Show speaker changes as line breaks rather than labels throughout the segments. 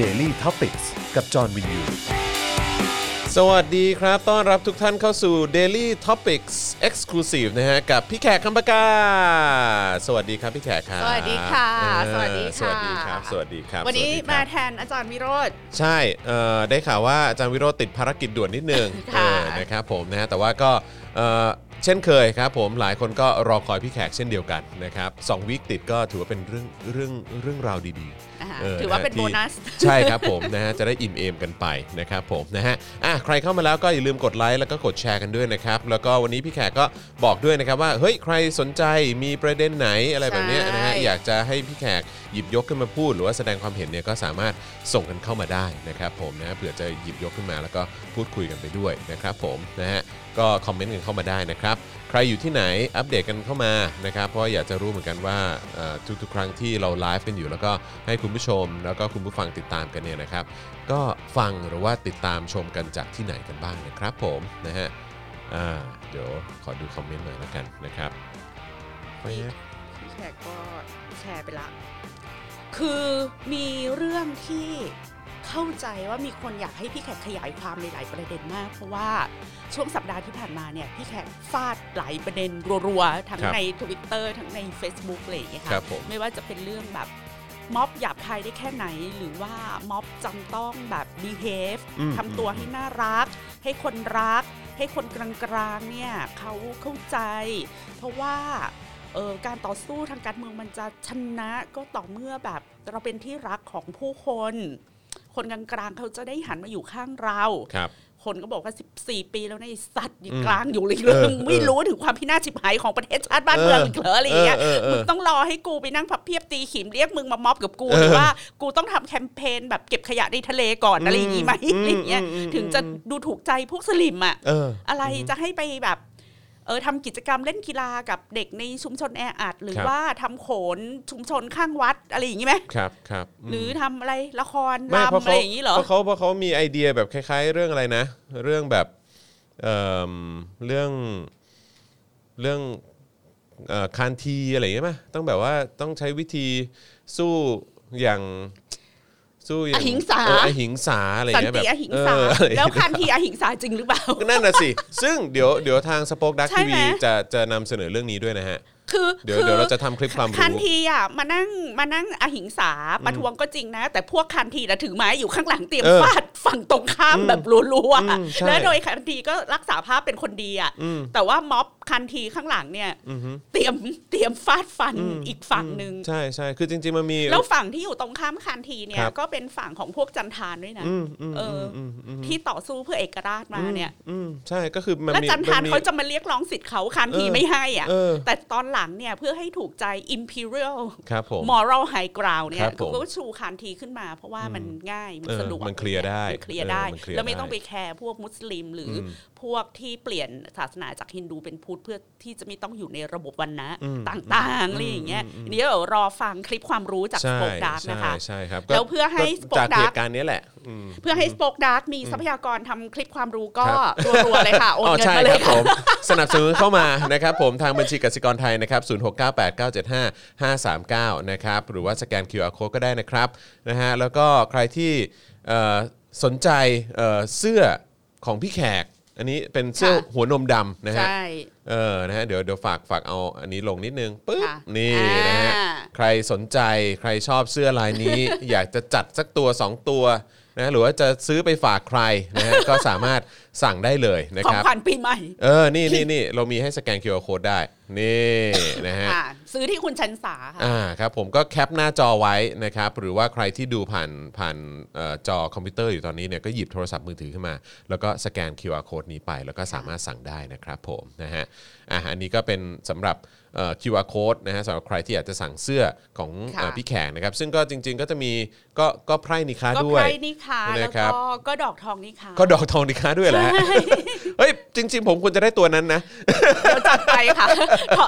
Daily t o p i c กกับจอห์นวินยู
สวัสดีครับ ต้อนรับทุกท่านเข้าสู่ Daily Topics Exclusive นะฮะ กับพี่แขกคำปากา สวัสดีครับพี่แขกครับ
สวัสดีค่ะ
เออ
สวัสดี
ส
ค่ะ
วัสดีครับ สวัสดีครับ
วัน
ส
นี้
สดีครับ
มาแทนอาจารย์วิโรธ
ใช่เอ่อได้ข่าวว่าอาจารย์วิโรจน์ติดภารกิจด่วนนิดนึง
ค่ะ
เออนะครับผมนะฮะแต่ว่าก็เอ่อเช่นเคยครับผมหลายคนก็รอคอยพี่แขกเช่นเดียวกันนะครับสองวีคติดก็ถือว่าเป็นเรื่องเรื่องเรื่องราวดีๆ
นะคะ
เ
ถือว่าเป็นโบ
ที่
นัส
ใช่ครับผม นะฮะจะได้อิ่มเอมกันไปนะครับผมนะฮะอ่ะใครเข้ามาแล้วก็อย่าลืมกดไลค์แล้วก็กดแชร์กันด้วยนะครับ แล้วก็วันนี้พี่แขกก็บอกด้วยนะครับว่าเฮ้ยใครสนใจมีประเด็นไหนอะไรแบบเนี้ยนะฮะ
ใช่
อยากจะให้พี่แขกหยิบยกขึ้นมาพูด หรือว่าแสดงความเห็นเนี่ยก็สามารถส่งกันเข้ามาได้นะครับผมนะเผื่อจะหยิบยกขึ้นมาแล้วก็พูดคุยกันไปด้วยนะครับผมนะฮะก็คอมเมนต์กันเข้ามาได้นะครับ ใครอยู่ที่ไหนอัปเดตกันเข้ามานะครับ เพราะอยากจะรู้เหมือนกันว่าเอ่อทุกๆ ครั้งที่เราไลฟ์กันอยู่แล้วก็ให้คุณผู้ชม แล้วก็คุณผู้ฟังติดตามกันเนี่ยนะครับ ก็ฟังหรือว่าติดตามชมกันจากที่ไหนกันบ้างนะครับผมนะฮะอ่าเดี๋ยวขอดูคอมเมนต์หน่อยละกันนะครับไปนะ
พี่แขกก็แชร์ไปละ คือมีเรื่องที่เข้าใจว่ามีคนอยากให้พี่แขกขยายความในหลายประเด็นมาก เพราะว่าช่วงสัปดาห์ที่ผ่านมาเนี่ยพี่แขกฟาดหลายประเด็นรัวๆ ทั้งใน Twitter ทั้งใน Facebook อะไรอย่างเลย
ครั
ค่ะ
บผม
ไม่ว่าจะเป็นเรื่องแบบ ม็อบหยาบคายได้แค่ไหน หรือว่าม็อบจำต้องแบบ behave
อืม
ทำตัวให้น่ารัก ให้คนรัก ให้คนกลางๆเนี่ยเขาเข้าใจ เพราะว่าเออการต่อสู้ทางการเมืองมันจะชนะก็ต่อเมื่อแบบเราเป็นที่รักของผู้คน คนกลางๆเขาจะได้หันมาอยู่ข้างเรา
ครับ
คนก็บอกว่า 14 ปีแล้วในะไอ้สัตว์อยู่
อืม
กลางอยู่เลยเรื่อง
เออ
ไม่รู้ถึงความพินาศชิบหายของประเทศชาติบ้านเมืองอีกเหรออะไรอย่างเงี้ย
เออเออเออ
มึงต้องรอให้กูไปนั่งพับเพียบตีขิมเรียกมึงมาม็อบกับกู
เออ
หรือว่ากูต้องทำแคมเปญแบบเก็บขยะในทะเลก่อนอะไรอย่างงี้ไหม
อืม
อะไรอย่างเงี้ย
อืม
ถึงจะดูถูกใจพวกสลิมอ่ะ
เออ
อะไรจะให้ไปแบบเออทำกิจกรรมเล่นกีฬากับเด็กในชุมชนแออัดหรือ
ครับ
ว่าทำโขนชุมชนข้างวัดอะไรอย่างงี้ไหม
ครับครับม
หรือทำอะไรละคร
ไม่เพราะ
รำอะ
เขา
ไรอย่างงี้เหรอ
เพราะเขาเพราะเขามีไอเดียแบบคล้าย ๆ เรื่องอะไรนะ เรื่องแบบเอ่มเรื่องเรื่องเอ่อคานทีอะไรอย่างเงี้ยป่ะต้องแบบว่าต้องใช้วิธีสู้อย่างสู้อย่าง
อหิงสา
เอออหิงสาอะไรอย่าง
สัน
เงี้ยแบ
ติ
บ
อหิงสา
เอออะไรอย่งเงี้ย
แล้วคันทีอหิงสาจริงหรือเปล่า
นั่นน่ะสิ ซึ่งเดี๋ยวเดี๋ยวทางสป็อคดัก
ใช่
ที
ไหม
วีจะจะนำเสนอเรื่องนี้ด้วยนะฮะ
คือ
เดี๋ยว
คือ
เดี๋ยวเราจะทำคลิปความ
คัน
รู้
ทีอ่ะมานั่งมานั่งอหิงสาประท้วงก็จริงนะ แต่พวกคันทีนะถือไม้อยู่ข้างหลังเตรียม
เออ
ฟาดฝั่งตรงข้าม
อืม
แบบรัว
อืมใช่
ๆแล้วโดยคันทีก็รักษาภาพเป็นคนดีอ่ะ
อืม
แต่ว่าม็อบคันทีข้างหลังเนี่ย
อือฮึ
เตรียมเตรียมฟาดฟันอีกฝั่งหนึ่ง
ใช่ใช่คือจริง ๆ มันมี
แล้วฝั่งที่อยู่ตรงข้ามคันทีเนี่
ค
ย
รับ
ก็เป็นฝั่งของพวกจันทานด้วยนะ
อืมอืม
เอออื
มอืม
ที่ต่อสู้เพื่อเอกราชมาเนี่ย
อืมใช่ก็คือมัน
แล้ว
มี
จันทาน
มัมี
เขาจะมาเรียกร้องสิทธิ์เขาคันที
เออ
ไม่ให้อ่ะ
เออ
แต่ตอนหลังเนี่ยเพื่อให้ถูกใจ Imperial
ครับผม
Moral High Ground เนี่
ครั
ย
บผม
เขาก็ชูคันทีขึ้นมา เพราะว่ามันง่ายมัน
เออ
สะดวก
มันเคลียร์ได้
มันเคลียร์ได้
เออมันเคลียร์
แล้วไม่ต้อง
ได้
ไปแคร์พวกมุสลิม หรืออ
ม
พวกที่เปลี่ยนศาสนาจากฮินดูเป็นพุทธเพื่อที่จะไม่ต้องอยู่ในระบบวันนะ
อืม
ต่างๆอะไรอย่างเงี้ยเดี๋ยวรอฟังคลิปความรู้จาก
ใช่
โปกดาร์กนะคะ
ใช่ใช่ครับ
แล้วเพื่อให้
ก็จาก
Spoke Dark
เหตุการณ์เนี้ยแหละอืม
เพื่อให้สป o อ e ดาร์กมีทรัพยากรทำคลิปความรู้ก็
ครั
รัวๆเลยค่ะ โอน
อ๋อ
เงิน
ใช่
มาเล
ครั
ย
บผ
ค่ะ
ม สนับสนุนเข้ามานะครับผมทางบัญชีกสิกรไทยนะครับ0698975539นะครับหรือว่าสแกน QR code ก็ได้นะครับนะฮะแล้วก็ใครที่เอ่อสนใจเอ่อเสื้อของพี่แขก อันนี้เป็นเสื้อ
ค่ะ
หัวนมดำนะฮะ
ใช่
เออ นะฮะ เดี๋ยว เดี๋ยวฝาก ฝาก เอา อันนี้ลงนิดนึง ปึ๊บ
ค่ะ
นี่ นะฮะ
อ่า
ใครสนใจ ใครชอบเสื้อลายนี้ อยากจะจัดสักตัว 2 ตัว นะ หรือว่าจะซื้อไปฝากใคร นะ ฮะ ก็สามารถสั่งได้เลยนะ
ขอ
ค
ง
รับ
ขวัญปีใหม่
เออ นี่นี่นี่เรามีให้สแกน QR Code ได้ นี่ นะฮะ
อ่ะซื้อที่คุณชันสาค่ะ
อ่าครับผมก็แคปหน้าจอไว้นะครับหรือว่าใครที่ดูผ่านผ่านเอ่อจอคอมพิวเตอร์อยู่ตอนนี้เนี่ยก็หยิบโทรศัพท์มือถือขึ้นมา แล้วก็สแกน QR code นี้ไป แล้วก็สามารถสั่งได้นะครับผมนะฮะอ่าอันนี้ก็เป็นสำหรับเอ่อ QR code นะฮะสำหรับใครที่อยากจะสั่งเสื้อของ
ค่ะ
เอ่อพี่แขกนะครับซึ่งก็จริง ๆ ก็จะมีก็ก็ไพร่นิค้า
ก็
ด้ว
ใค
ย
รนี่ค่ะ
ด้วย
แล้ว
นะครับ
ก็ก็ดอกทองนี่ค่ะ
ก็ดอกทองนิค้าด้วยแหละเฮ้ยจริง ๆ ผมควรจะได้ตัวนั้นนะ
เดี๋ยวจัดไปค่ะจอ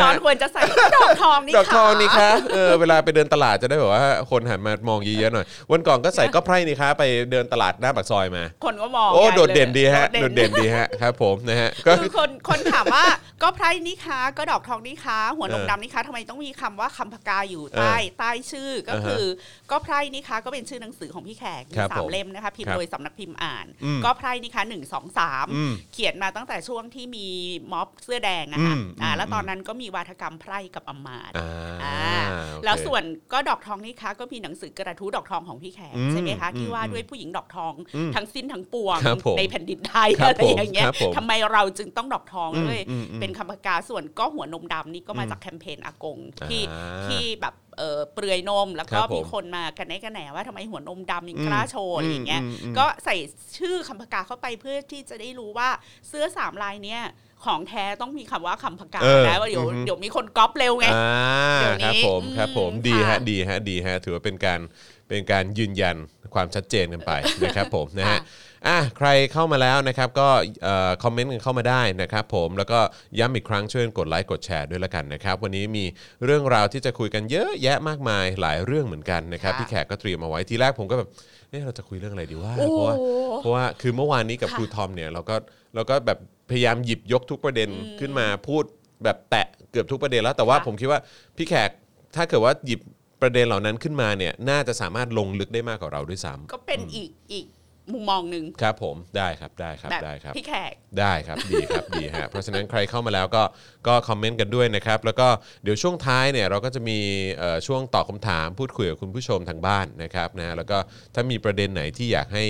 จอนควรจะใส่ก็ดอกทองนี่
ด
ค่ะ
อกทองนี่คะเออเวลาไปเดินตลาดจะได้แบบว่าคนหันมามองเยอะๆหน่อย วันก่อนก็ใส่ก็ไพร่นี่คะไปเดินตลาดหน้าปากซอยมา
คนก็มอง
โอ้
ใหญ่
โดดเด่นดีฮะ
ลย
โดดเด่นดีฮะครับผมนะฮะก็
คือคนคนถามว่าก็ไพรนี่คะก็ดอกทอง นี่คะหัวนม
เออ
ดำนี่คะทำไมต้องมีคำว่าคำพกาอยู่ใต้ใต้ชื่อก็
อ่าฮะ
คือก็ไพร่นี่คะก็เป็นชื่อหนังสือของพี่แขกมี
ครับ
สา
ผม
มเล่มนะคะพิม
ครั
พ์
บ
โดยสำนักพิมพ์อ่าน
อืม
ก็ไพร่นี่คะหนึ่งสองสาม
อืม
เขียนมาตั้งแต่ช่วงที่มีม็อบเสื้อแดงนะคะ
อืม
อ่า
อืม
แล้วตอนนั้นก็มีวาทกรรมไพร่กับอำมาตย์
อ่า
อ่า
โอเค
แล้วส่วนก็ดอกทองนี่คะก็มีหนังสือกระทู้ดอกทองของพี่แขก
อืม
ใช่ไหมคะที่
อืม
ว่าด้วยผู้หญิงดอกทอง
อืม
ทั้งสิ้นทั้งปวง
ครับผม
ในแผ่นดินไทย
ครับ
อะไรอย่างเงี้
ผมค
ย
รับผม
ทำไมเราจึงต้องดอกทอง
อืม
ด้วย
อืมอืม
เป็นคำประกาศส่วนก็หัวนมดำนี่ก็มา
อืม
จากแคมเปญอากงที่
อ่า
ที่แบบเอ่อเปลือยนมแล้วก็
ครับผม
มีคนมากันแน่กันแหนว่าทำไมหัวนมดำยัง
อืม
กล้าโชว์อะไรอย่างเงี้ย
อืมอืม
ก็ใส่ชื่อคำประกาศเข้าไปเพื่อที่จะได้รู้ว่าเสื้อสามลายเนี่ยของแท้ต้องมีคำว่าคำประกาศ
เออ
นะว่าเดี๋ยว
อือฮึ
เดี๋ยวมีคนก๊อปเร็วไง
อ่า
เดี๋ยว
ค
นี้
รับผม
อืม
ครับผม
ค่ะ
ดีฮะดีฮะดีฮะถือว่าเป็นการเป็นการยืนยันความชัดเจนกันไป นะครับผมนะฮะ
ค่ะ
อ่ะใครเข้ามาแล้วนะครับก็เอ่อคอมเมนต์กันเข้ามาได้นะครับผมแล้วก็ย้ำอีกครั้งช่วยกดไลค์กดแชร์ด้วยละกันนะครับวันนี้มีเรื่องราวที่จะคุยกันเยอะแยะมากมายหลายเรื่องเหมือนกันนะครับพี่แขกก็เตรียมมาไว้ทีแรกผมก็แบบเอ๊ะเราจะคุยเรื่องอะไรดีว่า
โอ้
เพ
โห
ราะว่าเพราะว่าคือเมื่อวานนี้กับ
ค่ะ
ครูทอมเนี่ยเราก็เราก็แบบพยายามหยิบยกทุกประเด็นขึ้นมาพูดแบบแตะเกือบทุกประเด็นแล้วแต่ว่า
ค่ะ
ผมคิดว่าพี่แขกถ้าเกิดว่าหยิบประเด็นเหล่านั้นขึ้นมาเนี่ยน่าจะสามารถลงลึกได้มากกว่าเราด้วยซ้
ก็เป็นอีกอีกมุมมองหนึ่ง
ำครับผมได้ครับได้ครับ
แบบ
ได้ครับ
พี่แขก
ได้ครับดีครับดีฮะเพราะฉะนั้นใครเข้ามาแล้วก็ก็คอมเมนต์กันด้วยนะครับ แล้วก็เดี๋ยวช่วงท้ายเนี่ยเราก็จะมีเอ่อช่วงตอบคำถามพูดคุยกับคุณผู้ชมทางบ้านนะครับนะแล้วก็ถ้ามีประเด็นไหนที่อยากให้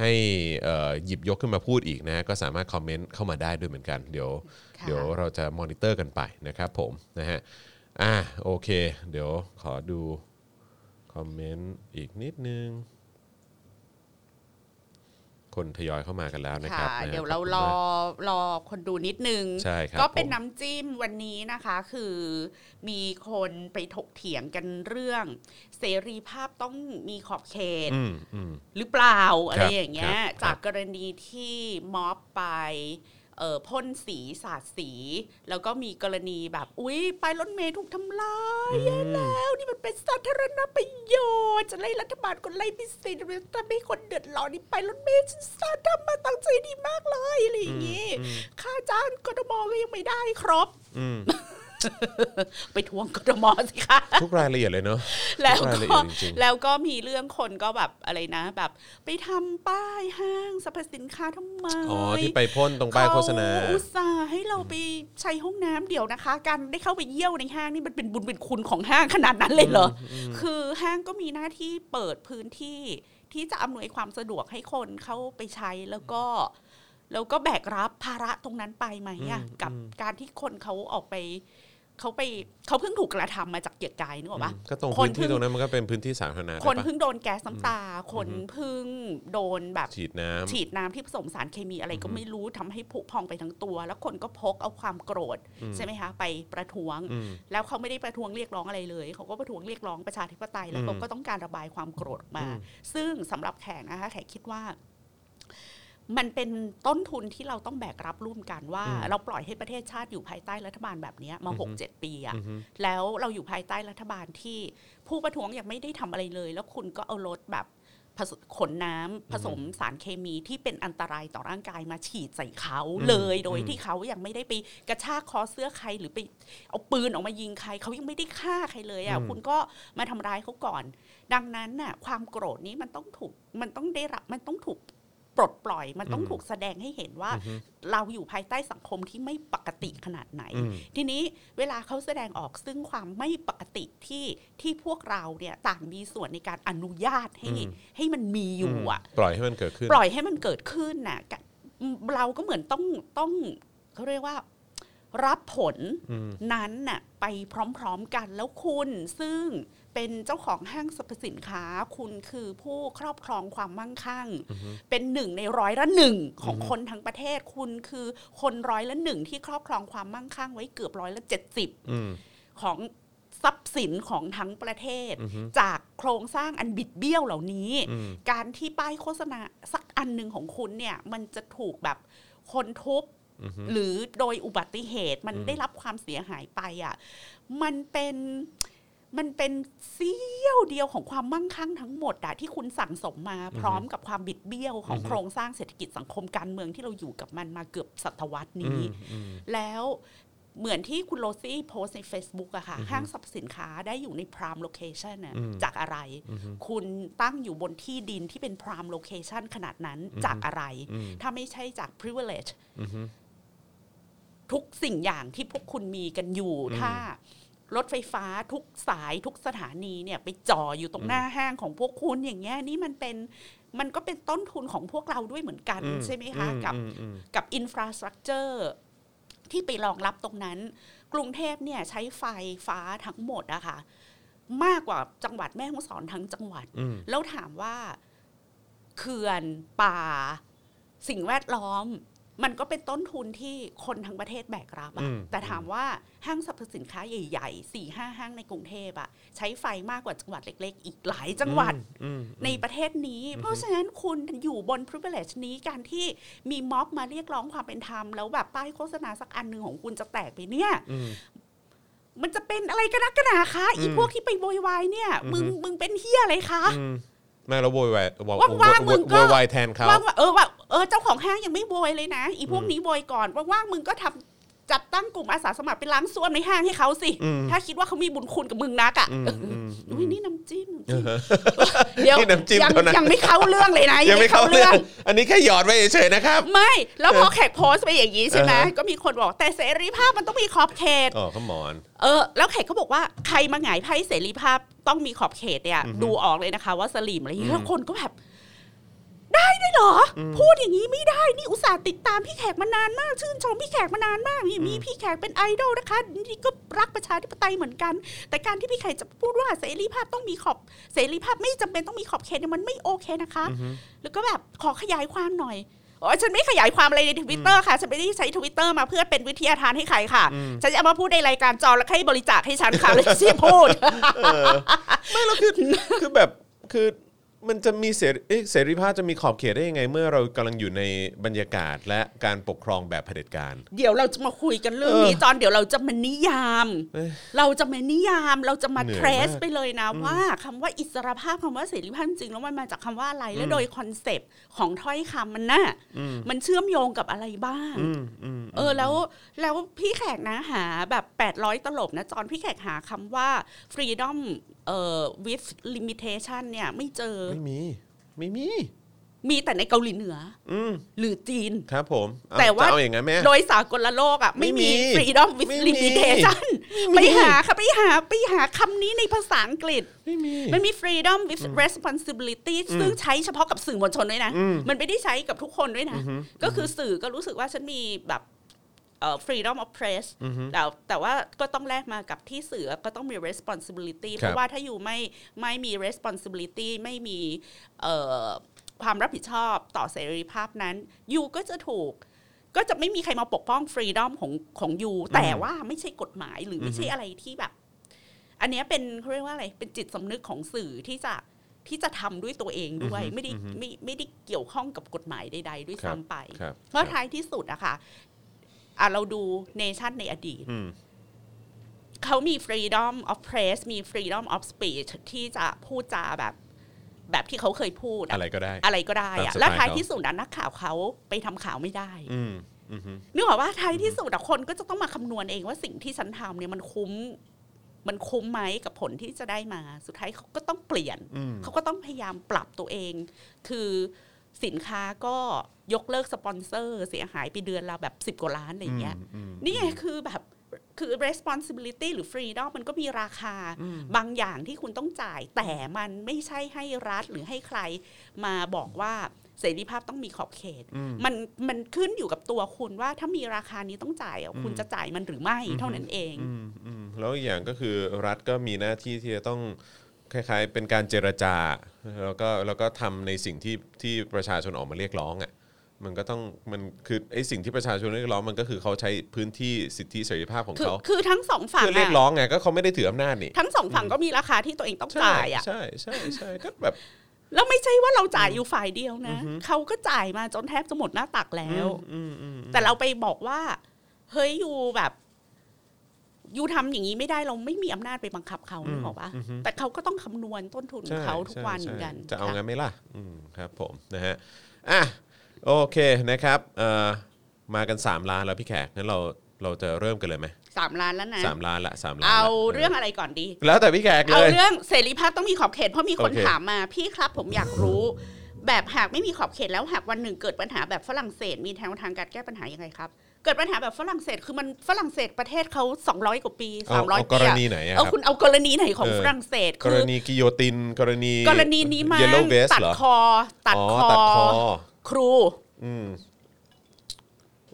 ให้เอ่อหยิบยกขึ้นมาพูดอีกนะก็สามารถคอมเมนต์เข้ามาได้ด้วยเหมือนกันเดี๋ยว
ค่ะ
เดี๋ยวเราจะมอนิเตอร์กันไปนะครับผมนะฮะอ่าโอเค เดี๋ยวขอดูคอมเมนต์อีกนิดนึง คนทยอยเข้ามากันแล้วนะค
ค่ะ
รับนะฮะ
เดี๋ยวเรา
ขอบคุณ
ร
ม
อก รอคนดูนิดนึง
ใช่ครับ
ก็เป็น
ผม
น้ำจิ้มวันนี้นะคะคือมีคนไปถกเถียงกันเรื่อง เสรีภาพต้องมีขอบเขต
อืมอืม
หรือเปล่าอะไรอย่างเงี้ย
ครับ
จากกรณีที่ม็อบไปเอ่อพ่นสีสาดสี แล้วก็มีกรณีแบบอุ๊ยป้ายรถเมย์ถูกทำลายแย่แล้วนี่มันเป็นสาธารณประโยชน์จะไล่รัฐบาลก็ไล่พิเศษทำให้คนเดือดร้อนนี่ไปรถเมย์ฉันสาดทำมาตั้งใจดีมากเลยอะไรอย่างงี้
อืมอืม
ค่าจ้างกทมก็ยังไม่ได้ครบ
อืม
ไปทวงกทมสิคะ
ทุกรายละเอียดเลยเนาะ
แล้ว
รายละเอี
ก็
ยดจริงๆ
แล้วก็มีเรื่องคนก็แบบอะไรนะ แบบไปทำป้ายห้างสรรพสินค้าทำไม
อ๋อที่ไปพ่นตรงป้ายโฆษณา
เขอุตส่าห์ให้เราไปใช้ห้องน้ำเดี๋ยวนะคะ การได้เข้าไปเยี่ยวในห้างนี่มันเป็นบุญเป็นคุณของห้างขนาดนั้นเลยเหรออคือห้างก็มีหน้าที่เปิดพื้นที่ที่จะอำนวยความสะดวกให้คนเข้าไปใช้แล้วก็ แล้วก็แบกรับภาระตรงนั้นไปไหมอะ
อืม
กับ
อืม
การที่คนเขาออกไปเขาไปเขาเพิ่งถูกกระทำมาจากเกียรติกายนึกออกปะ
ก็ตรง
คน
พื้นที่
เพิ่ง
ตรงนั้นมันก็เป็นพื้นที่สาธารณะ
คน
ได้ปะ
เพิ่งโดนแก๊สน้ำตา คน
อือฮึ
เพิ่งโดนแบบ
ฉีดน้ำ
ฉีดน้ำที่ผสมสารเคมีอะไรก็ไม่รู้ทำให้ผุพองไปทั้งตัว แล้วคนก็พกเอาความโกรธ
อืม
ใช่ไหมคะ ไปประท้วง
อืม
แล้วเขาไม่ได้ประท้วงเรียกร้องอะไรเลย เขาก็ประท้วงเรียกร้องประชาธิปไตยแล้ว
อืม
เขาก็ต้องการระบายความโกรธออกมา
อืม
ซึ่งสำหรับแขกนะคะแขกคิดว่า มันเป็นต้นทุนที่เราต้องแบกรับร่วมกันว่า เราปล่อยให้ประเทศชาติอยู่ภายใต้รัฐบาลแบบเนี้ยมาหกเจ็ดปีอะ
อืม
แล้วเราอยู่ภายใต้รัฐบาลที่ผู้ประท้วงยังไม่ได้ทำอะไรเลย แล้วคุณก็เอารถแบบผสขนน้ำผสมสารเคมีที่เป็นอันตรายต่อร่างกายมาฉีดใส่เขา
อืม
เลย โดย
อืม
ที่เขายังไม่ได้ไปกระชากคอเสื้อใครหรือไปเอาปืนออกมายิงใคร เขายังไม่ได้ฆ่าใครเลยอ่ะคุณก็มาทำร้ายเขาก่อน ดังนั้นน่ะความโกรธนี้มันต้องถูกมันต้องได้รับมันต้องถูกปลดปล่อย มันต้องถูกแสดงให้เห็นว่า เราอยู่ภายใต้สังคมที่ไม่ปกติขนาดไหน
อืม
ทีนี้เวลาเขาแสดงออกซึ่งความไม่ปกติที่ที่พวกเราเนี่ยต่างมีส่วนในการอนุญาตให้ให้มันมีอยู่อ่ะ
ปล่อยให้มันเกิดขึ้น
ปล่อยให้มันเกิดขึ้นน่ะกะเราก็เหมือนต้องต้องเขาเรียกว่ารับผล
อืม
นั้นน่ะไปพร้อมๆกันแล้วคุณซึ่งเป็นเจ้าของห้างสรรพสินค้า คุณคือผู้ครอบครองความมั่งคั่ง เป็นหนึ่งในร้อยละหนึ่งของคนทั้งประเทศคุณคือคนร้อยละหนึ่งที่ครอบครองความมั่งคั่งไว้เกือบร้อยละเจ็ดสิบ
อืม
ของทรัพย์สินของทั้งประเทศ
อือฮึ
จากโครงสร้างอันบิดเบี้ยวเหล่านี้
อืม
การที่ป้ายโฆษณาสักอันหนึ่งของคุณเนี่ย มันจะถูกแบบคนทุบ หรือโดยอุบัติเหตุมันได้รับความเสียหายไปอ่ะมันเป็นมันเป็นเสี้ยวเดียวของความมั่งคั่งทั้งหมดอะที่คุณสั่งสมมาพร้อมกับความบิดเบี้ยวของโครงสร้างเศรษฐกิจสังคมการเมืองที่เราอยู่กับมันมาเกือบศตวรรษนี้ แล้ว เหมือนที่คุณโรซี่โพสต์ใน Facebook อะค่ะ ห้างสรรพสินค้าได้อยู่ในพรามโลเคชันอะจากอะไร คุณตั้งอยู่บนที่ดินที่เป็นพรามโลเคชันขนาดนั้นจากอะไร ถ้าไม่ใช่จาก privilege ทุกสิ่งอย่างที่พวกคุณมีกันอยู่ ถ้ารถไฟฟ้าทุกสายทุกสถานีเนี่ยไปจ่ออยู่ตรงหน้าห้างของพวกคุณอย่างเงี้ยนี่มันเป็นมันก็เป็นต้นทุนของพวกเราด้วยเหมือนกัน ใช่ไหมคะกับ กับอินฟราสตรักเจอร์ที่ไปรองรับตรงนั้น กรุงเทพเนี่ยใช้ไฟฟ้าทั้งหมดอะค่ะ มากกว่าจังหวัดแม่ฮ่องสอนทั้งจังหวัด
อืม
แล้วถามว่าเขื่อนป่า สิ่งแวดล้อม มันก็เป็นต้นทุนที่คนทั้งประเทศแบกรับ
อื
อะ
ม
แต่ถามว่าห้างสรรพสินค้าใหญ่ๆสี่ห้าห้างในกรุงเทพอะใช้ไฟมากกว่าจังหวัดเล็ก ๆ อีกหลายจังหวัด
อืม
ในประเทศนี้ เพราะฉะนั้นคุณอยู่บน privilege นี้การที่มีม็อบมาเรียกร้องความเป็นธรรม แล้วแบบป้ายโฆษณาสักอันหนึ่งของคุณจะแตกไปเนี่ย มันจะเป็นอะไรกันนักกันหนาคะอีพวกที่ไปโวยวายเนี่ย มึงมึงเป็นเฮียอะไรคะ
อืมไม่แล้วโวยวายโว
ว่างๆมึงก็
โวยวายแทนเขา
ว่างว่าเออว่าเออเจ้าของห้างยังไม่โวยเลยนะ อีพวกนี้โวยก่อนว่างๆมึงก็ทำจัดตั้งกลุ่มอาสาสมัครไปล้างส้วมในห้างให้เขาสิ
อืม
ถ้าคิดว่าเขามีบุญคุณกับมึงนักอ่ะ
อืมอืม
อุ้ยนี่น้ำจิ้มน้ำจิ้มเดี๋ยว
นี่น้ำจิ้ม
ยัง
เท่านั้น
ยังไม่เข้าเรื่องเลยนะ
ยังไม่เข้าเรื่อง อันนี้แค่หยอดไว้เฉยๆนะครับ
ไม่ แล้วพอแขกโพสต์ไปอย่างนี้ใช่ไหม
อ่าฮะ
ก็มีคนบอกแต่เสรีภาพมันต้องมีขอบเขต
อ๋อขมอน
เออ แล้วแขกก็บอกว่าใครมาหงายไพ่เสรีภาพต้องมีขอบเขตเนี่ย ดูออกเลยนะคะ ว่าสลิมอะไรอย่างนี้แล้วคนก็แบบ ได้ได้วยเหรออพูดอย่างนี้ไม่ได้ นี่อุตส่าห์ติดตามพี่แขกมานานมาก ชื่นชมพี่แขกมานานมากนี่มีพี่แขกเป็นไอดอลนะคะ นี่ก็รักประชาธิปไตยเหมือนกัน แต่การที่พี่แขกจะพูดว่าเสรีภาพต้องมีขอบ เสรีภาพไม่จำเป็นต้องมีขอบเขตเนี่ยมันไม่โอเคนะคะ แล้วก็แบบขอขยายความหน่อยโอ้ยฉันไม่ขยายความอะไรในทวิตเตอร์ค่ะ ฉันไม่ได้ใช้ทวิตเตอร์มาเพื่อเป็นวิทยาทานให้ใครค่ะ ฉันจะเอามาพูดในรายการจอแล้วให้บริจาคให้ฉันค่ะ เลยเสียพูด
ไม่แล้วคือ คือแบบคือมันจะมีเสรีเอ๊ะเสรีภาพจะมีขอบเขตได้ยังไง เมื่อเรากำลังอยู่ในบรรยากาศและการปกครองแบบเผด็จการ
เดี๋ยวเราจะมาคุยกันเรื่องนี้
เออ
จอนเดี๋ยวเราจะมานิยาม
เอ้ย
เราจะมานิยามเราจะมา
เหนื่อย
เท
มาก
รสไปเลยนะว่าคำว่าอิสรภาพคำว่าเสรีภาพจริงๆแล้วมันมาจากคำว่าอะไร และโดยคอนเซปต์ของถ้อยคำมันน่ะ
อืม
มันเชื่อมโยงกับอะไรบ้าง
อืมอืม
เออแล้วแล้วพี่แขกนะหาแบบ 800 ตลบนะจอนพี่แขกหาคำว่า freedom เอ่อ with limitation เนี่ยไม่เจอ
ไม่มี ไม่มี
มีแต่ในเกาหลีเหนือ
อืม
หรือจีน
ครับผมเอ
แต่ว่า
จะเอาอย่างนั้นไหม
โดยสากลโลกอ่ะไม่มี
ไม่มี
freedom with
ไม่มี
limitation ไปหาค่ะไปหาไปหาคำนี้ในภาษาอังกฤษ
ไม่มี
มันมี freedom with responsibility ซึ่งใช้เฉพาะกับสื่อมวลชนด้วยนะ มันไม่ได้ใช้กับทุกคนด้วยนะ ก็คือสื่อก็รู้สึกว่าฉันมีแบบเอ่อ freedom of press แต่แต่ว่าก็ต้องแลกมากับที่สื่อก็ต้องมี responsibility
ครับ
เพราะว่าถ้าอยู่ไม่ไม่มี responsibility ไม่มีเอ่อความรับผิดชอบต่อเสรีภาพนั้นยูก็จะถูก ก็จะไม่มีใครมาปกป้องฟรีดอมของของยูแต่ว่าไม่ใช่กฎหมายหรือไม่ใช่อะไรที่แบบ อันเนี้ยเป็นเขาเรียกว่าอะไร เป็นจิตสำนึกของสื่อที่จะที่จะทำด้วยตัวเองด้วย ไม่ได้ไม่ไม่ได้เกี่ยวข้องกับกฎหมายใด ๆ ด้วยซ้ำไป
ครับ
เพราะท้ายที่สุดอะค่ะอ่ะ เราดูเนชั่นในอดีต
อืม
เขามี freedom of press มี freedom of speech ที่จะพูดจาแบบ แบบที่เขาเคยพูดอะ
อะไรก็ได้
อะไรก็ได้อะ
ตามสไตล์
แล้วท้ายที่สุดนั้นนักข่าวเขาไปทำข่าวไม่ได้
อืมอืม
นึกออกว่าท้ายที่สุดอะคนก็จะต้องมาคำนวณเองว่าสิ่งที่ฉันทำเนี่ยมันคุ้ม มันคุ้มไหมกับผลที่จะได้มา สุดท้ายเขาก็ต้องเปลี่ยน
อืม
เขาก็ต้องพยายามปรับตัวเอง คือสินค้าก็ยกเลิกสปอนเซอร์ เสียหายไปเดือนละแบบสิบ10 กว่าล้านอะไรอย่างเงี้ย
อืม
นี่ไงคือแบบคือ responsibility หรือ freedom มันก็มีราคาบางอย่างที่คุณต้องจ่าย แต่มันไม่ใช่ให้รัฐหรือให้ใครมาบอกว่าเสรีภาพต้องมีขอบเขต
อืม
มันมันขึ้นอยู่กับตัวคุณว่าถ้ามีราคานี้ต้องจ่ายอ่ะคุณจะจ่ายมันหรือไม่เท่านั้นเอง
อืมอืมแล้วอีกอย่างก็คือรัฐก็มีหน้าที่ที่จะต้องคล้ายๆ เป็นการเจรจา แล้วก็แล้วก็ทำในสิ่งที่ที่ประชาชนออกมาเรียกร้องอ่ะมันก็ต้องมันคือไอ้สิ่งที่ประชาชนเรียกร้องมันก็คือเขาใช้พื้นที่สิทธิเสรีภาพของ
คือ
เขา
คือทั้งสองฝั่ง
เพื่อเรียก
อะ
ร้องไงก็เขาไม่ได้ถืออำนาจนี่
ทั้งสองฝั่งก็มีราคาที่ตัวเองต้อง
ใช่
จ่ายอ่ะ
ใช่ใช่ใช่ก็แบบ
แล้วไม่ใช่ว่าเราจ่ายอยู่ฝ่ายเดียวนะ เขาก็จ่ายมาจนแทบจะหมดหน้าตักแล้ว
อืมอืม
แต่เราไปบอกว่า เฮ้ยยูแบบยูทำอย่างนี้ไม่ได้เราไม่มีอำนาจไปบังคับเขานึกออกปะแต่เขาก็ต้องคำนวณต้นทุนของเขาทุกวันเหมือนกัน
ใช่จะเอา
ค่
งั้นไหมล่ะอืมครับผมนะฮะอ่ะโอเคนะครับเอ่อมากัน 3 ล้านแล้วพี่แขกงั้นเราเราจะเริ่มกันเลยไหม
สามล้านแล้วนะ
สามล้านละสามล้านละ
เอาเรื่องอะไรก่อนดี
แล้วแต่พี่แขกเล
เอา
ย
เรื่องเสรีภาพต้องมีขอบเขตเพราะมีคน
โอเค
ถามมาพี่ครับผมอยากรู้ แบบหากไม่มีขอบเขตแล้วหากวันหนึ่งเกิดปัญหาแบบฝรั่งเศสมีแนวทางการแก้ปัญหายังไงครับ เกิดปัญหาแบบฝรั่งเศสคือมันฝรั่งเศสประเทศเขา200 กว่าปี
เเ
300
ก
ปี
ร
อะ
ณีไหนอะค
เอา
รับ
คุณเอากรณีไหนของ
เออ
ฝรั่งเศส
ก
คื
ร
อ
ณีกิโยติน กรณี
กรณีนี้มา
เยลโลเวส
ตัด
เหรอ
คอ ตัด
อ๋อ
คอ
ตัดคอ
ครู
อืม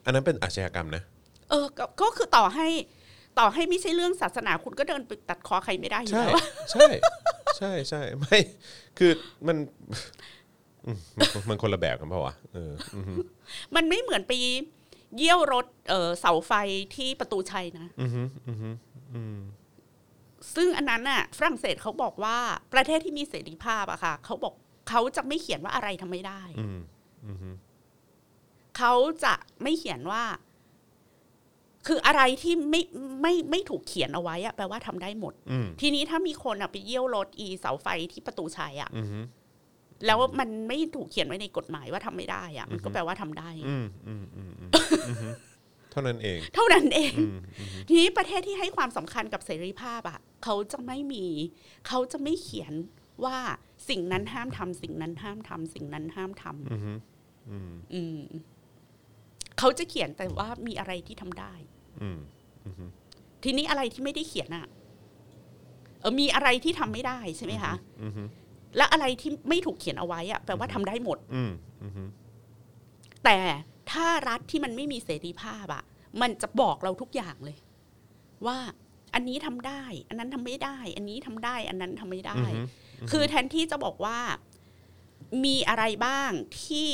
อันนั้นเป็นอาชญากรรมนะ
เออก็ก็คือต่อให้ต่อให้ไม่ใช่เรื่องศาสนาคุณก็เดินไปตัดคอใครไม่ได้อยู่
ใช่
แล้วอะ
ใช่ใช่ใช่ไม่คือมันอืมมันมันคนละแบบกันเปล่าวะเอออือฮึ
มันไม่เหมือนไปเยี่ยวรถเออเสาไฟที่ประตูชัยนะ
อือฮึอือฮึอืม
ซึ่งอันนั้นน่ะฝรั่งเศสเขาบอกว่าประเทศที่มีเสรีภาพอะค่ะเขาบอกเขาจะไม่เขียนว่าอะไรทำไม่ได้
อืมอือฮึ
เขาจะไม่เขียนว่า คืออะไรที่ไม่ไม่ไม่ถูกเขียนเอาไว้อะแปลว่าทำได้หมด
อืม
ทีนี้ถ้ามีคนอะไปเยี่ยวรถอีเสาไฟที่ประตูชัยอะ
อือฮึ
แล้วมันไม่ถูกเขียนไว้ในกฎหมายว่าทำไม่ได้อะมันก็แปลว่าทำได้
อืมอืมอืมอืมอือฮึเท่านั้นเอง
เท่านั้นเอง
อืมอือฮึ
ทีนี้ประเทศที่ให้ความสำคัญกับเสรีภาพอะเขาจะไม่มี เขาจะไม่เขียนว่าสิ่งนั้นห้ามทำสิ่งนั้นห้ามทำสิ่งนั้นห้ามทำ
อือฮึอืม
อืมเขาจะเขียนแต่ว่ามีอะไรที่ทำได้
อืมอือฮึ
ทีนี้อะไรที่ไม่ได้เขียนอะเออมีอะไรที่ทำไม่ได้ใช่ไหมคะ
อือฮึ
และอะไรที่ไม่ถูกเขียนเอาไว้อะแปลว่าทำได้หมด
อืมอือฮึ
แต่ถ้ารัฐที่มันไม่มีเสรีภาพอะมันจะบอกเราทุกอย่างเลย ว่าอันนี้ทำได้ อันนั้นทำไม่ได้ อันนี้ทำได้ อันนั้นทำไม่ได้
อือฮึ
คือแทนที่จะบอกว่ามีอะไรบ้างที่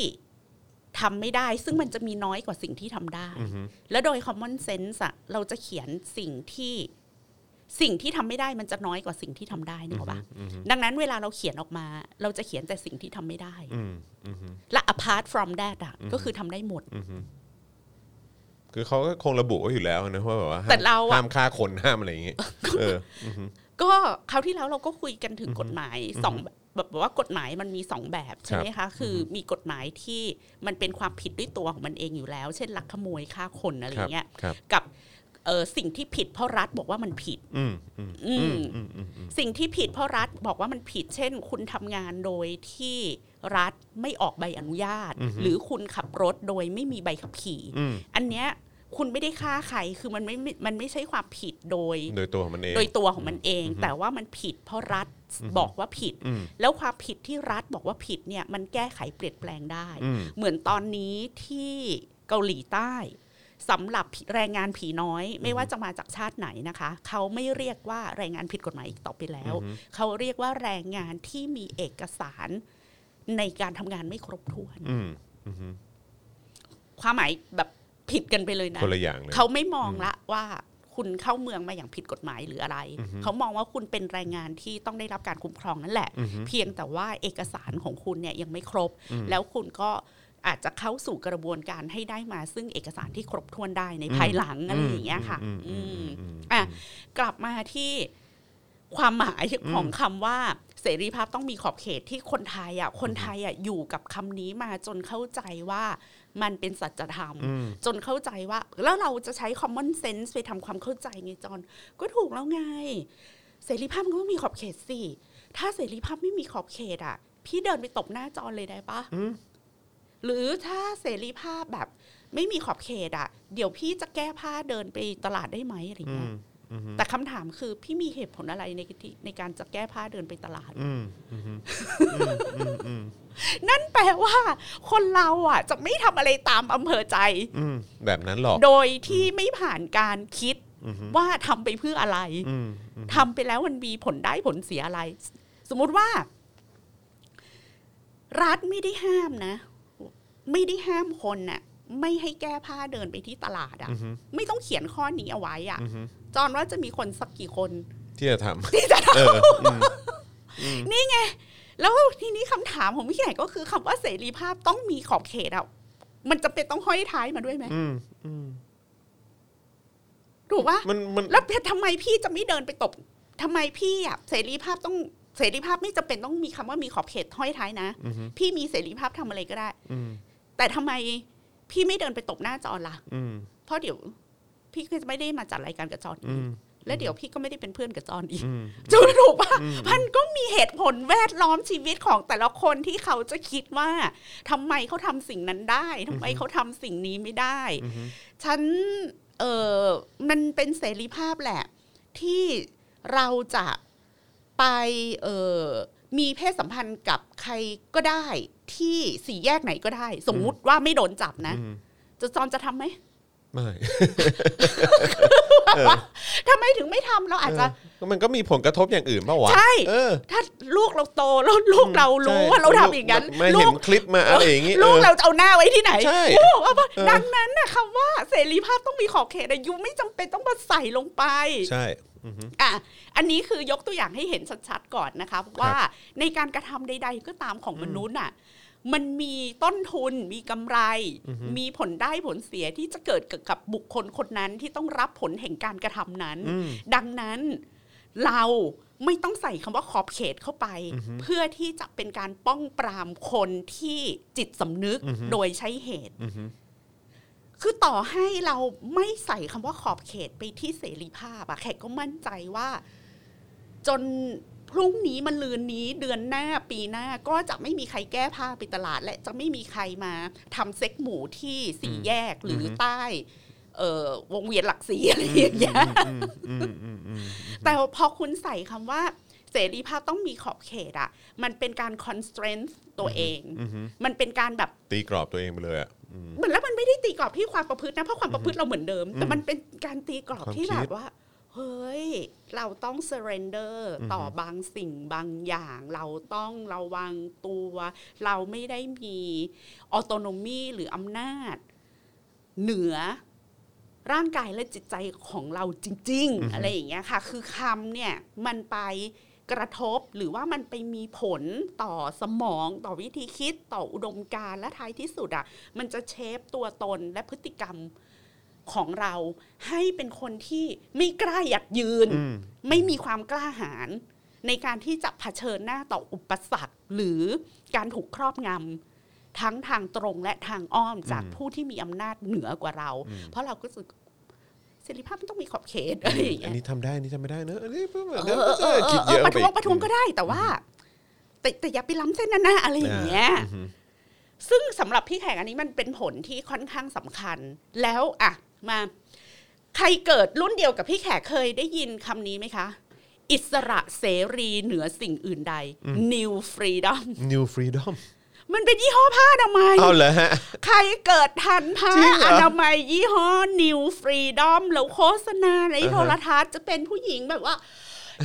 ทำไม่ได้ ซึ่งมันจะมีน้อยกว่าสิ่งที่ทำได้
อือฮึ
แล้วโดย common sense อะเราจะเขียนสิ่งที่สิ่งที่ทำไม่ได้มันจะน้อยกว่าสิ่งที่ทำได้นึกออกปะ
อือฮึ
ดังนั้นเวลาเราเขียนออกมา เราจะเขียนแต่สิ่งที่ทำไม่ได้
อืมอือฮึ
และ apart from that อะก็คือทำได้หมด
อือฮึคือเขาก็คงระบุไว้อยู่แล้วนะว่าแบบว่าห้ม
แต่เราอะ
ห้ามฆ่าคนห้ามอะไรอย่างงี้เอ ออือฮึ
ก็คราวที่แล้วเราก็คุยกันถึงกฎหมายสองแบบว่ากฎหมายมันมีสองแบบใช่ไหมคะ คือมีกฎหมายที่มันเป็นความผิดด้วยตัวของมันเองอยู่แล้ว เช่นลักขโมยฆ่าคนอะไรอย่างเงี้ย
ครับ
กับเอ่อสิ่งที่ผิดเพราะรัฐบอกว่ามันผิด
อืมอืม
อืม
อืมอืมอืม
สิ่งที่ผิดเพราะรัฐบอกว่ามันผิด เช่น คุณทำงานโดยที่รัฐไม่ออกใบอนุญาต หรือคุณขับรถโดยไม่มีใบขับขี่
อืม
อันเนี้ยคุณไม่ได้ฆ่าใครคือมันไม่มันไม่ใช่ความผิดโดย
โดยตัวของมันเอง
โดยตัวของมันเอง แต่ว่ามันผิดเพราะรัฐบอกว่าผิด
อืม
แล้วความผิดที่รัฐบอกว่าผิดเนี่ยมันแก้ไขเปลี่ยนแปลงได้
อืม
เหมือนตอนนี้ที่เกาหลีใต้สำหรับแรงงานผีน้อย ไม่ว่าจะมาจากชาติไหนนะคะ เขาไม่เรียกว่าแรงงานผิดกฎหมายอีกต่อไปแล้ว เขาเรียกว่าแรงงานที่มีเอกสารในการทำงานไม่ครบถ้วน
อืมอืมอืม
ความหมายแบบผิดกันไปเลยนะ
คนละอย่างเลย
เขาไม่มองละว่าคุณเข้าเมืองมาอย่างผิดกฎหมายหรืออะไร เขามองว่าคุณเป็นแรงงานที่ต้องได้รับการคุ้มครองนั่นแหละ เพียงแต่ว่าเอกสารของคุณเนี่ยยังไม่ครบ แล้วคุณก็อาจจะเข้าสู่กระบวนการให้ได้มา ซึ่งเอกสารที่ครบถ้วนได้ในภายหลังอะไรอย่างเงี้ยค่ะ
อืมอื
อื
มอืม
ม
อืม
อ่ะกลับมาที่ความหมายของคำว่าเสรีภาพต้องมีขอบเขตที่คนไทยอ่ะคนไทยอ่ะอยู่กับคำนี้มาจนเข้าใจว่ามันเป็นสัจธรรม
อืม
จนเข้าใจว่า แล้วเราจะใช้ common sense ไปทำความเข้าใจไงจอนก็ถูกแล้วไง เสรีภาพมันก็ต้องมีขอบเขตสิ ถ้าเสรีภาพไม่มีขอบเขตอ่ะ พี่เดินไปตบหน้าจอนเลยได้ปะหรือถ้าเสรีภาพแบบ ไม่มีขอบเขตอ่ะ เดี๋ยวพี่จะแก้ผ้าเดินไปตลาดได้ไหมอะไร
อื
เงี้
ม
ย
อืม
แต่คำถามคือพี่มีเหตุผลอะไรในที่ในการจะแก้ผ้าเดินไปตลาด
อืมอืมอืมอืม
นั่นแปลว่า คนเราอ่ะ จะไม่ทำอะไรตามอำเภอใจ
อืมแบบนั้นหรอก
โดยที่ไม่ผ่านการคิด
อือฮึ
ว่าทำไปเพื่ออะไร
อืมอืม
ทำไปแล้วมันมีผลได้ผลเสียอะไร สมมุติว่า รัฐไม่ได้ห้ามนะ ไม่ได้ห้ามคนน่ะ ไม่ให้แก้ผ้าเดินไปที่ตลาดอะ
อืม
ไม่ต้องเขียนข้อนี้เอาไว้อะ
อืม
จอนว่าจะมีคนสักกี่คน
ที่จะทำที่จะทำเอออืม
แล้วทีนี้คำถามของพี่แขกก็คือคำว่าเสรีภาพต้องมีขอบเขตอะมันจะเป็นต้องห้อยท้ายมาด้วยไหม
อืมอืม
ถูกปะ
มันมัน
แล้วทำไมพี่จะไม่เดินไปตบทำไมพี่อ่ะเสรีภาพต้องเสรีภาพไม่จำเป็นต้องมีคำว่ามีขอบเขตห้อยท้ายนะ
อือฮึ
พี่มีเสรีภาพทำอะไรก็ได้
อืม
แต่ทำไมพี่ไม่เดินไปตบหน้าจอล่ะ
อืม
เพราะเดี๋ยว พี่ก็จะไม่ได้มาจัดรายการกับจอน
อื
อีก
ม
และเดี๋ยวพี่ก็ไม่ได้เป็นเพื่อนกับจอนอีก
อืม
จูนถูกปะ
อืม
มันก็มีเหตุผลแวดล้อมชีวิตของแต่ละคนที่เขาจะคิดว่าทำไมเขาทำสิ่งนั้นได้ทำไมเขาทำสิ่งนี้ไม่ได้
อืม
ฉันเออมันเป็นเสรีภาพแหละ ที่เราจะไปเออมีเพศสัมพันธ์กับใครก็ได้ ที่สี่แยกไหนก็ได้ สมมุติว่าไม่โดนจับนะ
อืม
จะจอนจะทำไหม
ไม่
ทำไมถึงไม่ทำเราอาจจะ
เออมันก็มีผลกระทบอย่างอื่นเปล่าวะ
ใช่
เออ
ถ้าลูกเราโตแล้วลูกเรารู้
ใช่
ว่าเราทำอย่างนั้น
ไม่ไม่
ลู
เห็
ก
นคลิปมาอะไรอย่างงี้
ลูก
ออ
เราจะเอาหน้าไว้ที่ไหน
ใช่
โอ้โหเอาปะ
เออ
ดังนั้นนะคำว่าเสรีภาพต้องมีขอบเขตอายุไม่จำเป็นต้องมาใส่ลงไป
ใช่อือฮึ
อ่ะ อันนี้คือยกตัวอย่างให้เห็นชัดๆก่อนนะคะเพราะว่าในการกระทำใด ๆ ก็ตามของมนุษย์อ่ะ มันมีต้นทุนมีกำไร
อือฮึ
มีผลได้ผลเสียที่จะเกิดกับบุคคลคนนั้นที่ต้องรับผลแห่งการกระทำนั้น
อืม
ดังนั้นเราไม่ต้องใส่คำว่าขอบเขตเข้าไป
อือฮึ
เพื่อที่จะเป็นการป้องปรามคนที่จิตสำนึก
อือฮึ
โดยใช้เหตุ
อือฮึ
คือต่อให้เราไม่ใส่คำว่าขอบเขตไปที่เสรีภาพอะแขกก็มั่นใจว่า จนพรุ่งนี้มันลืนนี้เดือนหน้าปีหน้าก็จะไม่มีใครแก้ผ้าไปตลาด และจะไม่มีใครมาทำเซ็กหมูที่สี่แยกหรือใต้ เอ่อวงเวียนหลักสีอะไรอย่างเงี้ย
อืมอืมอืมอืม
แต่พอคุณใส่คำว่า เสรีภาพต้องมีขอบเขตอะมันเป็นการ constraint ตัวเอง
อืมอืม
มันเป็นการแบบ
ตีกรอบตัวเองไปเลยอ่ะอืม
เหมือนแล้วมันไม่ได้ตีกรอบที่ความประพฤตินะ เพราะความประพฤติเราเหมือนเดิม แต่มันเป็นการตีกรอบ
ความ
ที่แบ
คิ
บ
ด
ว่า เฮ้ย เราต้อง surrender ต่อบางสิ่งบางอย่าง เราต้องระวังตัว เราไม่ได้มีออโตโนมีหรืออำนาจ เหนือร่างกายและจิตใจของเราจริง ๆ อะไรอย่างเงี้ยค่ะ คือคำเนี่ย มันไปกระทบหรือว่ามันไปมีผลต่อสมองต่อวิธีคิดต่ออุดมการณ์และท้ายที่สุดอะ่ะ มันจะเชฟตัวตนและพฤติกรรมของเรา ให้เป็นคนที่ไม่กล้าหยัดยืน
อืม
ไม่มีความกล้าหาญในการที่จะเผชิญหน้าต่ออุปสรรค หรือการถูกครอบงำทั้งทางตรงและทางอ้อมจาก
อืม
ผู้ที่มีอำนาจเหนือกว่าเรา เพราะเราก็รู้สึกเสรีภาพมันต้องมีขอบเขตอะไรอย่า
อั
งเงี้
น
ย
นี้ทำได้อันนี่ทำไม่ได้เนอะอันนี้เพิ่งเหมือน
เอ
เดิม
อเออเออ
คิด
เอ
เย
อ
อะ
ประท้วง
ไอี
ประท้วงก็ได้แต่ว่า แต่แต่อย่าไปล้ำเส้นนะนะอะไรอย่างเงี้ย
อืม
ซึ่งสำหรับพี่แขกอันนี้มันเป็นผลที่ค่อนข้างสำคัญ แล้วอะมาใครเกิดรุ่นเดียวกับพี่แขกเคยได้ยินคำนี้ไหมคะ อิสระเสรีเหนือสิ่งอื่นใด New Freedom
อืม New Freedom
มันเป็นยี่ห้อผ้าอนามัย
เอาเหรอฮะ
ใครเกิดทันผ้า
จริงเหร
อ
อ
นามัยยี่ห้อ New Freedom แล้วโฆษณาใน
อ่าฮะ
โทรทัศน์จะเป็นผู้หญิงแบบว่า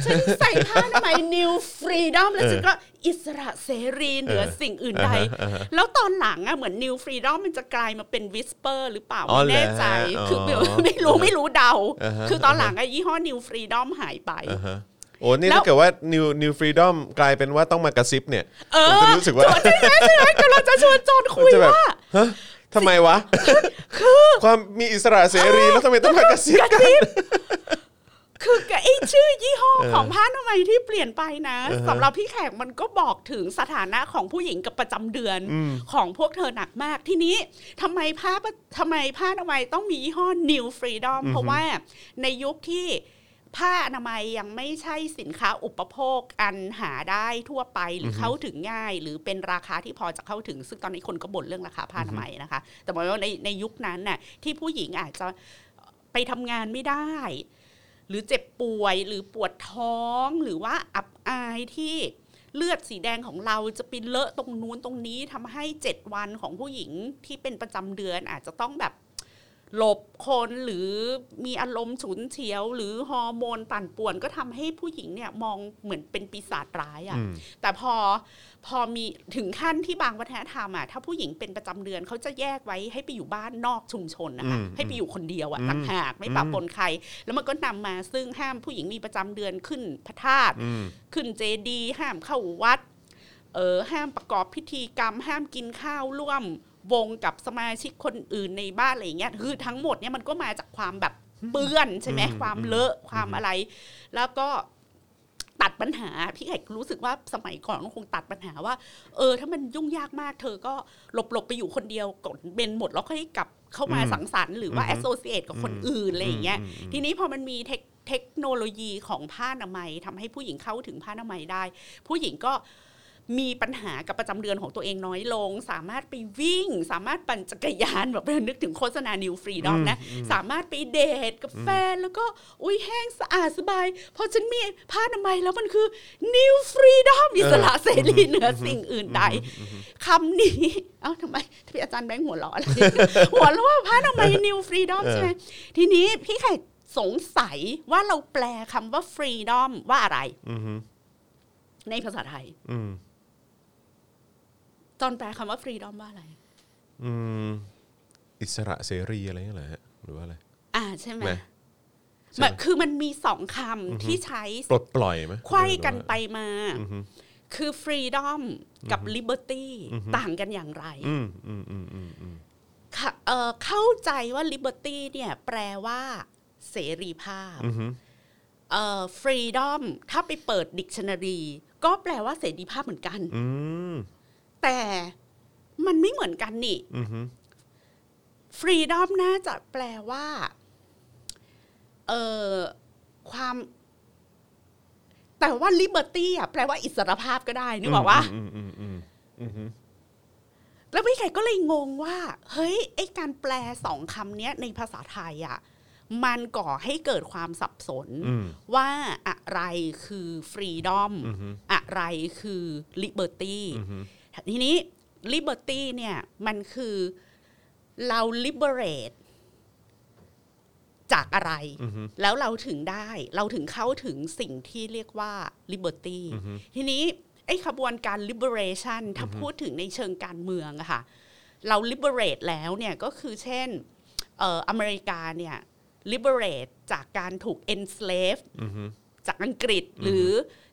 ฉันใส่ผ้าอนามัย New Freedom แล้ว
เออ
ฉันก็อิสระเสรีเหนือ
เออ
สิ่งอื่นใด
อ่าฮะ
แล้วตอนหลังอะเหมือน New Freedom มันจะกลายมาเป็น Whisper หรือเปล่า
อ๋อ
ไม่แน่
เหรอฮะ
ใจ คือไม่
อ๋อ
ไม่รู้ไม่รู้เดา
อ่าฮะ
คือตอนหลังอะยี่ห้อ New Freedom หายไป
อ่าฮะโอ้นี่
แล้ว
ถ้าเกิดว่า New New Freedom กลายเป็นว่าต้องมากระซิบเนี่ย
เอ
ผม
อ
จะรู้สึกว่า
ใช่ไหมใช่ไหมกำลังจะชวนจอนคุย
จะแบบ
ว่า
ฮะทำไมวะ ความมีอิสระเส รีแล้วทำไมต้องมากระซิบกัน
คือกับไอ้ชื่อยี่ห้อของผ้าทำไมยที่เปลี่ยนไปนะสำหรับพี่แขกมันก็บอกถึงสถานะของผู้หญิงกับประจำเดือนของพวกเธอหนักมากทีนี้ทำไมผ้าทำไมผ้าทำไมยต้องมียี่ห้อ New Freedom เพราะว่าในยุคที่ผ้าอนามัยยังไม่ใช่สินค้าอุปโภคอันหาได้ทั่วไปหรือเข้าถึงง่าย หรือเป็นราคาที่พอจะเข้าถึง ซึ่งตอนนี้คนก็บ่นเรื่องราคาผ้าอนามัยนะคะ แต่หมายว่าในในยุคนั้นน่ะที่ผู้หญิงอาจจะไปทำงานไม่ได้ หรือเจ็บป่วยหรือปวดท้องหรือว่าอับอายที่เลือดสีแดงของเราจะไปเลอะตรงนู้นตรงนี้ทำให้เจ็ดวันของผู้หญิงที่เป็นประจำเดือนอาจจะต้องแบบหลบคนหรือมีอารมณ์ฉุนเฉียว หรือฮอร์โมนปั่นป่วนก็ทำให้ผู้หญิงเนี่ยมองเหมือนเป็นปีศาจร้าย
อื
อะ่ะ
ม
แต่พอพอมีถึงขั้นที่บางวัฒนธรรมอ่ะถ้าผู้หญิงเป็นประจำเดือนเขาจะแยกไว้ให้ไปอยู่บ้านนอกชุมชนนะคะ
อืม
ให้ไปอยู่คนเดียวอ่ะ
อืม
ต่างหากไม่
อืม
ปะปนใคร แล้วมันก็นำมาซึ่งห้ามผู้หญิงมีประจำเดือนขึ้นพระธาตุ
อืม
ขึ้นเจดีย์ห้ามเข้าวัดเออห้ามประกอบพิธีกรรม ห้ามกินข้าวร่วมวงกับสมาชิกคนอื่นในบ้านอะไรอย่างเงี้ยคือทั้งหมดเนี่ยมันก็มาจากความแบบเปื้อนใช่ไหม
อืม
ความเลอะความอะไร แล้วก็ ตัดปัญหาพี่เอกรู้สึกว่าสมัยก่อนคงตัดปัญหาว่า เออ ถ้ามันยุ่งยากมากเธอก็หลบหลบๆไปอยู่คนเดียวก่อนเบนหมดแล้วค่อยกลับ เข้ามา
อืม
สังสรรค์หรือว่า
อื
แอ
ม
สโซเ t ตกับคนอื่นอะไรอย่างเงี้ย ทีนี้พอมันมีเทคเทคโนโลยีของผ้าอนามัยทำให้ผู้หญิงเข้าถึงผ้าอนามัยได้ ผู้หญิงก็มีปัญหากับประจำเดือนของตัวเองน้อยลง สามารถไปวิ่ง สามารถปั่นจักรยานแบบนึกถึงโฆษณา New Freedom นะ สามารถไปเดทกับแฟนแล้วก็อุ้ยแห้งสะอาดสบายเพอฉันมีผ้าอนามัยแล้วมันคือ New Freedom อิสระเสรีเหนือสิ่งอื่นใดคำนี้ เอ้าทำไมพี่อาจารย์แบงค์หัวเรา ะอะไร หัวเราะว่าผ้าอนามัย New Freedom ใช่ไหมทีนี้พี่ไข่สงสัยว่าเราแปลคำว่า Freedom ว่าอะไร
อืมอืม
ในภาษาไทย
อืม
จอนแปลคำว่า Freedom ว่าอะไร
อืมอิสระเสรีอะไรเงี้ยเหรอฮะหรือว่าอะไร
อ่าใช่ไหม
ไหม ใช่ไหม
มันคือมันมีสองคำที่ใช้
ปลดปล่อยไหม
ไขว้กันไปมา
อืมอืม
คือ Freedom กับ Liberty ต่างกันอย่างไร
อืมอืมอืมอืมอืม
ค่ะเอ่อเข้าใจว่า Liberty เนี่ยแปลว่า เสรีภาพ
อืม
เอ่อ Freedom ถ้าไปเปิดดิกชันนารีก็แปลว่าเสรีภาพเหมือนกัน
อืม
แต่มันไม่เหมือนกันนี่
อืมอืม
Freedom น่าจะแปลว่าเอ่อความ แต่ว่า Liberty อ่ะแปลว่าอิสรภาพก็ได้นึกออกว่า
อืมอืมอืมอืมอืม
แล้วพี่ไข่ก็เลยงงว่า เฮ้ย ไอการแปลสองคำเนี้ยในภาษาไทยอ่ะมันก่อให้เกิดความสับสน
อืม
ว่าอะไรคือฟรีดอม
อือฮึ
อะไรคือลิเบอร์ตี้
อืม
ทีนี้ลิเบอร์ตี้เนี่ย มันคือเราลิเบเรตจากอะไร
อืม
แล้วเราถึงได้เราถึงเข้าถึงสิ่งที่เรียกว่า liberty
อือฮึ
ทีนี้ไอ้ขบวนการ liberation ถ้าพูดถึงในเชิงการเมืองอะค่ะ เรา liberate แล้วเนี่ยก็คือเช่นเอ่ออเมริกาเนี่ย liberate จากการถูก enslave
อืม
จากอังกฤษหรือ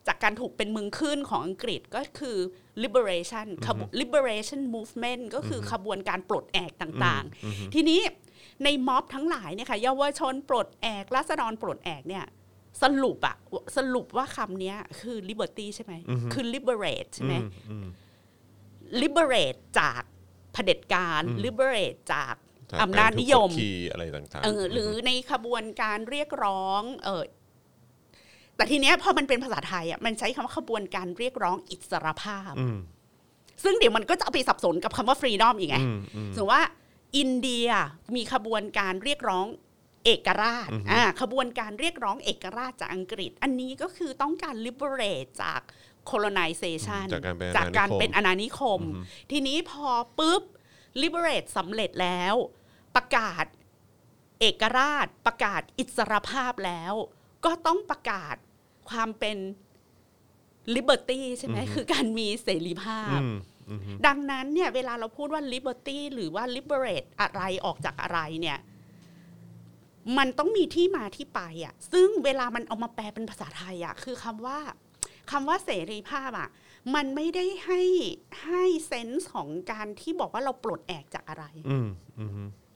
จากการถูกเป็นเมืองขึ้นของอังกฤษก็คือ liberation ขบ liberation movement ก็คืออขบวนการปลดแอกต่าง
อืมอืม
ๆ ทีนี้ในม็อบทั้งหลายเนี่ยค่ะเยาวชนปลดแอกราษฎรปลดแอกเนี่ยสรุปอะสรุปว่าคำเนี้ยคือ liberty ใช่ไหมคือ liberate ใช่ไหม
อืม
liberate จากเผด็จการ liberate จาก
จาก
อำนาจนิยม
การถูกกดขี่อะไรต่างๆ
เออหรือในขบวนการเรียกร้องเออแต่ทีเนี้ยพอมันเป็นภาษาไทยอ่ะมันใช้คำว่าขบวนการเรียกร้องอิสรภาพ
ม
ซึ่งเดี๋ยวมันก็จะเอาไปสับสนกับคำว่าฟรีดอมอีกไง
อืมอืม
สมมติว่าอินเดียมีขบวนการเรียกร้องเอกราช
อือฮึ
อ่าขบวนการเรียกร้องเอกราชจากอังกฤษ อันนี้ก็คือต้องการ liberate จาก colonization
จากการเป็น
จากการเป็น
อ
อาณานิคม ทีนี้พอปุ๊บ liberate สำเร็จแล้ว ประกาศเอกราช ประกาศอิสรภาพแล้ว ก็ต้องประกาศความเป็น liberty ใช่ไหมคือการมีเสรีภา
าณานิ
พ
คมอืมอืม
ดังนั้นเนี่ยเวลาเราพูดว่า liberty หรือว่า liberate อะไรออกจากอะไรเนี่ย มันต้องมีที่มาที่ไปอะ่ะ ซึ่งเวลามันเอามาแปลเป็นภาษาไทยอะ่ะ คือคำว่าคำว่าเสรีภาพอะ่ะ มันไม่ได้ให้ให้เซนส์ของการที่บอกว่าเราปลดแอกจากอะไร
อืมอืม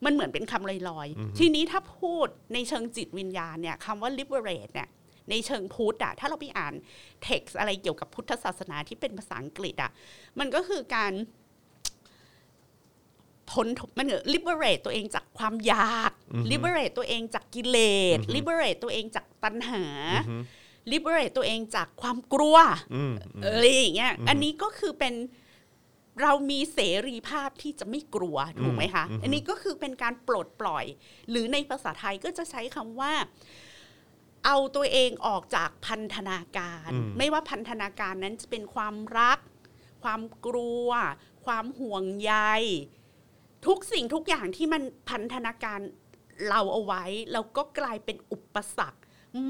มันเหมือนเป็นคำลอย
อือฮึ
ๆ ทีนี้ถ้าพูดในเชิงจิตวิญญาณเนี่ยคำว่า liberate เนี่ย ในเชิงพุทธอะถ้าเราไปอ่าน text อะไรเกี่ยวกับพุทธศาสนาที่เป็นภาษาอังกฤษอะมันก็คือการพ้นทุกข์มันเหมือน liberate ตัวเองจากความอยาก liberate ตัวเองจากกิเลส liberate ตัวเองจากตัณหา liberate ตัวเองจากความกลัว
อืมอืม
อะไรอย่างเงี้ย อันนี้ก็คือเป็นเรามีเสรีภาพที่จะไม่กลัวถูกไหมคะ
อืม
อันนี้ก็คือเป็นการปลดปล่อย หรือในภาษาไทยก็จะใช้คำว่า เอาตัวเองออกจากพันธนาการ ไม่ว่าพันธนาการนั้นจะเป็นความรัก ความกลัว ความห่วงใย ทุกสิ่งทุกอย่างที่มันพันธนาการเราเอาไว้ แล้วก็กลายเป็นอุปสรรค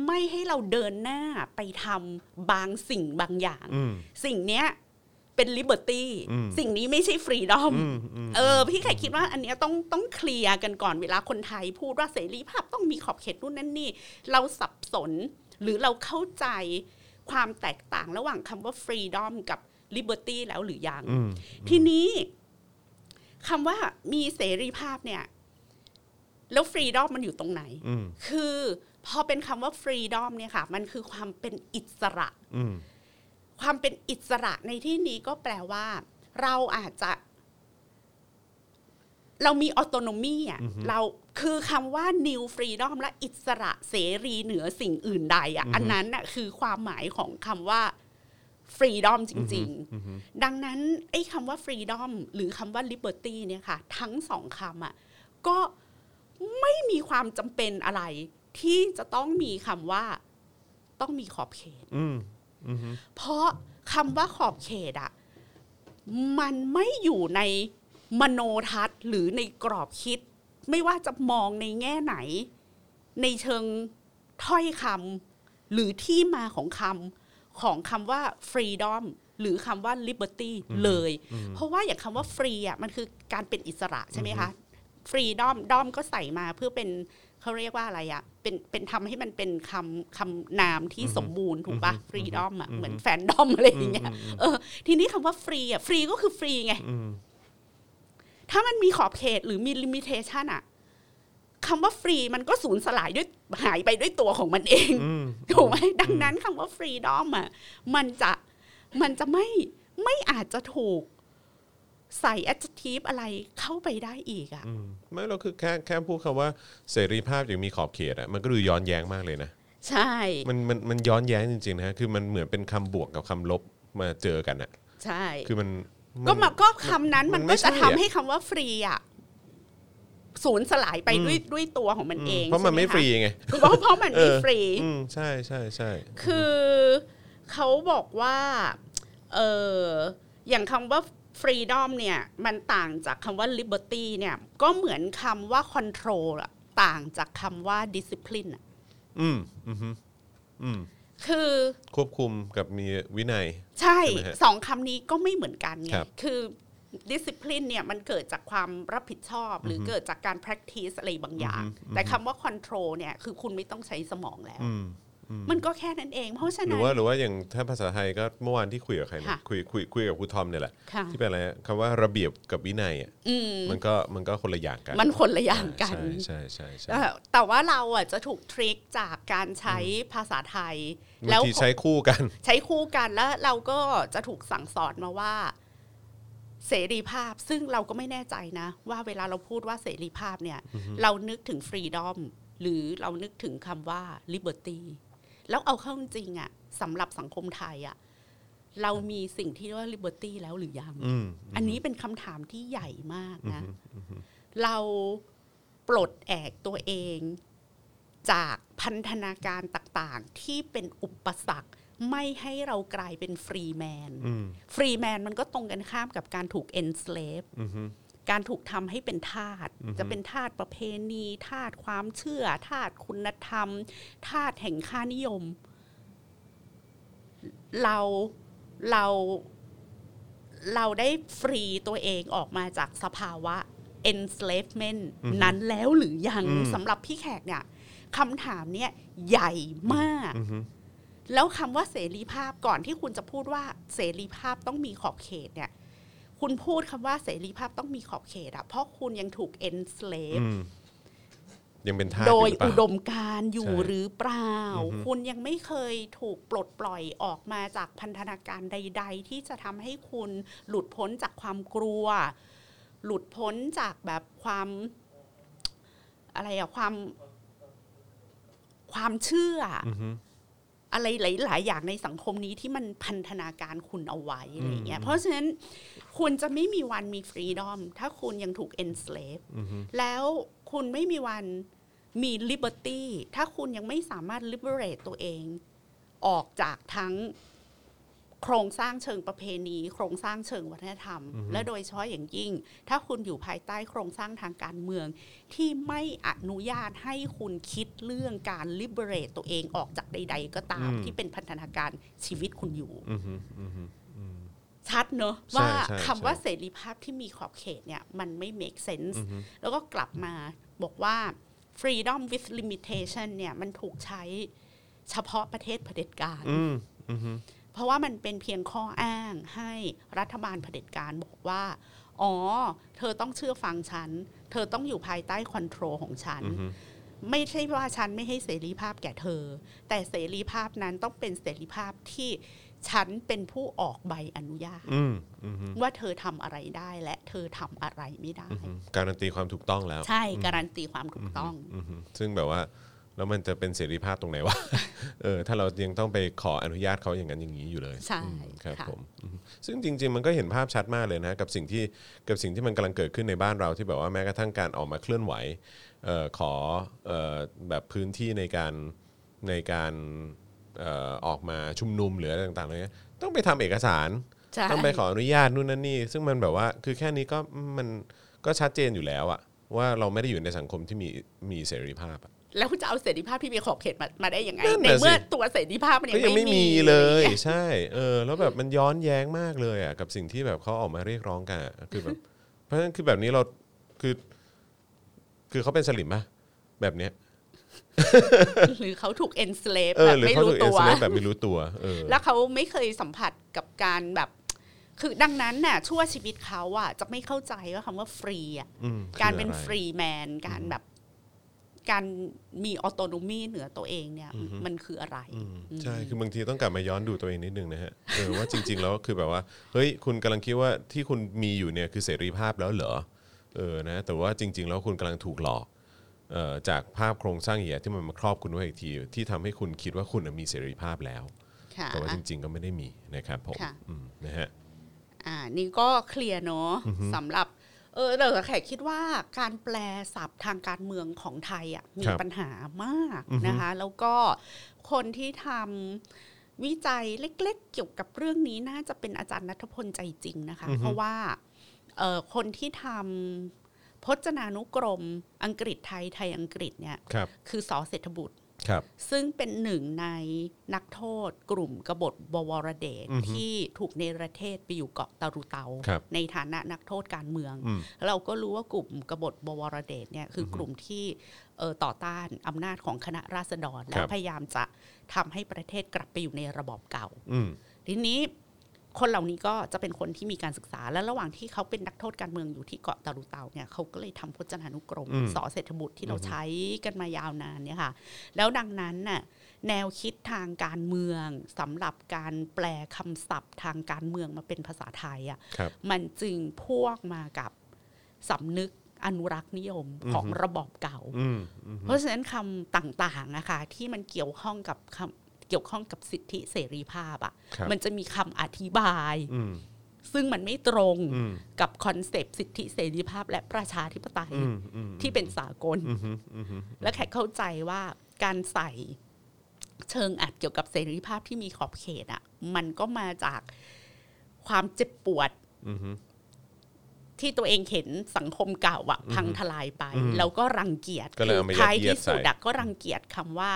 ไม่ให้เราเดินหน้าไปทำบางสิ่งบางอย่าง
อืม
สิ่งเนี้ยเป็นลิเบอร์ตี้
อืม
สิ่งนี้ไม่ใช่ฟรีดอม
อืมอืม
เออพี่ไข่คิดว่าอันเนี้ยต้องต้องเคลียร์กันก่อนเวลาคนไทยพูดว่าเสรีภาพต้องมีขอบเขตนู่นนั่นนี่ เราสับสนหรือเราเข้าใจความแตกต่างระหว่างคำว่าฟรีดอมกับลิเบอร์ตี้แล้วหรือยัง
อืม
ทีนี้คำว่ามีเสรีภาพเนี่ย แล้วฟรีดอมมันอยู่ตรงไหน
อืม
คือพอเป็นคำว่าฟรีดอมเนี่ยค่ะ มันคือความเป็นอิสระ
อืม
ความเป็นอิสระในที่นี้ก็แปลว่า เราอาจจะ เรามีออโตโนมีอ่ะ
อือฮึ
เราคือคำว่า new freedom และอิสระเสรีเหนือสิ่งอื่นใดอ่ะ
อือฮึ
อันนั้นน่ะคือความหมายของคำว่า freedom จริง
อือฮึ
ๆ ดังนั้นไอ้คำว่า freedom หรือคำว่า liberty เนี่ยค่ะ ทั้งสองคำอ่ะก็ไม่มีความจำเป็นอะไร ที่จะต้องมีคำว่าต้องมีขอบเขต
อืมอือฮึ
เพราะคำว่าขอบเขตอะมันไม่อยู่ในมโนทัศน์หรือในกรอบคิด ไม่ว่าจะมองในแง่ไหน ในเชิงถ้อยคำหรือที่มาของคำของคำว่า freedom หรือคำว่า liberty เลย เพราะว่าอย่างคำว่า free อะมันคือการเป็นอิสระใช่ไหมคะ freedom ด้อมก็ใส่มาเพื่อเป็นเขาเรียกว่าอะไรอะเป็นเป็นทำให้มันเป็นคำคำนามที่สมบูรณ์ถูกปะ freedom อะเหมือนแฟนดอมอะไรอย่างเงี้ยเออทีนี้คำว่า free อะ free ก็คือ free ไง
อืม
ถ้ามันมีขอบเขตหรือมีลิมิเ t ชันอะคำว่าฟรีมันก็สูญสลายด้วยหายไปด้วยตัวของมันเอง
อืม
ถูกไหมดังนั้นคำว่าฟรีดอมอะมันจะมันจะไม่ไม่อาจจะถูกใส่ adjective อะไรเข้าไปได้อีกอะ
อืมไม่เราคือแค่แค่พูดคำว่าเสรีภาพอย่างมีขอบเขตอะมันก็ดูย้อนแย้งมากเลยนะ
ใช่
มันมันมันย้อนแย้งจริงๆนะฮะคือมันเหมือนเป็นคำบวกกับคำลบมาเจอกันอะ
ใช่
คือมันน
ก็มาก็คำนั้น
มั
มัน น
ไม่
ก็
ใช่
จะ
อะ
ทำให้คำว่าฟรีอะสูญสลายไปด้วยด้วยตัวของมันเอง
เพราะมันไม่
ใช่
ฟ
ห
รีไง
คะเพราะเพราะมันไม่
เออ
ฟรี
อืมใช่ใช่ใช่
คือเขาบอกว่าเอออย่างคำว่า freedom เนี่ย มันต่างจากคำว่า liberty เนี่ย ก็เหมือนคำว่า control อะต่างจากคำว่า discipline อะ
อืมอืมฮึอืม
คือ
ควบคุมกับมีวินัย
ใช่
ใช่ไหมฮะ
สองคำนี้ก็ไม่เหมือนกันไง
ครับ
คือ discipline เนี่ย มันเกิดจากความรับผิดชอบ หรือเกิดจากการ practice อะไรบางอย่าง
อือฮึ
แต่คำว่า control เนี่ย คือคุณไม่ต้องใช้สมองแล้ว
อืมอืม
มันก็แค่นั้นเอง เพราะฉะ
หรื
นั้
อน ว่าหรือว่าอย่างถ้าภาษาไทยก็เมื่อวานที่คุยกับใครนะ
ค่ะ
คุยคุยคุยกับครูทอมเนี่ยแหละ
ค่ะ
ที่เป็นอะไรฮะคำว่าระเบียบกับวินัยอ่ะ
อืม
มันก็มันก็คนละอย่างกัน
มันคนละอย่างกัน
ใช่ใช่ใช่
เอ
ใช่
อแต่ว่าเราอ่ะจะถูกทริคจากการใช้ภาษาไทย
บาง
แล้ว
ทีใช้คู่กัน
ใช้คู่กันแล้วเราก็จะถูกสั่งสอนมาว่า เสรีภาพซึ่งเราก็ไม่แน่ใจนะ ว่าเวลาเราพูดว่าเสรีภาพเนี่ย เรานึกถึงฟรีดอมหรือเรานึกถึงคำว่าลิเบอร์ตี้แล้วเอาเข้าจริงอ่ะสำหรับสังคมไทยอ่ะเรามีสิ่งที่เรียกว่าลิเบอร์ตี้แล้วหรือยัง
อืม
อันนี้เป็นคำถามที่ใหญ่มากนะ เราปลดแอกตัวเองจากพันธนาการต่างๆ ที่เป็นอุปสรรค ไม่ให้เรากลายเป็นฟรีแมน
อืม
ฟรีแมนมันก็ตรงกันข้ามกับการถูก enslave
อืมฮึ
การถูกทำให้เป็นทาสจะเป็นทาสประเพณีทาสความเชื่อทาสคุณธรรมทาสแห่งค่านิยม เราเราเราได้ฟรีตัวเองออกมาจากสภาวะ enslavement นั้นแล้วหรือยัง
อืม
สำหรับพี่แขกเนี่ยคำถามเนี่ยใหญ่มาก
อืมฮึ
แล้วคำว่าเสรีภาพก่อนที่คุณจะพูดว่าเสรีภาพต้องมีขอบเขตเนี่ย คุณพูดคำว่าเสรีภาพต้องมีขอบเขตอะเพราะคุณยังถูก enslave
อืมยังเป็นท่าส
โดย
อหรือเป
อุ
ล่า
ดมการณ์อยู่
ใช่
หรือเปล่า
อือฮึ
คุณยังไม่เคยถูกปลดปล่อยออกมาจากพันธนาการใด ๆ ที่จะทำให้คุณหลุดพ้นจากความกลัว หลุดพ้นจากแบบความ อะไรอะความ ความเชื่ออ
อืมฮึ
อะไรหลาย ๆ อย่างในสังคมนี้ที่มันพันธนาการคุณเอาไว้อะไรอย่างเงี้ย เพราะฉะนั้นคุณจะไม่มีวันมีฟรีดอมถ้าคุณยังถูก enslave
อือฮึ
แล้วคุณไม่มีวันมี liberty ถ้าคุณยังไม่สามารถ liberate ตัวเอง ออกจากทั้งโครงสร้างเชิงประเพณี โครงสร้างเชิงวัฒนธรรม และโดยเฉพาะอย่างยิ่ง ถ้าคุณอยู่ภายใต้โครงสร้างทางการเมือง ที่ไม่อนุญาตให้คุณคิดเรื่องการ liberate ตัวเองออกจากใด ๆ ก็ตาม
อืม
ที่เป็นพันธนาการชีวิตคุณอยู่
อืมฮึอืมฮึอืม
ชัดเนอะ
ใช่
ว่า
ใช่
คำว่า
ใช่
เสรีภาพที่มีขอบเขตเนี่ย มันไม่ make sense
อืมฮึ
แล้วก็กลับมาบอกว่า freedom with limitation เนี่ย มันถูกใช้เฉพาะประเทศเผด็จการ
อืมอืมฮึ
เพราะว่ามันเป็นเพียงข้ออ้างให้รัฐบาลเผด็จการบอกว่า อ๋อ เธอต้องเชื่อฟังฉัน เธอต้องอยู่ภายใต้คอนโทรลของฉัน
อือฮึ
ไม่ใช่ว่าฉันไม่ให้เสรีภาพแก่เธอ แต่เสรีภาพนั้นต้องเป็นเสรีภาพที่ ฉันเป็นผู้ออกใบอนุญาต
อืมอืมฮึ
ว่าเธอทำอะไรได้และเธอทำอะไรไม่ได้
อืมการันตีความถูกต้องแล้ว
ใช่การันตีความถูกต้อง
มฮึซึ่งแบบว่าแล้วมันจะเป็นเสรีภาพตรงไหนวะ เออถ้าเรายังต้องไปขออนุญาตเขาอย่างนั้นอย่างนี้อยู่เลย
ใช่
อืมครับ
ค่ะ
ผมอืมซึ่งจริง ๆ มันก็เห็นภาพชัดมากเลยนะกับสิ่งที่กับสิ่งที่มันกำลังเกิดขึ้นในบ้านเราที่แบบว่าแม้กระทั่งการออกมาเคลื่อนไหวเอ่อขอเอ่อแบบพื้นที่ในการในการเอ่อออกมาชุมนุมหรืออะไรต่างๆเลยนะต้องไปทำเอกสาร
ใช่
ต้องไปขออนุญาตนู่นนั่นนี่ ซึ่งมันแบบว่าคือแค่นี้ก็มันก็ชัดเจนอยู่แล้วอะว่าเราไม่ได้อยู่ในสังคมที่มีมีเสรีภาพอะ
แล้วคุณจะเอาเสรีภาพที่มีขอบเขตมามาได้ยังไง
นั่น
ใน
น่ะสิ
เมื่อตัวเสรีภาพมันยั
ก็ยัง ง
ไม่
ไม่
มี
มีเลย ใช่เออแล้วแบบมันย้อนแย้งมากเลยอะกับสิ่งที่แบบเขาออกมาเรียกร้องกันอะคือแบบ เพราะฉะนั้นคือแบบนี้เราคือ คือเขาเป็นสลิมปะแบบเนี้ย
หรือเขาถูก enslave
เอ
แบ
อบ หรือ
ไม่
เขา
รู้
ถูกเอ็นส
ตัว
เลฟแบบไม่รู้ตัวเออ
แล้วเขาไม่เคยสัมผัสกับการแบบ คือดังนั้นน่ะชั่วชีวิตเขาอ่ะจะไม่เข้าใจว่าคำว่าฟรีอ่ะ
อืมคือ
การเป็น
อะไร
ฟรีแมนการแบบ การมีออโตโนมีเหนือตัวเองเนี่ย มันคืออะไร
อืมใช่คือบางทีต้องกลับมาย้อนดูตัวเองนิดนึงนะฮะเออว่าจริง ๆ แล้วคือแบบว่าเฮ้ยคุณกำลังคิดว่าที่คุณมีอยู่เนี่ยคือเสรีภาพแล้วเหรอเออนะแต่ว่าจริง ๆ แล้วคุณกำลังถูกหลอกเอ่อจากภาพโครงสร้างใหญ่ที่มันมาครอบคุณไว้อีกที ที่ทำให้คุณคิดว่าคุณน่ะมีเสรีภาพแล้ว
ค่ะ
แต่ว่าจริง ๆ ก็ไม่ได้มีนะครับผม
ค่ะ
อืมนะฮะ
อ่า นี่ก็เคลียร์เนาะสำหรับ เออเราแขกคิดว่าการแปลศัพท์ทางการเมืองของไทยอ่ะมี
ครับ
ปัญหามากนะคะ แล้วก็คนที่ทำวิจัยเล็กๆ เกี่ยวกับเรื่องนี้น่าจะเป็นอาจารย์นัทพลใจจริงนะคะ
อือฮึ
เพราะว่าเอ่อคนที่ทำพจนานุกรมอังกฤษไทยไทยอังกฤษเนี่ย
ครับ
คือสอเศรษฐบุตร
ครับ
ซึ่งเป็นหนึ่งในนักโทษกลุ่มกบฏบวรเดช
อือฮึ
ที่ถูกเนรเทศไปอยู่เกาะตารุเตา
ครับ
ในฐานะนักโทษการเมือง
อืม
เราก็รู้ว่ากลุ่มกบฏบวรเดชเนี่ยคือกลุ่มที่เอ่อต่อต้านอำนาจของคณะราษฎร และพยายามจะทำให้ประเทศกลับไปอยู่ในระบอบเก่า
อืม
ทีนี้คนเหล่านี้ก็จะเป็นคนที่มีการศึกษา และระหว่างที่เขาเป็นนักโทษการเมืองอยู่ที่เกาะตารุเตาเนี่ยเขาก็เลยทำพจนานุกรม
อืม
สอเศรษฐบุตรที่เราใช้กันมายาวนานเนี่ยค่ะ แล้วดังนั้นน่ะแนวคิดทางการเมืองสำหรับการแปลคำศัพท์ทางการเมืองมาเป็นภาษาไทยอ่ะ
ครับ
มันจึงพ่วงมากับสำนึกอนุรักษ์นิยมของ
อือฮึ
ระบอบเก่า
อืมอืม
เพราะฉะนั้นคำต่างๆนะคะที่มันเกี่ยวข้องกับคำเกี่ยวข้องกับสิทธิเสรีภาพอ่ะ
ครับ
มันจะมีคำอธิบาย
อืม
ซึ่งมันไม่ตรง
อืม
กับคอนเซปต์สิทธิเสรีภาพและประชาธิปไตย
อืมอืม
ที่เป็นสากล
อืมอืมอืมอืม
และแขกเข้าใจว่าการใส่เชิงอัดเกี่ยวกับเสรีภาพที่มีขอบเขตอ่ะ มันก็มาจากความเจ็บปวด
อืม
ที่ตัวเองเห็นสังคมเก่าอ่ะ พังทลายไป
อืม
แล้วก็รังเกียจ
ก็เลยเอามายัด
ท้าย
เยียด
ที่สุด
ใส่
อะก็รังเกียจคำว่า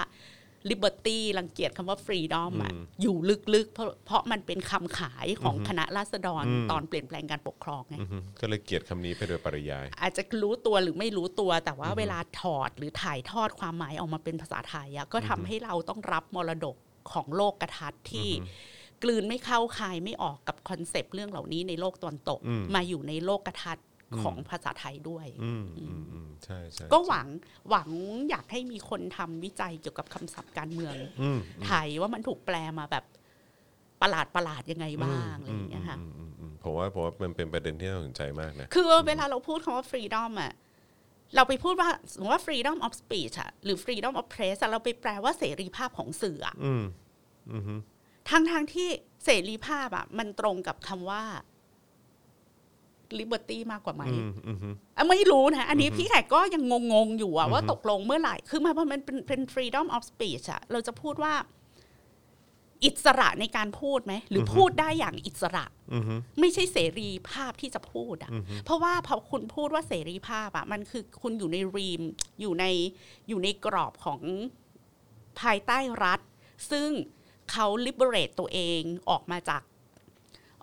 liberty รังเกียจคำว่า freedom อะ
อืม
อยู่ลึกๆ เพราะเพราะมันเป็นคำขายของคณะราษฎร
อืม
ตอนเปลี่ยนแปลงการปกครองไง
อืมก็เลยเกลียดคำนี้ไปโดยปริยาย
อาจจะรู้ตัวหรือไม่รู้ตัวแต่ว่าเวลาถอดหรือถ่ายทอดความหมายออกมาเป็นภาษาไทยอะก็ทำให้เราต้องรับมรดกของโลกกระทัดที่กลืนไม่เข้าคายไม่ออกกับคอนเซปต์เรื่องเหล่านี้ในโลกตะวันตก
อืม
มาอยู่ในโลกกระทัดของภาษาไทยด้วย
อืมอืมอืมใช่ใช่
ก็หวังหวังอยากให้มีคนทำวิจัยเกี่ยวกับคำศัพท์การเมือง
อืม
ไทยว่ามันถูกแปลมาแบบประหลาดประหลาดๆยังไงบ้างอะไรอย่างเงี้ยค่ะ
อืมอืมอืมผมว่าผมว่ามันเป็นประเด็นที่น่าสนใจมากนะ
คือเวลาเราพูดคำว่า freedom อะเราไปพูดว่าสมมติว่า freedom of speech อะหรือ freedom of press อะเราไปแปลว่าเสรีภาพของสื่ออะ
อืมอืมฮึ
ทางทางๆที่เสรีภาพอะมันตรงกับคำว่า liberty มากกว่าไหม
อืมอืมฮึ
อ่ะไม่รู้นะ อันนี้พี่แขกก็ยังงงๆอยู่อะว่าตกลงเมื่อไหร่ คือมาพอมันเป็นเป็น freedom of speech อะเราจะพูดว่า อิสระในการพูดไหม หรืออ
อฮึ
พูดได้อย่างอิสระ
อืมฮึ
ไม่ใช่เสรีภาพที่จะพูดอ่ะ
อือฮึ
เพราะว่าพอคุณพูดว่าเสรีภาพอ่ะ มันคือคุณอยู่ในรีม อยู่ในอยู่ในกรอบของภายใต้รัฐ ซึ่งเขาลิเบเรตตัวเองออกมาจาก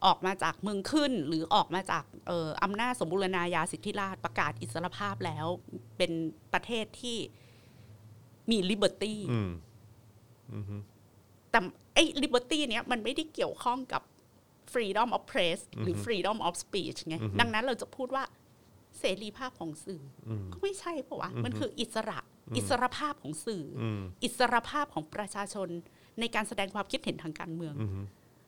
ออกมาจากเมืองขึ้น หรือออกมาจากเอ่ออำนาจสมบูรณาญาสิทธิราชย์ประกาศอิสรภาพแล้ว เป็นประเทศที่มีลิเบอร์ตี้
อืมอืมฮึ
แต่ไอ้ liberty เนี้ยมันไม่ได้เกี่ยวข้องกับ freedom of press หรือ
อฮึ
freedom of speech ไง
อือฮึ
ดังนั้นเราจะพูดว่าเสรีภาพของสื่ออ
อืม
ก็ไม่ใช่ปะวะ มันคืออิสระ
อืม
อิสรภาพของสื่ออ
อืม
อิสรภาพของประชาชนในการแสดงความคิดเห็นทางการเมือง
อืมฮึ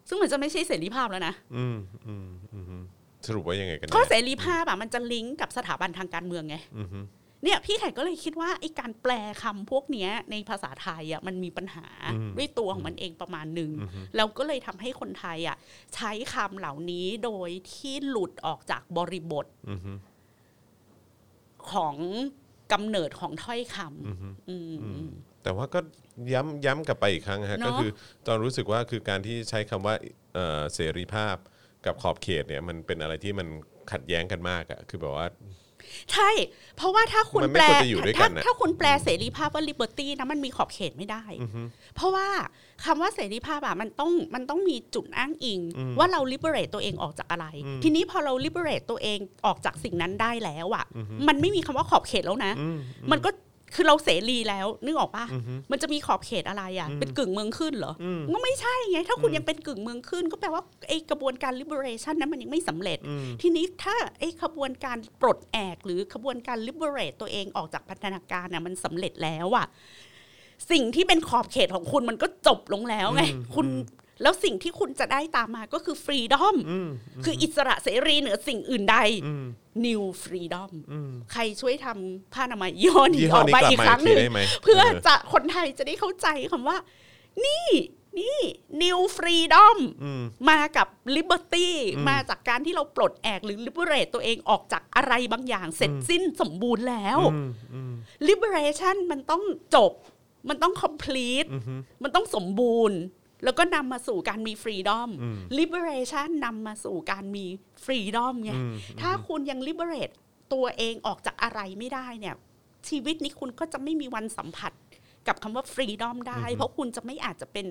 ซึ่งมันจะไม่ใช่เสรีภาพแล้วนะ
อืมอืมอืมอืมสรุปว่ายังไงกันแน่
ก็เสรีภาพอะมันจะลิงก์กับสถาบันทางการเมืองไง
อืมฮึ
เนี่ยพี่แขกก็เลยคิดว่าไอ้การแปลคำพวกเนี้ยในภาษาไทยอ่ะมันมีปัญหาด้วยตัวของมันเองประมาณหนึ่งแล้วก็เลยทำให้คนไทยอ่ะใช้คำเหล่านี้โดยที่หลุดออกจากบริบท
อืมฮึ
ของกำเนิดของถ้อยคำ
อืมฮึ
อืม
แต่ว่าก็ย้ำย้ำกลับไปอีกครั้งฮะ
เนอะ
ก็คือตอนรู้สึกว่าคือการที่ใช้คำว่าเอ่อเสรีภาพกับขอบเขตเนี่ยมันเป็นอะไรที่มันขัดแย้งกันมากอะคือแบบว่า
ใช่ เพราะว่าถ้าคุณ
มันไม่
แปล
ควรจะอยู่ด้วยกัน
ถ้า
น่ะ
ถ้าคุณแปลเสรีภาพว่า liberty นะมันมีขอบเขตไม่ได้ เพราะว่าคำว่าเสรีภาพอะมันต้องมันต้องมีจุดอ้างอิง ว่าเรา liberate ตัวเองออกจากอะไร ทีนี้พอเรา liberate ตัวเองออกจากสิ่งนั้นได้แล้วอะมันไม่มีคำว่าขอบเขตแล้วนะ มันก็คือเราเสรีแล้วนึกออกปะมันจะมีขอบเขตอะไรอะเป็นกึ่งเมืองขึ้นเหรอก็ไม่ใช่ไง ถ้าคุณยังเป็นกึ่งเมืองขึ้น ก็แปลว่าไอ้กระบวนการ liberation นั้นมันยังไม่สำเร็จ ทีนี้ถ้าไอ้ขบวนการปลดแอกหรือขบวนการ liberate ตัวเองออกจากพันธนาการน่ะมันสำเร็จแล้วอะสิ่งที่เป็นขอบเขตของคุณมันก็จบลงแล้วไง คุณแล้วสิ่งที่คุณจะได้ตามมาก็คือฟรีดอมคืออิสระเสรีเหนือสิ่งอื่นใด New Freedom ใครช่วยทำผ้าอนามัยย้อน
ยี่ห้
อ
อ
อก
นี้
ไป
กลับ
อีก
มา
ครั้งห
อีกที
นึ่ง
ได้ไหม
เพื่อ
เออ
จะคนไทยจะได้เข้าใจคำว่า นี่นี่ New Freedom มากับ Liberty มาจากการที่เราปลดแอกหรือ Liberate ตัวเองออกจากอะไรบางอย่างเสร็จสิ้นสมบูรณ์แล้ว Liberation มันต้องจบ มันต้อง complete มันต้องสมบูรณ์ แล้วก็นำมาสู่การมี Freedom Liberation นำมาสู่การมี Freedom ไงถ้าคุณยัง Liberate ตัวเองออกจากอะไรไม่ได้เนี่ย ชีวิตนี้คุณก็จะไม่มีวันสัมผัสกับคำว่าฟรีดอมได้ เพราะคุณจะไม่อาจจะเป็น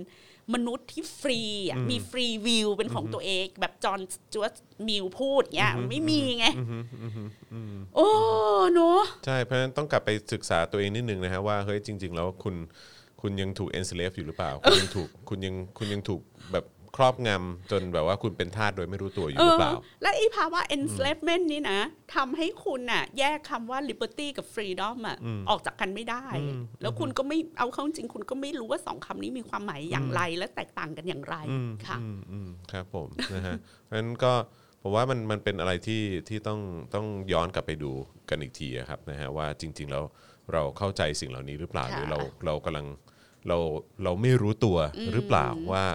มนุษย์ที่ฟรีอะมีฟรีวิวเป็นของตัวเอง แบบจอห์นจูสมิลพูดเนี้ยไม่มีไง โอ้เนอะ
ใช่เพราะฉะนั้นต้องกลับไปศึกษาตัวเองนิดนึงนะฮะว่าเฮ้ยจริง ๆ แล้วคุณคุณยังถูก enslave อยู่หรือเปล่า คุณยังถูกคุณยังคุณยังถูกแบบครอบงำจนแบบว่าคุณเป็นทาสโดยไม่รู้ตัวอยู่
เอ
หรือ
อ
เปล่า
และไอ้ภาวะ enslavement นี่นะทำให้คุณน่ะ แยกคำว่า liberty กับ freedom อะออกจากกันไม่ได้ แล้วคุณก็ไม่เอาเข้าจริง คุณก็ไม่รู้ว่าสองคำนี้มีความหมายอย่างไร และแตกต่างกันอย่างไรค่ะ
อืมอืมครับผม นะฮะเพราะฉะนั้นก็ผมว่ามันมันเป็นอะไรที่ที่ต้องต้องย้อนกลับไปดูกันอีกทีอะครับนะฮะว่าจริง ๆ แล้วเราเข้าใจสิ่งเหล่านี้หรือเปล่าห
ค่ะ
รือเราเรากำลังเราเราไม่รู้ตัวหรือเปล่าว่า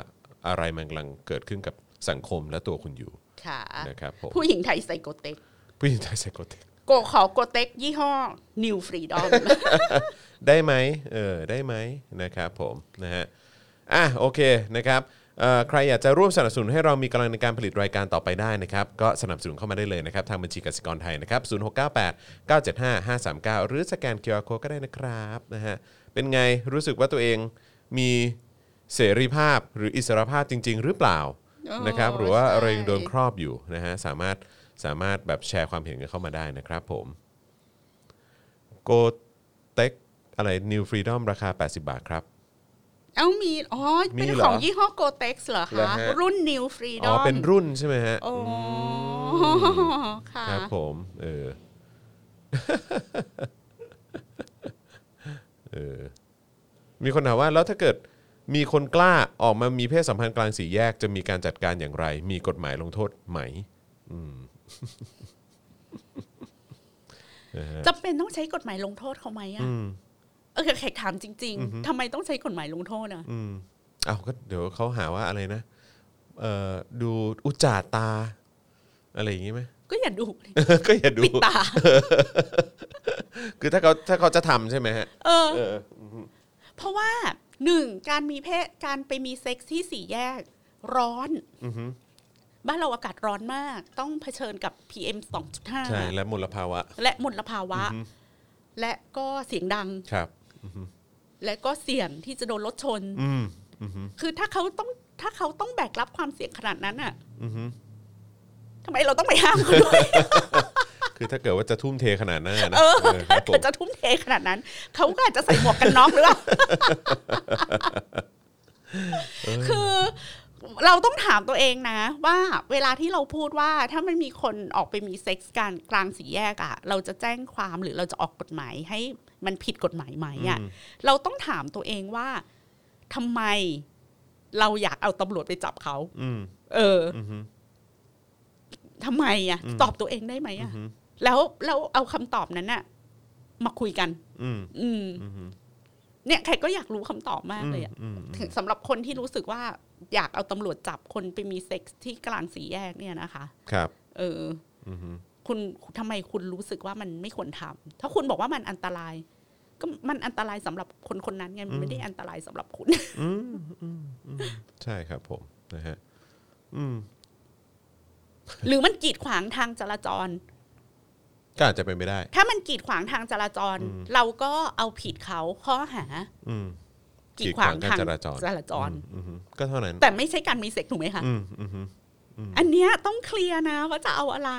อะไรมันกำลังเกิดขึ้นกับสังคมและตัวคุณอยู่
ค่ะ
นะครับผม
ผู้หญิงไทยไซโกเต็ก
ผู้หญิงไท ยไซโคเทค
โกขอโกเต็กยี่ห้อ New Freedom
ได้ไหมเออได้ไหมนะครับผมนะฮะอ่ะโอเคนะครับเอ่อใครอยากจะร่วมสนับสนุนให้เรามีกำลังในการผลิตรายการต่อไปได้นะครับ ก็สนับสนุนเข้ามาได้เลยนะครับ ทางบัญชีกสิกรไทยนะครับ 0698 975 539 หรือสแกน QR Code ก็ได้นะครับนะฮะเป็นไงรู้สึกว่าตัวเองมีเสรีภาพหรืออิสรภาพจริง ๆ หรือเปล่า
โอ้
นะครับหรือว่า
ใช่
เรายังโดนครอบอยู่นะฮะสามารถสามารถแบบแชร์ความเห็นกันเข้ามาได้นะครับผม โกเต็กอะไร New Freedom ราคา 80 บาทครับ
เอ้ามี อ๋อ
มี
เป็น
เหรอ
ของยี่ห้อโกเต็กเหรอ
เหรอ
คะ
ฮะ
รุ่น New
อ๋อ
Freedom
เป็นรุ่นใช่ไหมฮะ
โอ้ค่ะ
ครับผมเออ เออ มีคนถามว่าแล้วถ้าเกิดมีคนกล้าออกมามีเพศสัมพันธ์กลางสี่แยกจะมีการจัดการอย่างไร มีกฎหมายลงโทษไหม
จะเป็นต้องใช้กฎหมายลงโทษเขาไหมอะเออแขกถามจริง ๆทำไมต้องใช้กฎหมายลงโทษอะ
อืมเอาก็เดี๋ยวเขาหาว่าอะไรนะ เอ่อ ดูอุจจาตา อะไรอย่างงี้ไหม
ก็อย่าดูเลย
ก็อย่าดู
ปิดตา
คือถ้าเขาถ้าเขาจะทำใช่ไหมฮะ
เออ
เออ
เพราะว่าหนึ่งการมีเพศการไปมีเซ็กซ์ที่สี่แยก ร้อนบ้านเราอากาศร้อนมาก ต้องเผชิญกับ PM 2.5
ใช่ และมลภาวะ
และมลภาวะ และก็เสียงดัง
ครับ
และก็เสี่ยงที่จะโดนรถชน
อืม อืม
คือถ้าเขาต้องถ้าเขาต้องแบกรับความเสี่ยงขนาดนั้นอ่ะทำไมเราต้องไปห้ามเขาด้วย
คือถ้าเกิดว่าจะทุ่มเทขนาดนั้นนะ
เออ
เออครั
ถ้า
บผ
เกิด
ม
จะทุ่มเทขนาดนั้น เขาก็อาจจะใส่หมวกกันน็อกหรือเปล่า คือเราต้องถามตัวเองนะ ว่าเวลาที่เราพูดว่าถ้ามันมีคนออกไปมีเซ็กซ์กันกลางสี่แยกอะเราจะแจ้งความหรือเราจะออกกฎหมายให้มันผิดกฎหมายไหมอะเราต้องถามตัวเองว่าทำไม เราอยากเอาตำรวจไปจับเขา
อืม
เออ
อืมฮึ
ทำไมอ่ะ
อืม
ตอบตัวเองได้ไหม
อืม
อ่ะ
ฮึ
แล้วเราเอาคำตอบนั้นน่ะ มาคุยกัน
อืม
อืม
อืมฮึ
เนี่ยแขกก็อยากรู้คำตอบมากเลยอ่ะ
อืมอื
ถึ
ม
งสำหรับคนที่รู้สึกว่า อยากเอาตำรวจจับคนไปมีเซ็กส์ที่กลางสี่แยกเนี่ยนะคะ
ครับ
เออ
อืมฮึ
คุณทำไมคุณรู้สึกว่ามันไม่ควรทำถ้าคุณบอกว่ามันอันตราย ก็มันอันตรายสำหรับคนคนนั้นไงมันไม่ได้อันตรายสำหรับคุณ
อืมอืมอืมใช่ครับผมนะฮะอืม
หรือมันกีดขวางทางจราจร
ก็อาจจะเป็นไปได้
ถ้ามันกีดขวางทางจราจร เราก็เอาผิดเขาข้อหา
อืม
กีดขวาง
กีดขวางการ
ทาง
จราจร
จราจร
อืมฮึก็เท่านั้น
แต่ไม่ใช่การมีเซ็กส์ถูกไหมคะ
อืมอืมฮึ
อันเนี้ยต้องเคลียร์นะว่าจะเอาอะไร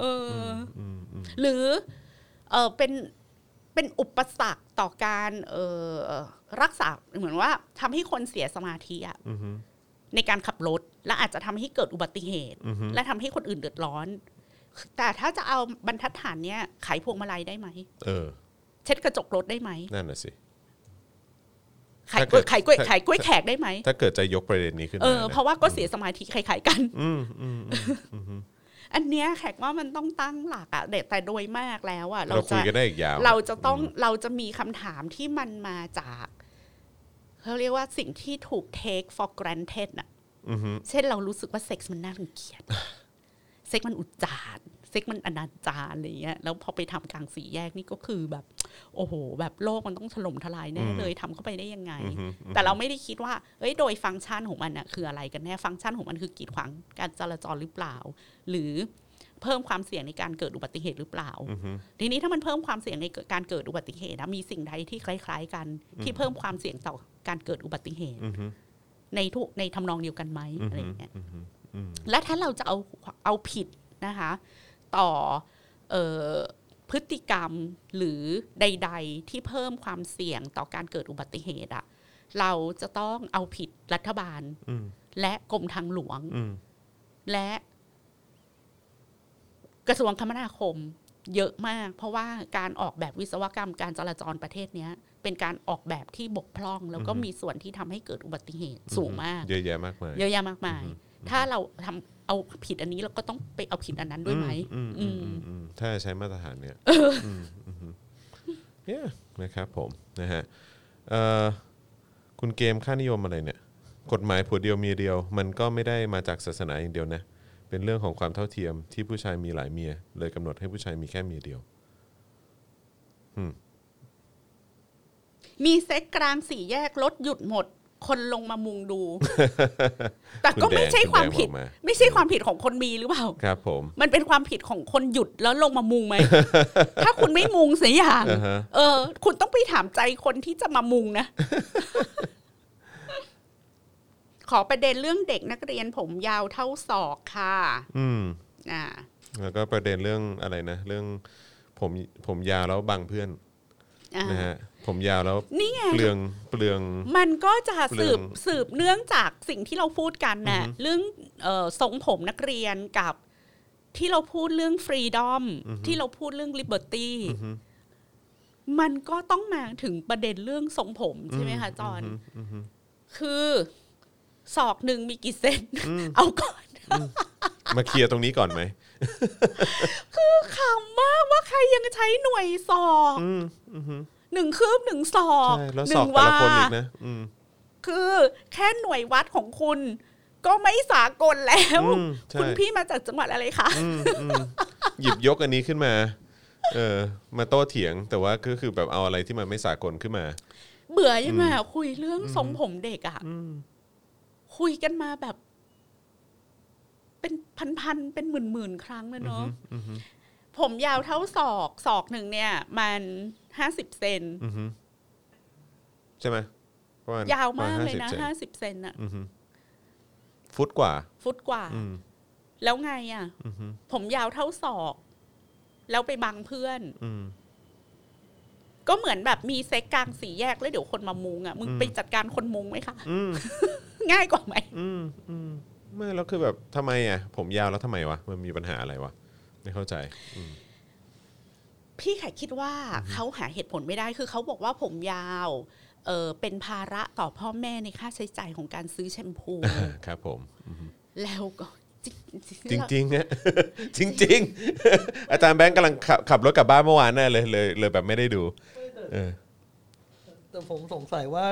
เอออ
อืมอืม
หรือเออเป็นเป็นอุปสรรคต่อการเออรักษาเหมือนว่าทำให้คนเสียสมาธิอะ
อืมฮึ
ในการขับรถ และอาจจะทำให้เกิดอุบัติเหตุ
อืมฮึ
และทำให้คนอื่นเดือดร้อน แต่ถ้าจะเอาบรรทัดฐานเนี้ยไขายพวงมาลัยได้ไหม
เออ
เช็ดกระจกรถได้ไหม
นั่นน่ะสิ
ไขาย
ถ้าเกิด
ไขายกล้วย
ถ้า
ไขายกล้วยแขกได้ไหม
ถ้าเกิดจะยกประเด็นนี้ขึ้น
เอ
มา
อ
นะ
เพราะว่าก็เสียสมาธิคล้ายๆกัน
อืมอืมอืม
อันเนี้ยแขกว่ามันต้องตั้งหลักอะแต่แต่โดยมากแล้วอะ
เราคุ
จะ
ยกันได้อีกยาว
เราจะต้องเราจะมีคำถามที่มันมาจากเขาเรียกว่าสิ่งที่ถูก take for granted น่ะ
อืมฮึ
เช่นเรารู้สึกว่าเซ็กส์มันน่ารังเกียจ เซ็กส์มันอุจจารเซ็กส์มันอนาจารอะไรเงี้ย แล้วพอไปทำกลางสี่แยกนี่ก็คือแบบ โอ้โห แบบโลกมันต้องถล่มทลายแน่เลยทำเข้าไปได้ยังไง
อืมฮึ
แต่เราไม่ได้คิดว่า เอ้ย โดยฟังก์ชันของมันอะคืออะไรกันแน่ ฟังก์ชันของมันคือกีดขวางการจราจรหรือเปล่า หรือเพิ่มความเสี่ยงในการเกิดอุบัติเหตุหรือเปล่า
อืมฮึ
ทีนี้ถ้ามันเพิ่มความเสี่ยงในเกิดการเกิดอุบัติเหตุนะมีสิ่งใดที่คล้าย ๆ กันที่เพิ่มความเสี่ยงต่อการเกิดอุบัติเหตุ
อือฮึ
ในทุกในทำนองเดียวกันไหม
อืม
อะไร
ฮึ
อย่างเงี้ย
อืมฮึอืม
และถ้าเราจะเอาเอาผิดนะคะ ต่อเออพฤติกรรมหรือใด ๆ ที่เพิ่มความเสี่ยงต่อการเกิดอุบัติเหตุอะเราจะต้องเอาผิดรัฐบาล
อืม
และกรมทางหลวง
อืม
และกระทรวงคมนาคมเยอะมาก เพราะว่าการออกแบบวิศวกรรมการจราจรประเทศเนี้ย เป็นการออกแบบที่บกพร่อง แล้วก็
อือฮึ
มีส่วนที่ทำให้เกิดอุบัติเหตุสูงมาก
เยอะแยะมากมาย
เยอะแยะมากมาย ถ้าเราทำเอาผิดอันนี้เราก็ต้องไปเอาผิดอันนั้นด้วยไหม
อืม
อื
อืม
ม
อืมอืมถ้าใช้มาตรฐานเนี่ยมอืมเนี่ยนะครับผมนะฮะเอ่อคุณเกมค่านิยมอะไรเนี่ย กฎหมายผัวเดียวเมียเดียว มันก็ไม่ได้มาจากศาสนาอย่างเดียวนะ เป็นเรื่องของความเท่าเทียมที่ผู้ชายมีหลายเมีย เลยกำหนดให้ผู้ชายมีแค่เมียเดียว
มีเซ็กกลางสี่แยกรถหยุดหมด คนลงมามุง ดู แต่ก็ไม่ใช่ความผิด
คุณแดงบอกมา
ไม่ใช่ความผิดของคนมีหรือเปล่า
ครับผม
มันเป็นความผิดของคนหยุดแล้วลงมามุ งไหม ถ้าคุณไม่มุงเสียอย่าง
อ่าฮะ
เออ คุณต้องไปถามใจคนที่จะมามุงนะ ขอประเด็นเรื่องเด็กนักเรียนผมยาวเท่าศอกค่ะ
อืม
อ่า
แล้วก็ประเด็นเรื่องอะไรนะ เรื่องผมผมยาวแล้วบังเพื่อน
อ่า
นะฮะผมยาวแล้ว
นี่ไง
เปลืองเปลือง
มันก็จะ
เปลื
สื
อบ ง
สืบเนื่องจากสิ่งที่เราพูดกันน่ะ
อือฮึ
เรื่องเอ่อทรงผมนักเรียนกับที่เราพูดเรื่องฟรีดอมที่เราพูดเรื่องลิเบอร์ตี้มันก็ต้องมาถึงประเด็นเรื่องทรงผมใช่ไหมคะจอน
อืม
คือศอกหนึ่งมีกี่เซน เอาก่อน
มาเคลียร์ตรงนี้ก่อนไหม
ขำมากว่าใครยังใช้หน่วยศอก
อืมอือฮึ
หนึ่งคืบหนึ่งศอก
ใช่ แล้ว
ห
ส
นึ่
อบ
ง
แต่ละคน
วา
อีกนะ อืม
คือแค่หน่วยวัดของคุณ ก็ไม่สากลแล้ว
อืมใช่
คุณพี่มาจากจังหวัดอะไรคะ
อืมอืมหยิบยกอันนี้ขึ้นมา เออ มาโต้เถียง แต่ว่าก็คือแบบเอาอะไรที่มันไม่สากลขึ้นมา
เบื่อยังไงอะคุยเรื่องทรงผมเด็กอะ
อืม
คุยกันมาแบบ เป็นพันๆเป็นหมื่นๆครั้งเลยเนาะ
อือฮึ
ผมยาวเท่าศอกศอกหนึ่งเนี่ย มันห้าสิบเซน
อือฮึใช่ไหมประณ
ยาวมาก
ปรณ
เลยนะ
50ซ
ห้าน สิบเซนอะ
อือฮึฟุตกว่า
ฟุตกว่า
อืม
แล้วไงอะ
อือฮึ
ผมยาวเท่าศอก แล้วไปบังเพื่อน
อืม
ก็เหมือนแบบมีเซ็กกลางสี่แยกแล้วเดี๋ยวคนมามุงอะมึง
อืม
ไปจัดการคนมุงไหมคะ
อืม
ง่ายกว่าไหม
อืมอืมไม่แล้วคือแบบทำไมอ่ะ ผมยาวแล้วทำไมวะ มันมีปัญหาอะไรวะ ไม่เข้าใจ
พี่แขกคิดว่าเขาหาเหตุผลไม่ได้คือเขาบอกว่าผมยาว เออเป็นภาระต่อพ่อแม่ในค่าใช้จ่ายของการซื้อแชมพู
ครับผม
แล้วก็จริง
จ
ๆแล้ว
ริงๆฮะ จริง ๆ อาจารย์แบงค์กำลังขับขับรถกลับบ้านเมื่อวานแน่เลยเลยเลยแบบไม่ได้ดูเออ
แต่ผมสงสัยว่า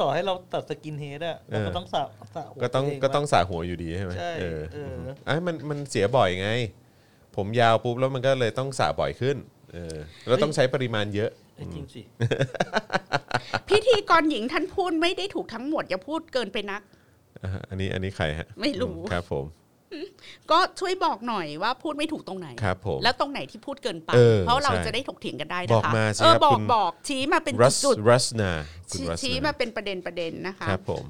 ต่อให้เราตัดสกินเฮดอะเราก็
เออ
ต้องสระสระหัว
ก็ต้อง
วเ
ก็ต้อง
ว่า
สระหัวอยู่ดีใช่ไหม
ใช่
เออ
เออ
ไอ้ยมันมันเสียบ่อยไง ผมยาวปุ๊บแล้วมันก็เลยต้องสระบ่อยขึ้นเออแล้วต้องใช้ปริมาณเยอะ
เอ้ยจริงสิ
พิธีกรหญิงท่านพูดไม่ได้ถูกทั้งหมด อย่าพูดเกินไปนัก
อ่ะอันนี้อันนี้ใครฮะ
ไม่รู้
อืครับผม
ก็ช่วยบอกหน่อยว่าพูดไม่ถูกตรงไหน
ครับผม
แล้วตรงไหนที่พูดเกินไป
เออ
เพราะเรา
ใช่
จะได้ถกเถียงกันได้
บ
นะ
อก
คะ
มาสิ
เออ
ครับ
บอก
คุณ
บอกชี้มาเป็น
รัส
จุด
รัสนา
ๆ
คุณ
ชี้
รัส
ชี้
นา
มาเป็นประเด็นประเด็นนะคะ
ครับผม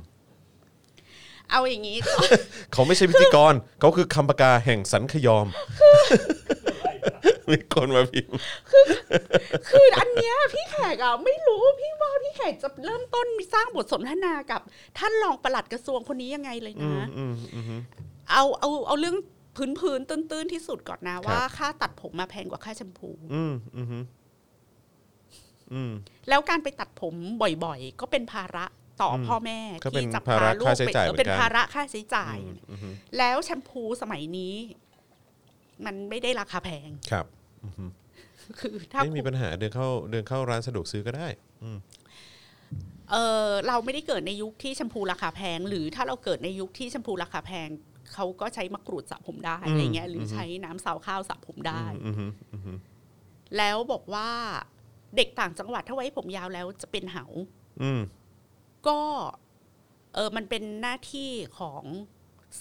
เอาอย่างนี้
เขาไม่ใช่พิธีกร เขาคือคำปากาแห่งสันขยอม มีคนมาพิมพ์
คืออันเนี้ยพี่แขกอ่ะไม่รู้พี่ว่าพี่แขกจะเริ่มต้นสร้างบทสนทนากับ ท่านรองปลัดกระทรวงคนนี้ยังไงเลยนะ
อืมอืมอืม
เอาเอาเอาเรื่องพื้นพื้นๆตื้นๆที่สุดก่อนนะ
ครับ
ว่าค่าตัดผมมาแพงกว่าค่าแชมพู
อืมอืมอืมอืม
แล้วการไปตัดผมบ่อยๆ ก็เป็นภาระต่ออ
ม
พ่อแม่
ก็เป็น
ที่จะ
ภาระ
พาลูก
ค่าใช้
ไป
จ่าย
เออเป็น
เหมือนกัน
ภาระค่าใช้จ่าย
อืมอืม
แล้วแชมพูสมัยนี้ มันไม่ได้ราคาแพง
ครับ
คือถ้า
ไม่มีปัญหาเดินเข้าเดินเข้าร้านสะดวกซื้อก็ได้
เออเราไม่ได้เกิดในยุคที่แชมพูราคาแพง หรือถ้าเราเกิดในยุคที่แชมพูราคาแพงเขาก็ใช้มะกรูดสระผมได้อะไรเงี้ยหรือใช้น้ำซาวข้าวสระผมได้
อืมอืมอืมอืม
แล้วบอกว่าเด็กต่างจังหวัดถ้าไว้ผมยาวแล้วจะเป็นเหา
อืม
ก็เออมันเป็นหน้าที่ของ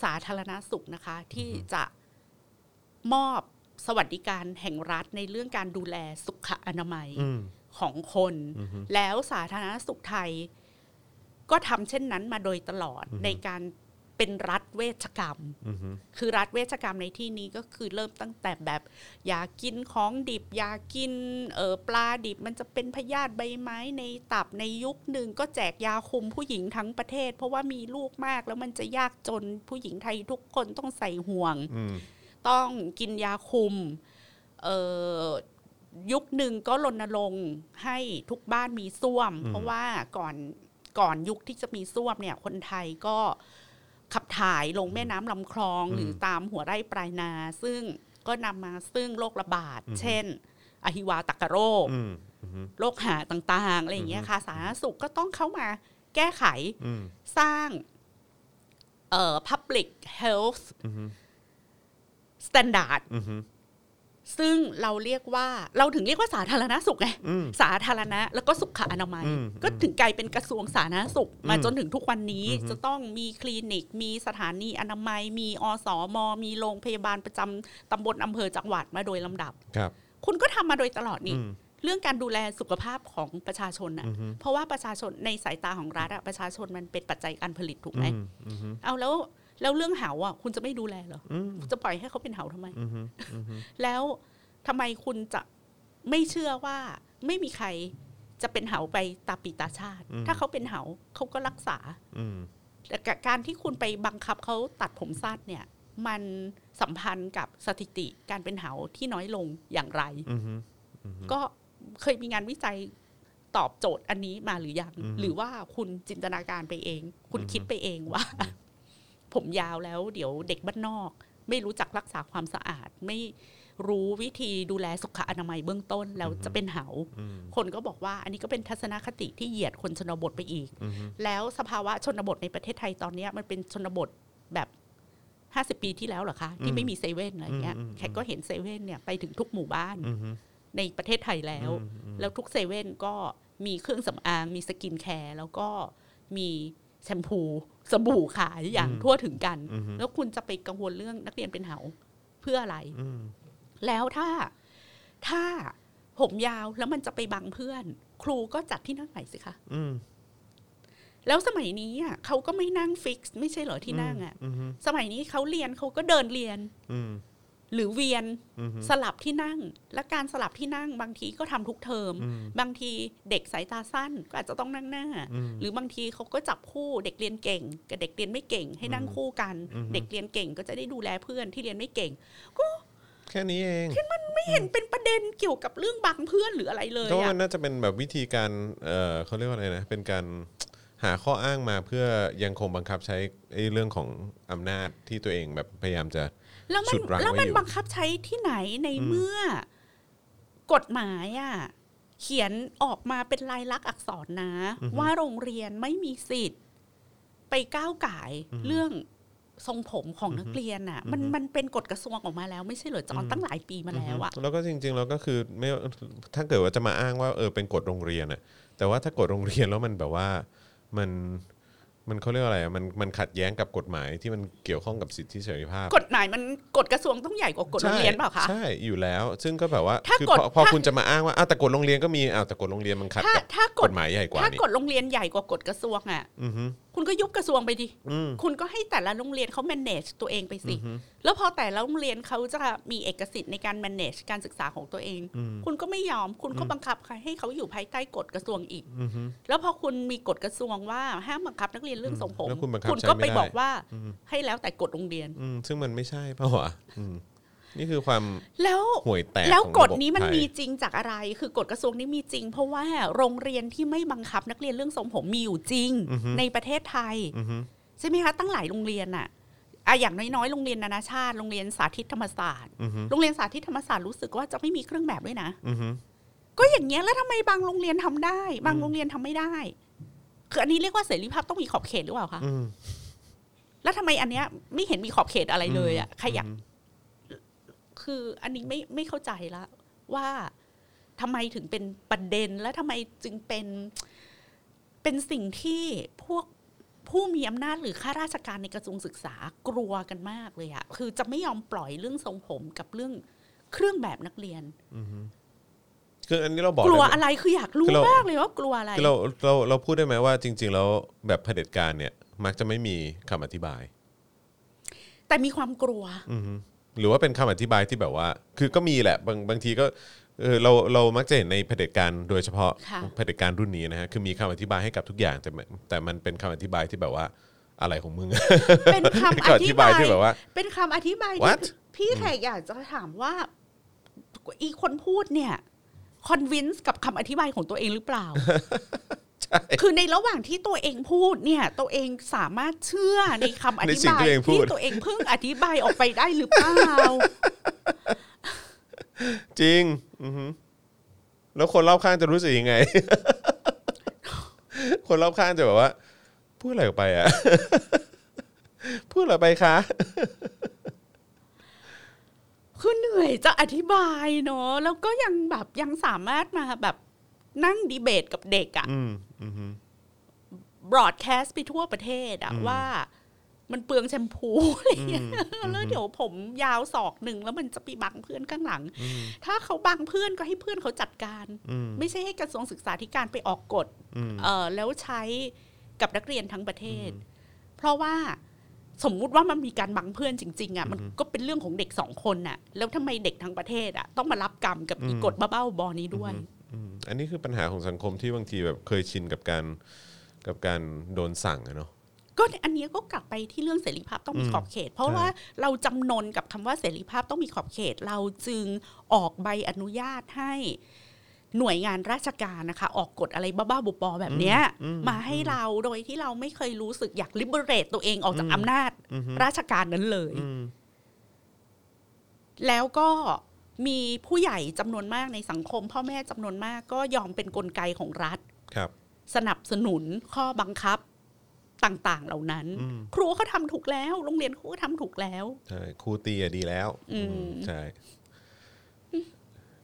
สาธารณสุขนะคะ ที่จะมอบสวัสดิการแห่งรัฐในเรื่องการดูแลสุขอนามัย
อืม
ของคน
อือฮึ
แล้วสาธารณสุขไทย ก็ทำเช่นนั้นมาโดยตลอด
อือฮึ
ในการเป็นรัฐเวชกรรม
อืม
คือรัฐเวชกรรมในที่นี้ก็คือเริ่มตั้งแต่แบบยากินของดิบยากินเออปลาดิบมันจะเป็นพยาธิใบไม้ในตับในยุคหนึ่งก็แจกยาคุมผู้หญิงทั้งประเทศ เพราะว่ามีลูกมากแล้วมันจะยากจนผู้หญิงไทยทุกคนต้องใส่ห่วง
อืม
ต้องกินยาคุมเออยุคหนึ่งก็รณรงค์ให้ทุกบ้านมีส้วม เพราะว่าก่อนก่อนยุคที่จะมีส้วมเนี่ย คนไทยก็ขับถ่ายลงแม่น้ำลำคลองหรือตามหัวไร่ปลายนา ซึ่งก็นำมาซึ่งโรคระบาด เช่น อหิวาตกโรค
อืม
โรคหาต่างๆอะไรอย่างเงี้ยค่ะสาธารณสุขก็ต้องเข้ามาแก้ไข
อืม
สร้างเอ่อ public health standard
อืม
ซึ่งเราเรียกว่าเราถึงเรียกว่าสาธารณสุขไง
อืม
สาธารณะแล้วก็สุขอนามัย
อืม
ก็ถึงกลายเป็นกระทรวงสาธารณสุข มา
อืม
จนถึงทุกวันนี้จะต้องมีคลินิก มีสถานีอนามัย มีอสม มีโรงพยาบาลประจำตำบลอำเภอจังหวัดมาโดยลำดับ
ครับ
คุณก็ทำมาโดยตลอดนี่
อืม
เรื่องการดูแลสุขภาพของประชาชนนะ
อือฮึ
เพราะว่าประชาชนในสายตาของรัฐอะประชาชนมันเป็นปัจจัยการผลิตถูกไหม
อืม
เอาแล้วแล้วเรื่องเหาอ่ะคุณจะไม่ดูแลเหรอ
อืม
จะปล่อยให้เขาเป็นเหาทำไม
อืมอืม
แล้วทำไมคุณจะไม่เชื่อว่าไม่มีใครจะเป็นเหาไปตาปีตาชาติ
อืม
ถ้าเขาเป็นเหาเขาก็รักษา
อืม
แต่กะการที่คุณไปบังคับเขาตัดผมสั้นเนี่ย มันสัมพันธ์กับสถิติการเป็นเหาที่น้อยลงอย่างไร
อืม
ก็เคยมีงานวิจัยตอบโจทย์อันนี้มาหรือยัง
อือฮึ
หรือว่าคุณจินตนาการไปเอง คุณคิดไปเองว่า ผมยาวแล้วเดี๋ยวเด็กบ้านนอก ไม่รู้จักรักษาความสะอาด ไม่รู้วิธีดูแลสุขอนามัยเบื้องต้นแล้วจะเป็นเหา
อืม
คนก็บอกว่า อันนี้ก็เป็นทัศนคติที่เหยียดคนชนบทไปอีก
อืม
แล้วสภาวะชนบทในประเทศไทยตอนเนี้ยมันเป็นชนบทแบบห้าสิบปีที่แล้วเหรอคะที่ไม่มีเซเว่นอะไรเงี้ยแขกก็เห็นเซเว่นเนี่ยไปถึงทุกหมู่บ้าน
อืม
ในประเทศไทยแล้ว
อืมอืม
แล้วทุกเซเว่นก็มีเครื่องสำอาง มีสกินแคร์ แล้วก็มีแชมพู สบู่ขายอย่างทั่วถึงกัน แล้วคุณจะไปกังวลเรื่องนักเรียนเป็นเหาเพื่ออะไร
อืม
แล้วถ้าถ้าผมยาวแล้วมันจะไปบังเพื่อน ครูก็จัดที่นั่งใหม่สิคะ
อืม
แล้วสมัยนี้อ่ะเขาก็ไม่นั่งฟิกซ์ไม่ใช่เหรอที่นั่งอ่ะ
อืม
สมัยนี้เขาเรียนเขาก็เดินเรียน
อืม
หรือเวียน
อือฮึ
สลับที่นั่ง และการสลับที่นั่ง บางทีก็ทำทุกเทอม
อืม
บางทีเด็กสายตาสั้นก็อาจจะต้องนั่งหน้า
อืม
หรือบางทีเขาก็จับคู่เด็กเรียนเก่ง กับเด็กเรียนไม่เก่ง ให้นั่งคู่กัน
อือฮึ
เด็กเรียนเก่งก็จะได้ดูแลเพื่อนที่เรียนไม่เก่ง ก็
แค่นี้เอง
ไม่เห็นเป็นประเด็นเกี่ยวกับเรื่องบังเพื่อนหรืออะไรเลย
เพราะว่า
อะ
มันน่าจะเป็นแบบวิธีการเออเขาเรียกว่าอะไรนะเป็นการหาข้ออ้างมาเพื่อยังคงบังคับใช้ไอ้เรื่องของอำนาจที่ตัวเองแบบพยายามจะ
แล้วมั
สุ
น
ดรั้ง
แล้วมั
ไว้
น
อยู่
บังคับใช้ที่ไหนในเมื่อ กฎหมายอะเขียนออกมาเป็นลายลักษณ์อักษรนะ ว่าโรงเรียนไม่มีสิทธิ์ ไปก้าวก่ายเรื่องทรงผมของนักเรียนอะมันมันเป็นกฎกระทรวงออกมาแล้ว ไม่ใช่เหรอจอนตั้งหลายปีมาแล้วอะ
แล้วก็จริงๆแล้วก็คือไม่ถ้าเกิดว่าจะมาอ้างว่าเออเป็นกฎโรงเรียนอะแต่ว่าถ้ากฎโรงเรียนแล้วมันแบบว่ามันมันเขาเรียกว่าอะไรอะมันมันขัดแย้งกับกฎหมายที่มันเกี่ยวข้องกับสิทธิเสรีภาพ
กฎหมายมันกฎกระทรวงต้องใหญ่กว่ากฎโรงเรียนเปล่าคะ
ใช่อยู่แล้ว ซึ่งก็แบบว่า
ถ้า
คือก
ฎ
พอพอ
ถ้า
คุณจะมาอ้างว่าอ้าวแต่กฎโรงเรียนก็มีอ้าวแต่กฎโรงเรียนมันขัด
ถ้า
กับ
ถ้าก
ก
ฎ
ฎหมายใหญ่กว่า
ถ้า
นี่
กฎโรงเรียนใหญ่กว่ากฎกระทรวงอ่ะ
อือฮึ
คุณก็ยุบกระทรวงไปดิ
อืม
คุณก็ให้แต่ละโรงเรียนเขา manage ตัวเองไปสิ
อือฮึ
แล้วพอแต่ละโรงเรียนเขาจะมีเอกสิทธิ์ในการ manage การศึกษาของตัวเอง คุณก็ไม่ยอม คุณก็บังคับให้เขาอยู่ภายใต้กฎกระทรวงอีก
อือฮึ
แล้วพอคุณมีกฎกระทรวงว่าห้ามบังคับนักเรียนเรื่องทรงผม
แล้วคุณบังคับ
ก็
ใช้ไม่
ไป
ได้
บอกว่าให้แล้วแต่กฎโรงเรียน
อืมซึ่งมันไม่ใช่เปล่าวะอืมนี่คือความ
แล้ว
ห่วยแตก
แล้ว
ของ
ก
ระ
ฎ
บบ
นี้มัน
ไทย
มีจริงจากอะไร คือกฎกระทรวงนี้มีจริง เพราะว่าโรงเรียนที่ไม่บังคับนักเรียนเรื่องทรงผมมีอยู่จริง ในประเทศไทย
อือฮึ
ใช่ไหมคะตั้งหลายโรงเรียนอะอะอย่างน้อยๆ โรงเรียนนานาชาติ โรงเรียนสาธิตธรรมศาสตร์
อือฮึ
โรงเรียนสาธิตธรรมศาสตร์รู้สึกว่าจะไม่มีเครื่องแบบด้วยนะ
อือฮึ
ก็อย่างเงี้ยแล้วทำไมบางโรงเรียนทำได้ บางโรงเรียนทำไม่ได้ คืออันนี้เรียกว่าเสรีภาพต้องมีขอบเขตหรือเปล่าคะ
อืม
แล้วทำไมอันเนี้ยไม่เห็นมีขอบเขตอะไรเลยอะใครอยากคืออันนี้ไม่ไม่เข้าใจละว่าทำไมถึงเป็นประเด็นและทำไมจึงเป็นเป็นสิ่งที่พวกผู้มีอำนาจหรือข้าราชการในกระทรวงศึกษากลัวกันมากเลยอะคือจะไม่ยอมปล่อยเรื่องทรงผมกับเรื่องเครื่องแบบนักเรียน
คืออันนี้เราบอก
กลัว
ได้ไหม
อะไรคืออยากรู้
คือเรา
มากเลยว่ากลัวอะไร
คือเราเราเราพูดได้ไหมว่าจริง ๆ แล้วแบบเผด็จการเนี่ย มักจะไม่มีคำอธิบาย
แต่มีความกลัว
หรือว่าเป็นคำอธิบายที่แบบว่า คือก็มีแหละบางบางทีก็เออเราเรามักจะเห็นในเผด็จการโดยเฉพาะ
ค่ะ
เผด็จการรุ่นนี้นะฮะคือมีคำอธิบายให้กับทุกอย่างแต่มันแต่มันเป็นคำอธิบายที่แบบว่าอะไรของ มึง
เป็นคำ
ก็
อ
อธิ
ธิ
บา
บายย
ที่แบบว่า
เป็นคำอธิบายที่
What?
พี่แขกอยากจะถามว่า อีคนพูดเนี่ยคอนวินส์กับคำอธิบายของตัวเองหรือเปล่า
ใช่
คือในระหว่างที่ตัวเองพูดเนี่ย ตัวเองสามารถเชื่อในคำอ
ใน
ธิ
สิ่ง
บาย
ที่ตัวเองพูด
ที่ตัวเองเพิ่งอธิบายออกไปได้หรือเป ล่า
จริงอือฮึแล้วคนรอบข้างจะรู้สึกยังไง คนรอบข้างจะแบบว่า พูดอะไรออกไปอ่ะ พูดอะไรไปคะ
คือเหนื่อยจะอธิบายเนาะแล้วก็ยังแบบยังสามารถมาแบบนั่งดีเบตกับเด็กอะ
อืมอือฮึ
บรอดแคสต์ไปทั่วประเทศอะว่า มันเปลืองแชมพูอะไรเงี้ยแล้วเดี๋ยวผมยาวศอกหนึ่งแล้วมันจะไปบังเพื่อนข้างหลัง ถ้าเขาบังเพื่อนก็ให้เพื่อนเขาจัดการ ไม่ใช่ให้กระทรวงศึกษาธิการไปออกกฎเออแล้วใช้กับนักเรียนทั้งประเทศ เพราะว่าสมมุติว่ามันมีการบังเพื่อนจริง ๆอะมันก็เป็นเรื่องของเด็กสองคนน่ะ แล้วทำไมเด็กทั้งประเทศอะต้องมารับกรรมกับอีกฎบ้าเบ้าๆบอนี้ด้วย
อืมอันนี้คือปัญหาของสังคมที่บางทีแบบเคยชินกับการกับการโดนสั่งอะเนาะ
ก็อันเนี้ยก็กลับไปที่เรื่องเสรีภาพต้องมีขอบเขต เพราะ
ใช่
ว่าเราจำนนกับคำว่าเสรีภาพต้องมีขอบเขต เราจึงออกใบอนุญาตให้หน่วยงานราชการนะคะ ออกกฎอะไรบ้าๆบอๆแบบเนี้ยมาให้เราโดยที่เราไม่เคยรู้สึกอยากลิเบเรตตัวเองออกจากอำนาจราชการนั้นเลย แล้วก็มีผู้ใหญ่จำนวนมากในสังคม พ่อแม่จำนวนมากก็ยอมเป็นกลไกของรัฐ
ครับ
สนับสนุนข้อบังคับต่างๆ เหล่านั้น
อืม
ครูเขาทำถูกแล้ว โรงเรียนเขาก็ทำถูกแล้ว
ใช่ครูตีอะดีแล้ว
อืม
อืมใช่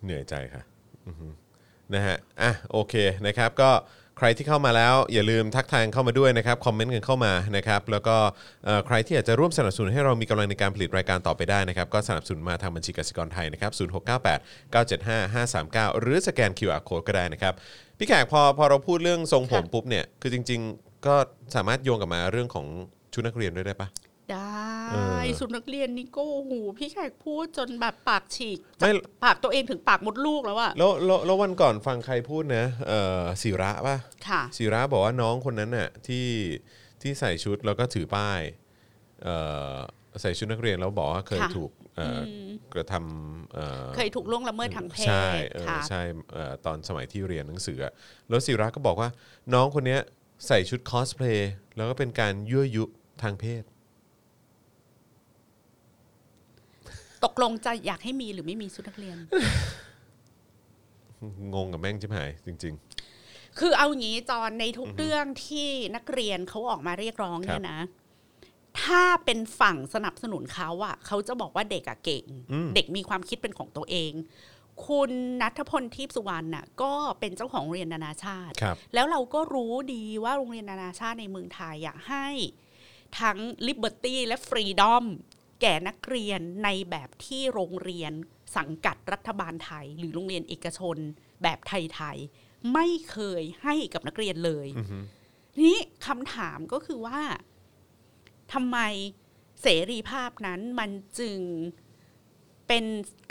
เหนื่อยใจค่ะอือฮึนะฮะอ่ะโอเคนะครับ ก็ใครที่เข้ามาแล้ว อย่าลืมทักทายเข้ามาด้วยนะครับคอมเมนต์กันเข้ามานะครับ แล้วก็เอ่อใครที่อยากจะร่วมสนับสนุนให้เรามีกำลังในการผลิตรายการต่อไปได้นะครับ ก็สนับสนุนมาทางบัญชีกสิกรไทยนะครับ0698 975 539 หรือสแกน QR Code ก็ได้นะครับ พี่แขกพอพอเราพูดเรื่องทรงผม
ค่ะ
ปุ๊บเนี่ยคือจริง ๆ ก็สามารถโยงกลับมาเรื่องของชุดนักเรียนด้วยได้ปะ
ได้
เออ
สุดนักเรียนนี่ก็โอ้โหูพี่แขกพูดจนแบบปากฉีก
ไม่
จากปากตัวเองถึงปากมดลูกแล้วอะ
แล้วแล้วแล้ววันก่อนฟังใครพูดนะเอ่อศิระป่ะ
ค่ะ
ศิระบอกว่าน้องคนนั้นน่ะที่ที่ใส่ชุดแล้วก็ถือป้ายเอ่อใส่ชุดนักเรียนแล้วบอกว่าเคย
ค่ะ
ถูกเอ่ออ กระทำเอ่อ
เคยถูกล่วงละเมิดทางเพศ
ใช่เออ
ค่ะ
ใช่เอ่อตอนสมัยที่เรียนหนังสืออะแล้วศิระก็บอกว่า น้องคนเนี้ยใส่ชุดคอสเพลย์แล้วก็เป็นการยั่วยุทางเพศ
ตกลงจะอยากให้มีหรือไม่มีชุดนักเรียน
งงกับแม่งจิ๋มหายจริง
คือเอาอย่างนี้จอนในทุกเรื่องที่นักเรียนเขาออกมาเรียกร้อง
ครั
เนี่
บ
ยนะ ถ้าเป็นฝั่งสนับสนุนเขาอะเขาจะบอกว่าเด็กอะเก่ง เด็กมีความคิดเป็นของตัวเอง คุณนัทพลทิพย์สุวรรณน่ะก็เป็นเจ้าของโรงเรียนนานาชาติ
ๆ ครับ
แล้วเราก็รู้ดีว่าโรงเรียนนานาชาติในเมืองไทยอยากให้ทั้ง Liberty และ Freedom แก่นักเรียนในแบบที่โรงเรียนสังกัดรัฐบาลไทย หรือโรงเรียนเอกชนแบบไทยๆไม่เคยให้กับนักเรียนเลย
อือฮึ
ทีนี้คำถามก็คือว่าทำไมเสรีภาพนั้นมันจึงเป็น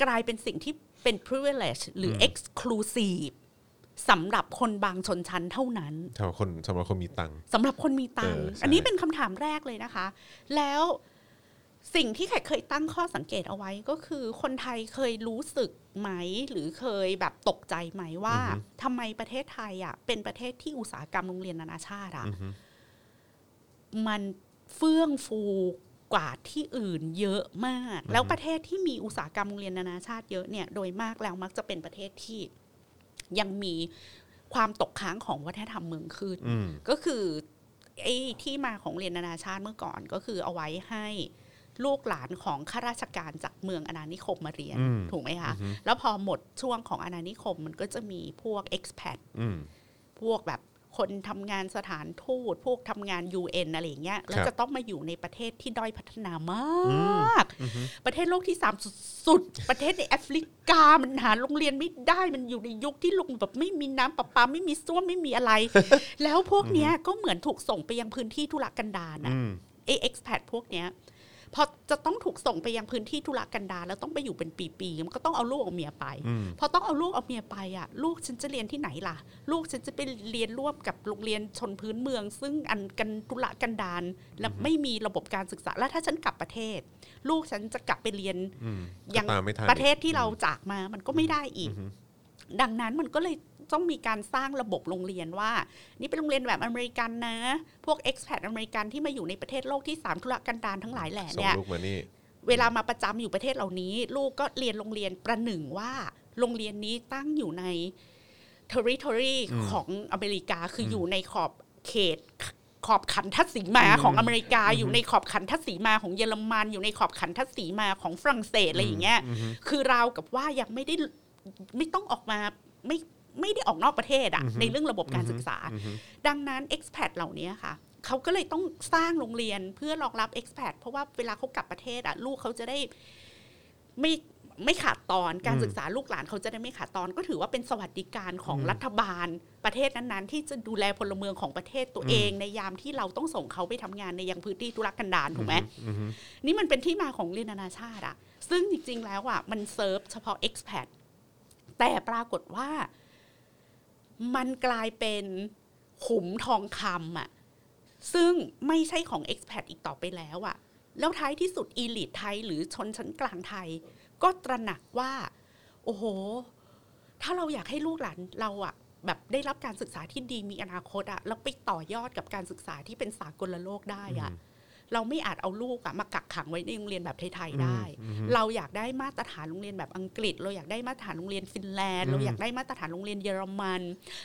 กลายเป็นสิ่งที่เป็น privilege หรือ exclusive สำหรับคนบางชนชั้นเท่านั้น
สำหรับคนสำหรับคนมีตังค์
สำหรับคนมีตังค์
เออใช่
อันนี้เป็นคำถามแรกเลยนะคะ แล้วสิ่งที่แขกเคยตั้งข้อสังเกตเอาไว้ก็คือคนไทยเคยรู้สึกไหม หรือเคยแบบตกใจไหมว่าทำไมประเทศไทยอ่ะเป็นประเทศที่อุตสาหกรรมโรงเรียนนานาชาติอ่ะ
อือฮึ
มันเฟื่องฟูกว่าที่อื่นเยอะมาก แล้วประเทศที่มีอุตสาหกรรมโรงเรียนนานาชาติเยอะเนี่ยโดยมากแล้วมักจะเป็นประเทศที่ยังมีความตกค้างของวัฒนธรรมเมืองขึ้น
อืม
ก็คือไอ้ที่มาของเรียนนานาชาติเมื่อก่อนก็คือเอาไว้ให้ลูกหลานของข้าราชการจากเมืองอาณานิคมมาเรียน
อืม
ถูกไหมคะ
อือฮึ
แล้วพอหมดช่วงของอาณานิคมมันก็จะมีพวก expat
อืม
พวกแบบคนทำงานสถานทูต พวกทำงาน UN อะไรอย่างเงี้ย แล้ว
ครับ
จะต้องมาอยู่ในประเทศที่ด้อยพัฒนามาก ประเทศโลกที่สามสุดๆ ประเทศในแอฟริกา มันหาโรงเรียนไม่ได้ มันอยู่ในยุคที่ลงแบบไม่มีน้ำประปาไม่มีส้วมไม่มีอะไร แล้วพวกเนี้ยก็เหมือนถูกส่งไปยังพื้นที่ทุรกันดารนะ
อืม
เอ็กซ์แพดพวกเนี้ยพอจะต้องถูกส่งไปยังพื้นที่ทุรกันดารแล้วต้องไปอยู่เป็นปีๆมันก็ต้องเอาลูกเอาเมียไป
อืม
พอต้องเอาลูกเอาเมียไปอ่ะ ลูกฉันจะเรียนที่ไหนล่ะ ลูกฉันจะไปเรียนร่วมกับโรงเรียนชนพื้นเมือง ซึ่งอันกันทุรกันดารและไม่มีระบบการศึกษาแล้วถ้าฉันกลับประเทศ ลูกฉันจะกลับไปเรียน
อืม
ยัง
ก็ตามไม่ทัน
ประเทศที่เรา
อืม
จากมามันก็ไม่ได้อีก
อือฮึ
ดังนั้นมันก็เลยต้องมีการสร้างระบบโรงเรียนว่า นี่เป็นโรงเรียนแบบอเมริกันนะ พวก expat อเมริกันที่มาอยู่ในประเทศโลกที่สามธุรกันดารทั้งหลายแหล่
ส่ง
เนี่ย
ลูกมานี่
เวลามาประจำอยู่ประเทศเหล่านี้ ลูกก็เรียนโรงเรียนประหนึ่งว่า โรงเรียนนี้ตั้งอยู่ใน territory
อืม
ของอเมริกาคืออ
ม
อยู่ในขอบเขตขอบขันทัศสีมาของอเมริกา อยู่ในขอบขันทัศสีมาของเยอรมัน อยู่ในขอบขันทัศสีมาของฝรั่งเศสอะไรอย่างเงี้ย
อือฮึ
คือราวกับว่ายังไม่ได้ไม่ต้องออกมาไม่ไม่ได้ออกนอกประเทศอะในเรื่องระบบการศึกษา
อือฮึ
ดังนั้น expat เหล่านี้ค่ะเขาก็เลยต้องสร้างโรงเรียนเพื่อรองรับ expat เพราะว่าเวลาเขากลับประเทศอะลูกเขาจะได้ไม่ไม่ขาดตอนการ
อืม
ศึกษาลูกหลานเขาจะได้ไม่ขาดตอน ก็ถือว่าเป็นสวัสดิการของรัฐบาลประเทศนั้นๆ ที่จะดูแลพลเมืองของประเทศตัวเอง ในยามที่เราต้องส่งเขาไปทำงานในยังพื้นที่ทุรกันดารถูกไหม
อือฮึ
นี่มันเป็นที่มาของเรียนนานาชาติอะซึ่งจริง ๆ แล้วอะมันเซิร์ฟเฉพาะ expat แต่ปรากฏว่า มันกลายเป็นขุมทองคำอะซึ่งไม่ใช่ของ expat อีกต่อไปแล้วอะแล้วท้ายที่สุดอีลิทไทย หรือชนชั้นกลางไทย ก็ตระหนักว่า โอ้โห ถ้าเราอยากให้ลูกหลานเราอะแบบได้รับการศึกษาที่ดีมีอนาคตอะแล้วไปต่อยอดกับการศึกษาที่เป็นสากลโลกได้อะ เราไม่อาจเอาลูกอะมากักขังไว้ในโรงเรียนแบบไทยๆได้ เราอยากได้มาตรฐานโรงเรียนแบบอังกฤษ เราอยากได้มาตรฐานโรงเรียนฟินแลนด์ เราอยากได้มาตรฐานโรงเรียนเยอรมัน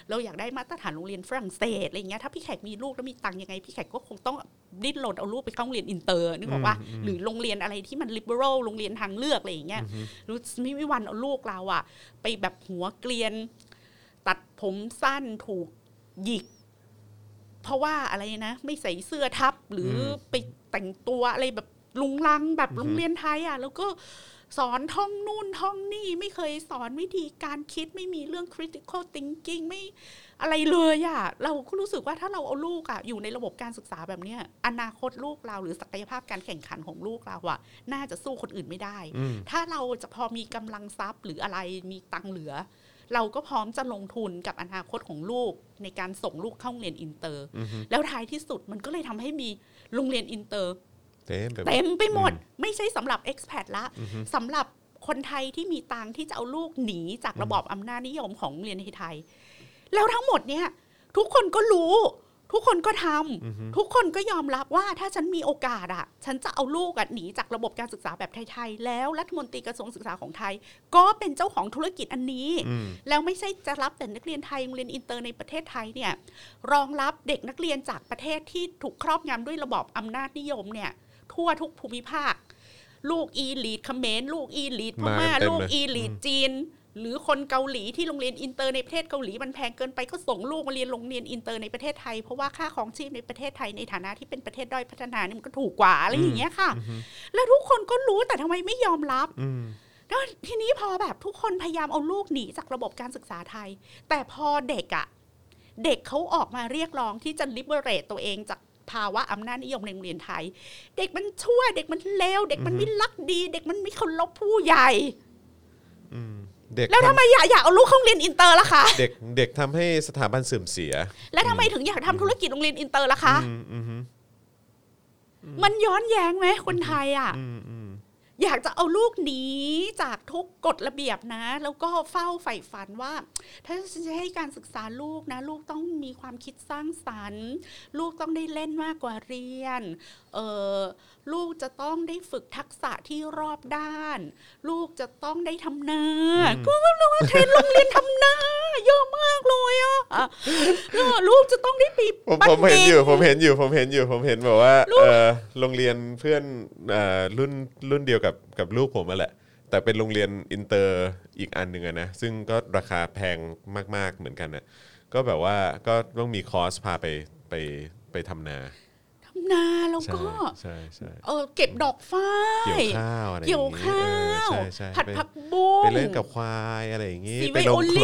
เราอยากได้มาตรฐานโรงเรียนฝรั่งเศสอะไรอย่างเงี้ย ถ้าพี่แขกมีลูกแล้วมีตังค์ยังไง พี่แขกก็คงต้องดิ้นรนเอาลูกไปเข้าโรงเรียนอินเตอร์นึกออกว่า หรือโรงเรียนอะไรที่มันลิเบอรัลโรงเรียนทางเลือกอะไรอย่างเงี้ย รู้ไม่มีวันเอาลูกเราอะไปแบบหัวเกลียน ตัดผมสั้นถูกหยิก เพราะว่าอะไรนะ ไม่ใส่เสื้อทับหรืออไปแต่งตัวอะไรแบบลุงลังแบบโรงเรียนไทยอะแล้วก็สอนท่องนู่นท่องนี่ไม่เคยสอนวิธีการคิดไม่มีเรื่อง critical thinking ไม่อะไรเลยอะเราก็รู้สึกว่าถ้าเราเอาลูกอะอยู่ในระบบการศึกษาแบบเนี้ยอนาคตลูกเราหรือศักยภาพการแข่งขันของลูกเราอะน่าจะสู้คนอื่นไม่ได้
อืม
ถ้าเราจะพอมีกำลังทรัพย์หรืออะไรมีตังค์เหลือ เราก็พร้อมจะลงทุนกับอนาคตของลูกในการส่งลูกเข้าโรงเรียนอินเตอร์
อือฮึ
แล้วท้ายที่สุดมันก็เลยทำให้มีโรงเรียนอินเตอร์
เต็มไปหมด
เต็มไปหมด
อืม
ไม่ใช่สำหรับ expat ละสำหรับ คนไทยที่มีตังค์ที่จะเอาลูกหนีจากระบอบอำนาจนิยมของโรงเรียนไทยๆแล้วทั้งหมดเนี่ย ทุกคนก็รู้ ทุกคนก็ทำ
อือฮึ
ทุกคนก็ยอมรับว่าถ้าฉันมีโอกาสอ่ะ ฉันจะเอาลูกอ่ะหนีจากระบบการศึกษาแบบไทยๆแล้วรัฐมนตรีกระทรวงศึกษาของไทย ก็เป็นเจ้าของธุรกิจอันนี้
อืม
แล้วไม่ใช่จะรับแต่นักเรียนไทยโรงเรียนอินเตอร์ในประเทศไทยเนี่ยรองรับเด็กนักเรียนจากประเทศที่ถูกครอบงำด้วยระบอบอำนาจนิยมเนี่ย ทั่วทุกภูมิภาค ลูกอีลีดเขมรลูกอีลีดพ
มากั
ม่าน
เต็มเลย
ลูกอีลีด
อืม
จีน หรือคนเกาหลีที่โรงเรียนอินเตอร์ในประเทศเกาหลีมันแพงเกินไปก็ส่งลูกมาเรียนโรงเรียนอินเตอร์ในประเทศไทยเพราะว่าค่าครองชีพในประเทศไทยในฐานะที่เป็นประเทศด้อยพัฒนาเนี่ยมันก็ถูกกว่าอะไรอย่างเงี้ยค่ะ แล้วทุกคนก็รู้แต่ทำไมไม่ยอมรับ
อืม
แล้วทีนี้พอแบบทุกคนพยายามเอาลูกหนีจากระบบการศึกษาไทย แต่พอเด็กอะเด็กเขาออกมาเรียกร้องที่จะ liberate ตัวเองจากภาวะอำนาจนิยมในโรงเรียนไทย เด็กมันชั่วเด็กมันเลวเด็กมัน
อือฮึ
ไม่รักดี เด็กมันไม่เคารพผู้ใหญ่
อืมเด็ก
แล้วทำไมอยากอยากเอาลูกเข้าโรงเรียนอินเตอร์ล่ะคะ
เด็กเด็กทำให้สถาบันเสื่อมเสีย
แล้วทำไมถึงอยากทำธุรกิจโรงเรียนอินเตอร์ล่ะคะ
อืมอืมอืม
มันย้อนแย้งไหมคนไทยอะ
อืมอืม
อยากจะเอาลูกหนีจากทุกกฎระเบียบนะ แล้วก็เฝ้าใฝ่ฝันว่า ถ้าฉันจะให้การศึกษาลูกนะ ลูกต้องมีความคิดสร้างสรรค์ ลูกต้องได้เล่นมากกว่าเรียนเออลูกจะต้องได้ฝึกทักษะที่รอบด้าน ลูกจะต้องได้ทำนา
อืม
ก็รู้ว่าเทรนโรงเรียนทำนาเยอะมากเลยอ่ะอ่ะแล้วลูกจะต้องได้ปี
ผม
ปั้
ผมเห็น
ดิ
อยู่ผมเห็นอยู่ผมเห็นอยู่ผมเห็นแบบว่า
ลูก
เออโรงเรียนเพื่อนเอ่อรุ่นรุ่นเดียวกับกับลูกผมนั่นแหละ แต่เป็นโรงเรียนอินเตอร์อีกอันหนึ่งอะนะซึ่งก็ราคาแพงมากๆเหมือนกันนะก็แบบว่าก็ต้องมีคอร์สพาไปไปไปทำนา
ทำนาแล้ว
ใช่
ก็
ใช่ใช่
เออเก็บดอกฝ้า
เกี่ยวข้าวอะไรอาง
เกี่ยว
งี้
ข้า
เออ
ว
ใช่ใช่
ผัด
ไป
ผักบุ้ง
ไปเล่นกับควายอะไรอย่างงี้
สีไว
ไปลง
โอลิน
โคล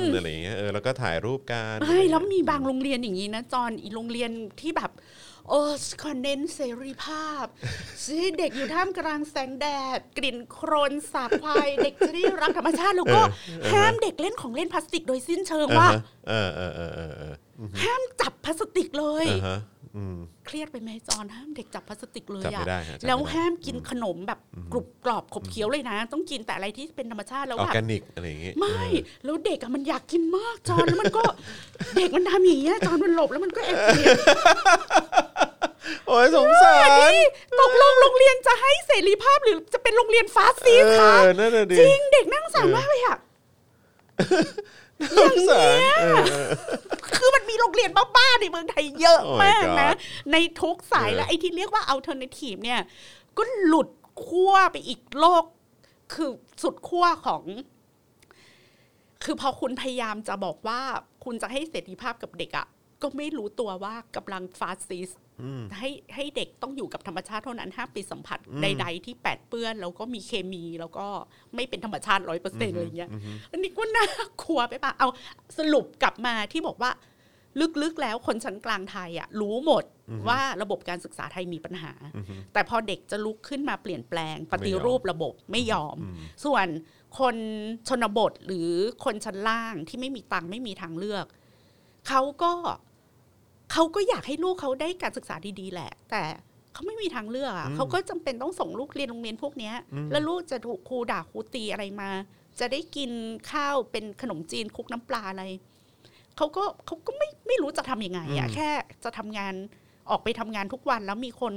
นอะไรอย่างเงี้ยเออแล้วก็ถ่ายรูปกัน
ไม่แล้วมีบางโรงเรียนอย่างนี้นะจอนอีโรงเรียนที่แบบโอ้คอนเน้นเสรีภาพ สิเด็กอยู่ท่ามกลางแสงแดด กลิ่นโครนสาบควาย เด็กจะได้รักธรรมชาติแล้วก็ห้ามเด็กเล่นของเล่นพลาสติกโดยสิ้นเชิงว่า
เออเออเออเออเออ
ห้ามจับพลาสติกเลย
อ่าฮะอืม
เครียดไปไหมจอนห้ามเด็กจับพลาสติกเลย
จับไม่
อะ
ได้ฮะจับไม่ได้
แล้วห้ามกินขนมแบบกรุบกรอบขบเคี้ยวเลยนะ ต้องกินแต่อะไรที่เป็นธรรมชาติ
อ
แล้ว
อ
แบบ
ร์แกนิกอะไรอย่างงี้
ไม่
เออ
แล้วเด็กอะมันอยากกินมากจอนแล้วมันก็ เด็กมันทำอย่างเงี้ยจอนมันหลบแล้วมันก็แอบกิน
โอ้ยสงสาร
นี่ตกลงโรงเรียนจะให้เสรีภาพหรือจะเป็นโรงเรียนฟาสซีส
เอ
คะ
อนั่นน่ะดิ
จริงเด็กนั่งสารมากเลยอะ
สงสารเออเออ
คือมันมีโรงเรียนบ้าๆในเมืองไทยเยอะ
โอ้ย
มากนะ
God
ในทุกสาย
เออ
และไอ้ที่เรียกว่าอัลเทอร์เนทีฟเนี่ย ก็หลุดขั้วไปอีกโลก คือสุดขั้วของ คือพอคุณพยายามจะบอกว่า คุณจะให้เสรีภาพกับเด็กอะก็ไม่รู้ตัวว่ากำลังฟาสซิส
อืม
ให้ให้เด็กต้องอยู่กับธรรมชาติเท่านั้นห้ามไปสัมผัส
อืม
ใด ๆ ที่แปดเปื้อน แล้วก็มีเคมีแล้วก็ไม่เป็นธรรมชาติร้อยเปอร์เซ็นต์อะไรเงี้ย
อืม
อันนี้ก็น่ากลัวไปปะเอาสรุปกลับมาที่บอกว่า ลึกๆแล้วคนชั้นกลางไทยอะรู้หมดว่าระบบการศึกษาไทยมีปัญหา
อืม
แต่พอเด็กจะลุกขึ้นมาเปลี่ยนแปลง ปฏิ
ไม่ยอม
รูประบบไม่ยอม
อืม
ส่วนคนชนบทหรือคนชั้นล่างที่ไม่มีตังค์ไม่มีทางเลือก เขาก็เขาก็อยากให้ลูกเขาได้การศึกษาดีๆ แหละ แต่เขาไม่มีทางเลือกอะ
อืม
เขาก็จำเป็นต้องส่งลูกเรียนโรงเรียนพวกเนี้ย
อืม
แล้วลูกจะถูกครูด่าครูตีอะไรมา จะได้กินข้าวเป็นขนมจีนคลุกน้ำปลาอะไรเขาก็เขาก็ไม่ไม่รู้จะทำยังไงอะแค่จะทำงานออกไปทำงานทุกวันแล้วมีคน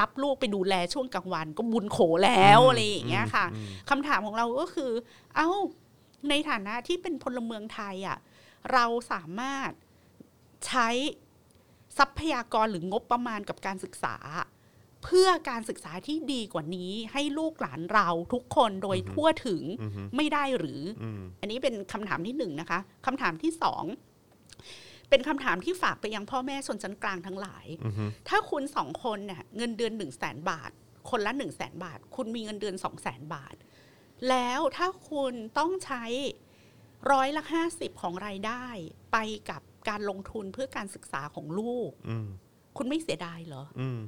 รับลูกไปดูแลช่วงกลางวัน ก็บุญโขแล้วอะไรอย่างเงี้ยค่ะ
อืม
คำถามของเราก็คือ เอ้า ในฐานะที่เป็นพลเมืองไทยอ่ะ เราสามารถใช้ทรัพยากรหรืองบประมาณกับการศึกษา เพื่อการศึกษาที่ดีกว่านี้ ให้ลูกหลานเราทุกคนโดยทั่วถึง
อืมอืม
ไม่ได้หรือ
อืม
อันนี้เป็นคำถามที่หนึ่งนะคะคำถามที่สอง เป็นคำถามที่ฝากไปยังพ่อแม่ชนชั้นกลางทั้งหลาย
อืม
ถ้าคุณสองคนเนี่ยเงินเดือนหนึ่งแสนบาท คนละหนึ่งแสนบาท คุณมีเงินเดือนสองแสนบาท แล้วถ้าคุณต้องใช้ร้อยละห้าสิบของรายได้ ไปกับการลงทุนเพื่อการศึกษาของลูก
อืม
คุณไม่เสียดายเหรอ
อืม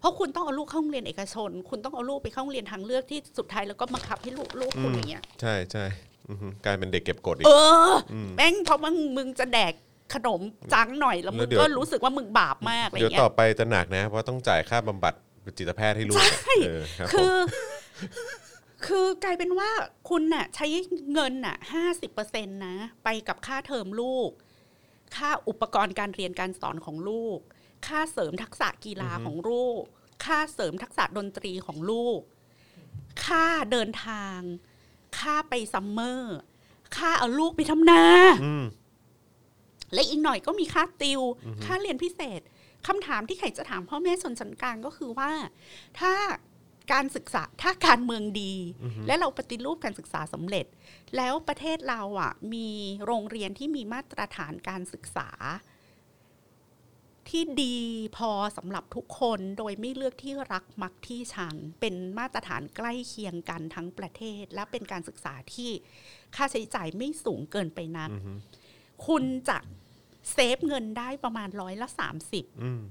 เพราะคุณต้องเอาลูกเข้าโรงเรียนเอกชน คุณต้องเอาลูกไปเข้าโรงเรียนทางเลือกที่สุดท้ายแล้วก็บังคับให้ลูกลูกคุณ
อืม
อย่างเงี้ย
ใช่ใช่อืมกลายเป็นเด็กเก็บกดอีก
เออ
ม
แม่งเพราะมึงมึงจะแดกขนมจังหน่อยแล้วมึ
แล้ว
ง
เดี๋ยว
ก็รู้สึกว่ามึงบาปมากอะไร
เดี๋ยว
เงี้ย
ต่อไปจะหนักนะ เพราะต้องจ่ายค่าบำบัดจิตแพทย์ให้ลูก
ใช่
เออรับผม
คือ คือกลายเป็นว่าคุณน่ะใช้เงินน่ะห้าสิบเปอร์เซ็นต์นะ ไปกับค่าเทอมลูก ค่าอุปกรณ์การเรียนการสอนของลูก ค่าเสริมทักษะกีฬาของลูก ค่าเสริมทักษะดนตรีของลูก ค่าเดินทาง ค่าไปซัมเมอร์ ค่าเอาลูกไปทำนา
อืม
และอีกหน่อยก็มีค่าติว ค่าเรียนพิเศษ คำถามที่ไข่จะถามพ่อแม่ส่วนชั้นกลางก็คือว่า ถ้าการศึกษา ถ้าการเมืองดี
อือฮึ
และเราปฏิรูปการศึกษาสำเร็จ แล้วประเทศเราอ่ะ มีโรงเรียนที่มีมาตรฐานการศึกษา ที่ดีพอสำหรับทุกคนโดยไม่เลือกที่รักมักที่ชัง เป็นมาตรฐานใกล้เคียงกันทั้งประเทศ และเป็นการศึกษาที่ค่าใช้จ่ายไม่สูงเกินไปนัก
อืม
คุณจะเซฟเงินได้ประมาณร้อยละ
อืม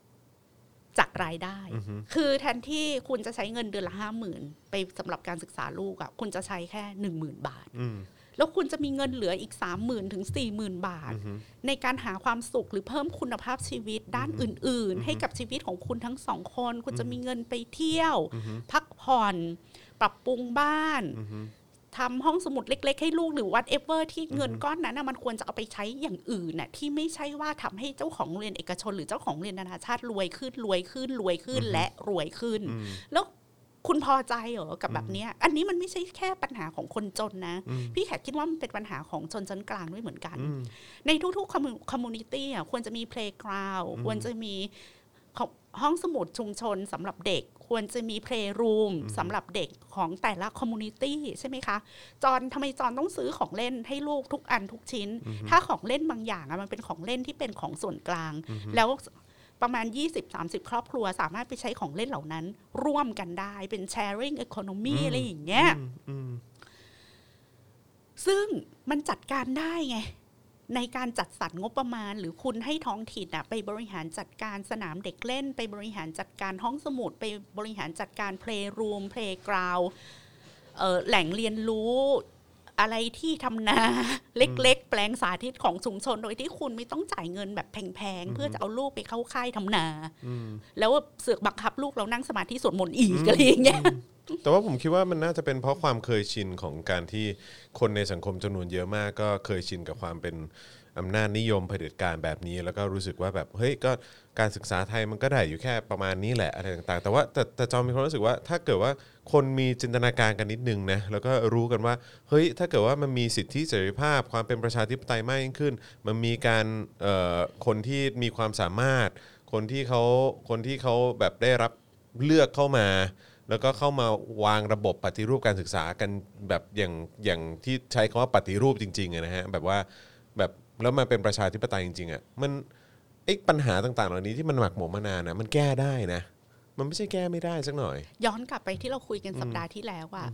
30 จากรายได้
อือฮึ
คือแทนที่คุณจะใช้เงินเดือนละห้าหมื่นไปสำหรับการศึกษาลูกอะคุณจะใช้แค่หนึ่งหมื่นบาท
อืม
แล้วคุณจะมีเงินเหลืออีกสามหมื่นถึงสี่หมื่นบาท
อืม
ในการหาความสุขหรือเพิ่มคุณภาพชีวิตด้านอื่น
อือฮึ
ๆ ให้กับชีวิตของคุณทั้งสองคน คุณ
อือฮึ
จะมีเงินไปเที่ยว
อืม
พักผ่อน ปรับปรุงบ้าน
อืม
ทำห้องสมุดเล็ก ๆ ให้ลูกหรือ whatever ที่เงิน
อือฮึ
ก้อนนั้นนะมันควรจะเอาไปใช้อย่างอื่นน่ะที่ไม่ใช่ว่าทำให้เจ้าของโรงเรียนเอกชน หรือเจ้าของโรงเรียนนานาชาติรวยขึ้นรวยขึ้นรวยขึ้นและรวยขึ้น
อืม
แล้วคุณพอใจเหรอกับแบบเนี้ยอันนี้มันไม่ใช่แค่ปัญหาของคนจนนะ
อืม
พี่แขกคิดว่ามันเป็นปัญหาของชนชั้นกลางด้วยเหมือนกัน
อืม
ในทุกๆคอมมูนิตี้อ่ะควรจะมีเพล y g กราว
อืม
ควรจะมีของห้องสมุดชุมชนสำหรับเด็ก ควรจะมีเพล y r รูมสำหรับเด็กของแต่ละคอมมูนิตี้ใช่ไหมคะ จอนทำไมจอนต้องซื้อของเล่นให้ลูกทุกอันทุกชิ้น ถ้าของเล่นบางอย่างอะมันเป็นของเล่นที่เป็นของส่วนกลาง แล้วประมาณ 20-30 ครอบครัวสามารถไปใช้ของเล่นเหล่านั้น ร่วมกันได้เป็น sharing economy อะไรอย่างเงี้ย
อืม
ซึ่งมันจัดการได้ไง ในการจัดสรรงบประมาณ หรือคุณให้ท้องถิ่นอะไปบริหารจัดการสนามเด็กเล่น ไปบริหารจัดการห้องสมุด ไปบริหารจัดการเพลย์รูมเพลย์กราวแหล่งเรียนรู้อะไรที่ทำนา เล็กๆ แปลงสาธิตของชุมชนโดยที่คุณไม่ต้องจ่ายเงินแบบแพง
อื
ๆ
ม
เพื่อจะเอาลูกไปเข้าค่ายทำนา
อืม
แล้วเสือกบังคับลูกเรานั่งสมาธิสวดมนต์อีกอะไรอย่างเงี้ย
แต่ว่าผมคิดว่ามันน่าจะเป็นเพราะความเคยชินของการที่คนในสังคมจำนวนเยอะมาก ก็เคยชินกับความเป็นอำนาจนิยมเผด็จการแบบนี้ แล้วก็รู้สึกว่าแบบเฮ้ยก็การศึกษาไทยมันก็ได้อยู่แค่ประมาณนี้แหละอะไรต่างๆ แต่ว่าแต่แต่จอมมีความรู้สึกว่าถ้าเกิดว่าคนมีจินตนาการกันนิดนึงนะแล้วก็รู้กันว่าเฮ้ยถ้าเกิดว่ามันมีสิทธิเสรีภาพ ความเป็นประชาธิปไตยมากยิ่งขึ้น มันมีการเอ่อคนที่มีความสามารถ คนที่เขาคนที่เขาแบบได้รับเลือกเข้ามา แล้วก็เข้ามาวางระบบปฏิรูปการศึกษากันแบบอย่างอย่างที่ใช้คำว่าปฏิรูปจริงๆอะนะฮะแบบว่าแบบแล้วมันเป็นประชาธิปไตยจริงๆอ่ะมันไอ้ปัญหาต่างๆ เหล่านี้ที่มันหมักหมมมานานนะมันแก้ได้นะ มันไม่ใช่แก้ไม่ได้สักหน่อย
ย้อนกลับไปที่เราคุยกันสัปดาห์ที่แล้วอะ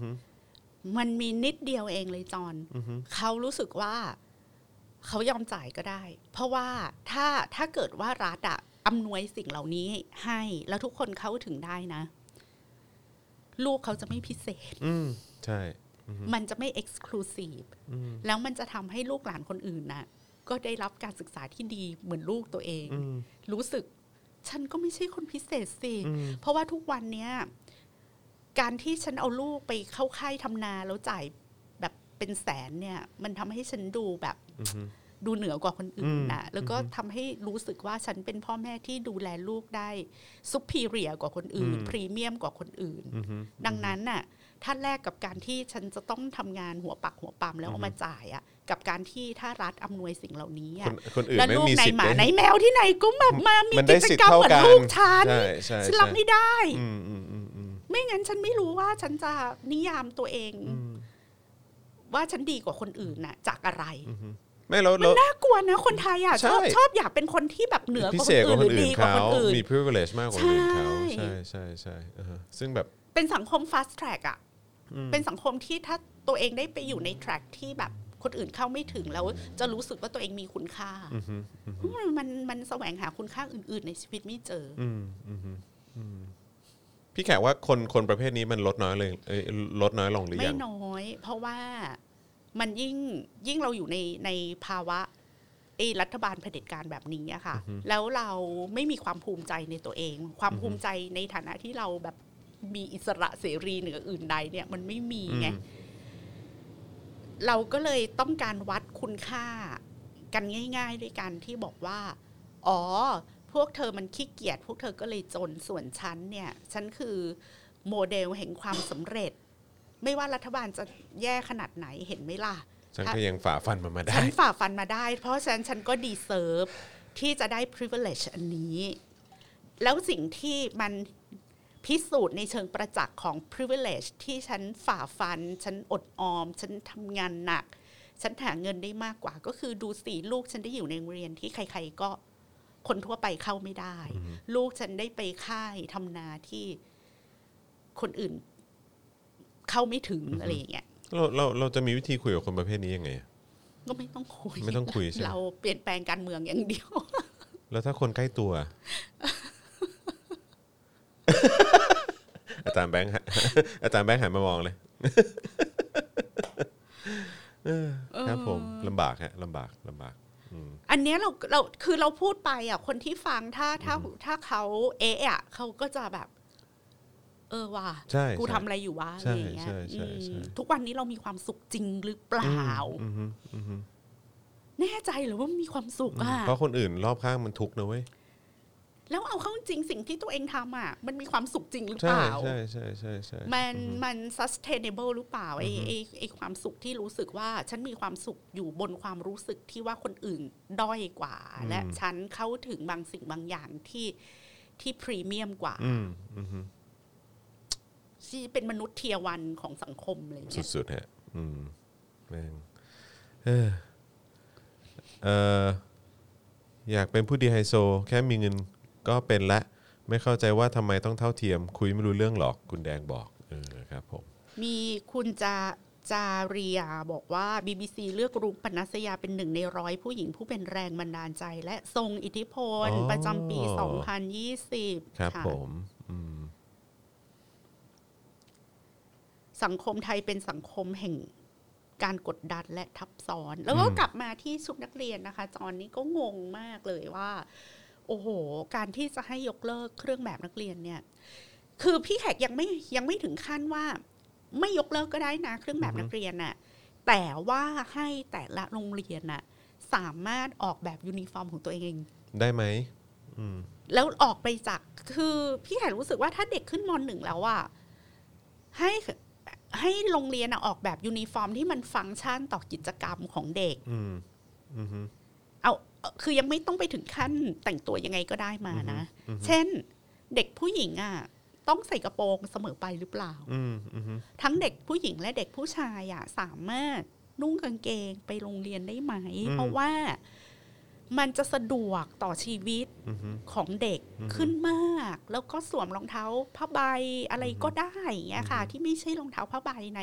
มันมีนิดเดียวเองเลยจอนเขารู้สึกว่า เขายอมจ่ายก็ได้ เพราะว่าถ้าถ้าเกิดว่ารัฐอะอำนวยสิ่งเหล่านี้ให้ แล้วทุกคนเข้าถึงได้นะ ลูกเขาจะไม่พิเศษ
อืมใช่
มันจะไม่ exclusive แล้วมันจะทำให้ลูกหลานคนอื่นน่ะ ก็ได้รับการศึกษาที่ดีเหมือนลูกตัวเอง รู้สึก ฉันก็ไม่ใช่คนพิเศษสิ เพราะว่าทุกวันเนี้ยการที่ฉันเอาลูกไปเข้าค่ายทำนาแล้วจ่ายแบบเป็นแสนเนี่ย มันทำให้ฉันดูแบบดูเหนือกว่าคนอื่นนะแล้วก็ทำให้รู้สึกว่าฉันเป็นพ่อแม่ที่ดูแลลูกได้ซุปเปอร์เรียกว่าคนอื่น
อืม
พรีเมียมกว่าคนอื่น ดังนั้นน่ะถ้าแลกกับการที่ฉันจะต้องทำงานหัวปักหัวปั๊มแล้วเอามาจ่ายอะกับการที่ถ้ารัฐอำนวยสิ่งเหล่านี้
ค
อะ
นคนอื่น
แล้ว
ไม่
ลูก
มี
ใน
สิทธิ์
หมา
ได้
ในแมวที่ไหนก็แบบมามี
มัน
กิ
ได้
จ
สิท
กร
ธิ์
รม
เท่า
เหมือ
กัน
นลูกฉัน
ใช่ใช่
ฉันรับไม่ได้
อืมอืมอืมอืม
ไม่งั้นฉันไม่รู้ว่าฉันจะนิยามตัวเอง ว่าฉันดีกว่าคนอื่นน่ะ จากอะไร
ไม่แล้วแล้ว
น่ากลัวนะคนไทยอ่ะ
ใช่
ชอบชอบอยากเป็นคนที่แบบเหนือก
พิ
ว่า
เศ
คน
ษก
อื่
ว่านคน
หรือ
อื่น
ดีกว่า
เขา
คนอื่น
มี privilege มากกว่าคนอื่นเขา
ใช่
ใช่ใช่ใช่อ่าฮะซึ่งแบบ
เป็นสังคม fast track อ่ะ เป็นสังคมที่ถ้าตัวเองได้ไปอยู่ใน track ที่แบบคนอื่นเข้าไม่ถึงแล้ว จะรู้สึกว่าตัวเองมีคุณค่า
อือฮึอือฮึ
มันมันมันแสวงหาคุณค่าอื่น ๆ ในชีวิตไม่เจออ
อืมอืมอืมอืมพี่แขกว่าคนคนประเภทนี้มันลดน้อยเลยเอ้ยลดน้อยลงหรือ
ไม่
ยัง
น้อย เพราะว่ามันยิ่งยิ่งเราอยู่ในในภาวะไอ้รัฐบาลเผด็จการแบบนี้อะค่ะ แล้วเราไม่มีความภูมิใจในตัวเอง ความภูมิใจในฐานะที่เราแบบ มีอิสระเสรีเหนืออื่นใดเนี่ยมันไม่มีไง
อืม
เราก็เลยต้องการวัดคุณค่ากันง่าย ๆ ด้วยการที่บอกว่า อ๋อ พวกเธอมันขี้เกียจพวกเธอก็เลยจนส่วนฉันเนี่ย ฉันคือโมเดลแห่งความสำเร็จ ไม่ว่ารัฐบาลจะแย่ขนาดไหนเห็นไหมล่ะ
ฉันก็ยังฝ่าฟันมันมาได้
ฉันฝ่าฟันมาได้ เพราะฉะนั้นฉันก็ดีเซิร์ฟที่จะได้ privilege อันนี้ แล้วสิ่งที่มันพิสูจน์ในเชิงประจักษ์ของ privilege ที่ฉันฝ่าฟัน ฉันอดออม ฉันทำงานหนัก ฉันหาเงินได้มากกว่า ก็คือดูสีลูกฉันได้อยู่ในโรงเรียนที่ใครๆก็คนทั่วไปเข้าไม่ได้ ลูกฉันได้ไปค่ายทำนาที่คนอื่นเข้าไม่ถึงอะไรอย่างเงี้ย
เราเราเราจะมีวิธีคุยกับคนประเภทนี้ยังไงอะ
ก็ไม่ต้องคุย
ไม่ต้องคุยใช่ไหม
เราเปลี่ยนแปลงการเมืองอย่างเดียว
แล้วถ้าคนใกล้ตัว อาจารย์แบง ค์ฮะ อาจารย์แบงค์หันมามองเลย เออครับผมลำบากฮะลำบากลำบากอืม
อันเนี้ยเราเราคือเราพูดไปอ่ะ คนที่ฟังถ้าถ้าถ้าเขาเอะอ่ะเขาก็จะแบบ เออว่ะ
ใช่
กู
ใช่
ทำอะไรอยู่วะอะ
ใช่
ไรอย่างเงี้ย
ใช่ใช่
อืม
ใช่
ทุกวันนี้เรามีความสุขจริงหรือเปล่า
อืมอืมอืมอืม
แน่ใจเหรือว่ามีความสุขอ่ะ
เพราะคนอื่นรอบข้างมันทุกข์นะเว้ย
แล้วเอาเข้าจริงสิ่งที่ตัวเองทำอ่ะ มันมีความสุขจริงหรือเป
ใช่
ล่า
ใช่ใช่ใช่ใช่
มัน
อืม
มัน sustainable หรือเปล่าไอ้ไอ้ไอ้ความสุขที่รู้สึกว่า ฉันมีความสุขอยู่บนความรู้สึกที่ว่าคนอื่นด้อยกว่า
อืม
และฉันเข้าถึงบางสิ่งบางอย่างที่ที่พรีเมียมกว่า
อืมอืม
ที่เป็นมนุษย์เทียวันของสังคมอะไรอย่างเลย
สุดๆฮะอืมแม่งเออเอออยากเป็นผู้ดีไฮโซ แค่มีเงินก็เป็นละ ไม่เข้าใจว่าทำไมต้องเท่าเทียม คุยไม่รู้เรื่องหรอกคุณแดงบอกเออครับผม
มีคุณจาจาเรียบอกว่า BBC เลือกรุ้งปนัสยาเป็นหนึ่งในร้อยผู้หญิงผู้เป็นแรงบันดาลใจ และทรงอิทธิพล
อ๋อ
ประจำปี 2020
ครับ
ะ
ผมอืม
สังคมไทยเป็นสังคมแห่งการกดดันและทับซ้อน แล้วก็กลับมาที่ชุดนักเรียนนะคะ จอนนี้ก็งงมากเลยว่า โอ้โห การที่จะให้ยกเลิกเครื่องแบบนักเรียนเนี่ย คือพี่แขกยังไม่ยังไม่ถึงขั้นว่า ไม่ยกเลิกก็ได้นะเครื่องแบบนักเรียนน่ะ แต่ว่าให้แต่ละโรงเรียนน่ะ สามารถออกแบบยูนิฟอร์มของตัวเอง
ได้ไหมอืม
แล้วออกไปจากคือพี่แขกรู้สึกว่าถ้าเด็กขึ้นมหนึ่งแล้วอะให้ให้โรงเรียนอะออกแบบยูนิฟอร์มที่มันฟังก์ชันต่อกิจกรรมของเด็ก
อืมอืม
เอาเอาคือยังไม่ต้องไปถึงขั้นแต่งตัวยังไงก็ได้มานะ
อือฮึ
เช่น เด็กผู้หญิงอะต้องใส่กระโปรงเสมอไปหรือเปล่า
อืมอืม
ทั้งเด็กผู้หญิงและเด็กผู้ชายอะสามารถนุ่งกางเกงไปโรงเรียนได้ไหม เพราะว่ามันจะสะดวกต่อชีวิต
อืม
ของเด็ก
อือฮึ
ขึ้นมาก แล้วก็สวมรองเท้าผ้าใบอะไรก็ได้อย่างเงี้ยค่ะ ที่ไม่ใช่รองเท้าผ้าใบใน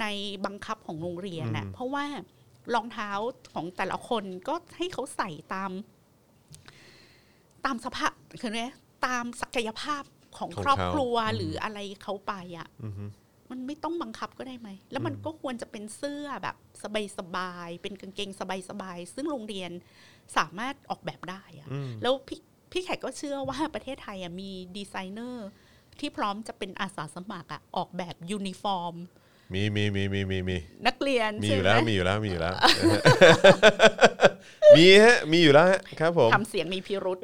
ในบังคับของโรงเรียนน่ะ
อืม
เพราะว่ารองเท้าของแต่ละคนก็ให้เขาใส่ตาม ตามสภาพคือไงตามศักยภาพของ
ของ
ครอบ
เขา
ครัว
อืม
หรืออะไรเขาไปอ่ะ
อืม
มันไม่ต้องบังคับก็ได้ไหม แล้วมัน
อืม
ก็ควรจะเป็นเสื้อแบบสบายๆเป็นกางเกงสบายๆซึ่งโรงเรียนสามารถออกแบบได้อะ
อืม
แล้วพี่พี่แขกก็เชื่อว่าประเทศไทยอะมีดีไซเนอร์ที่พร้อมจะเป็นอาสาสมัครอะออกแบบยูนิฟอร์ม
มีมีมีมีมีมี
นักเรียน
มีอ
ใช่
ยู่
ไหม
แล้วมีอยู่แล้วมีอยู่แล้ว มีฮะมีอยู่แล้วฮะครับผม
ทำเสียงมีพิรุษ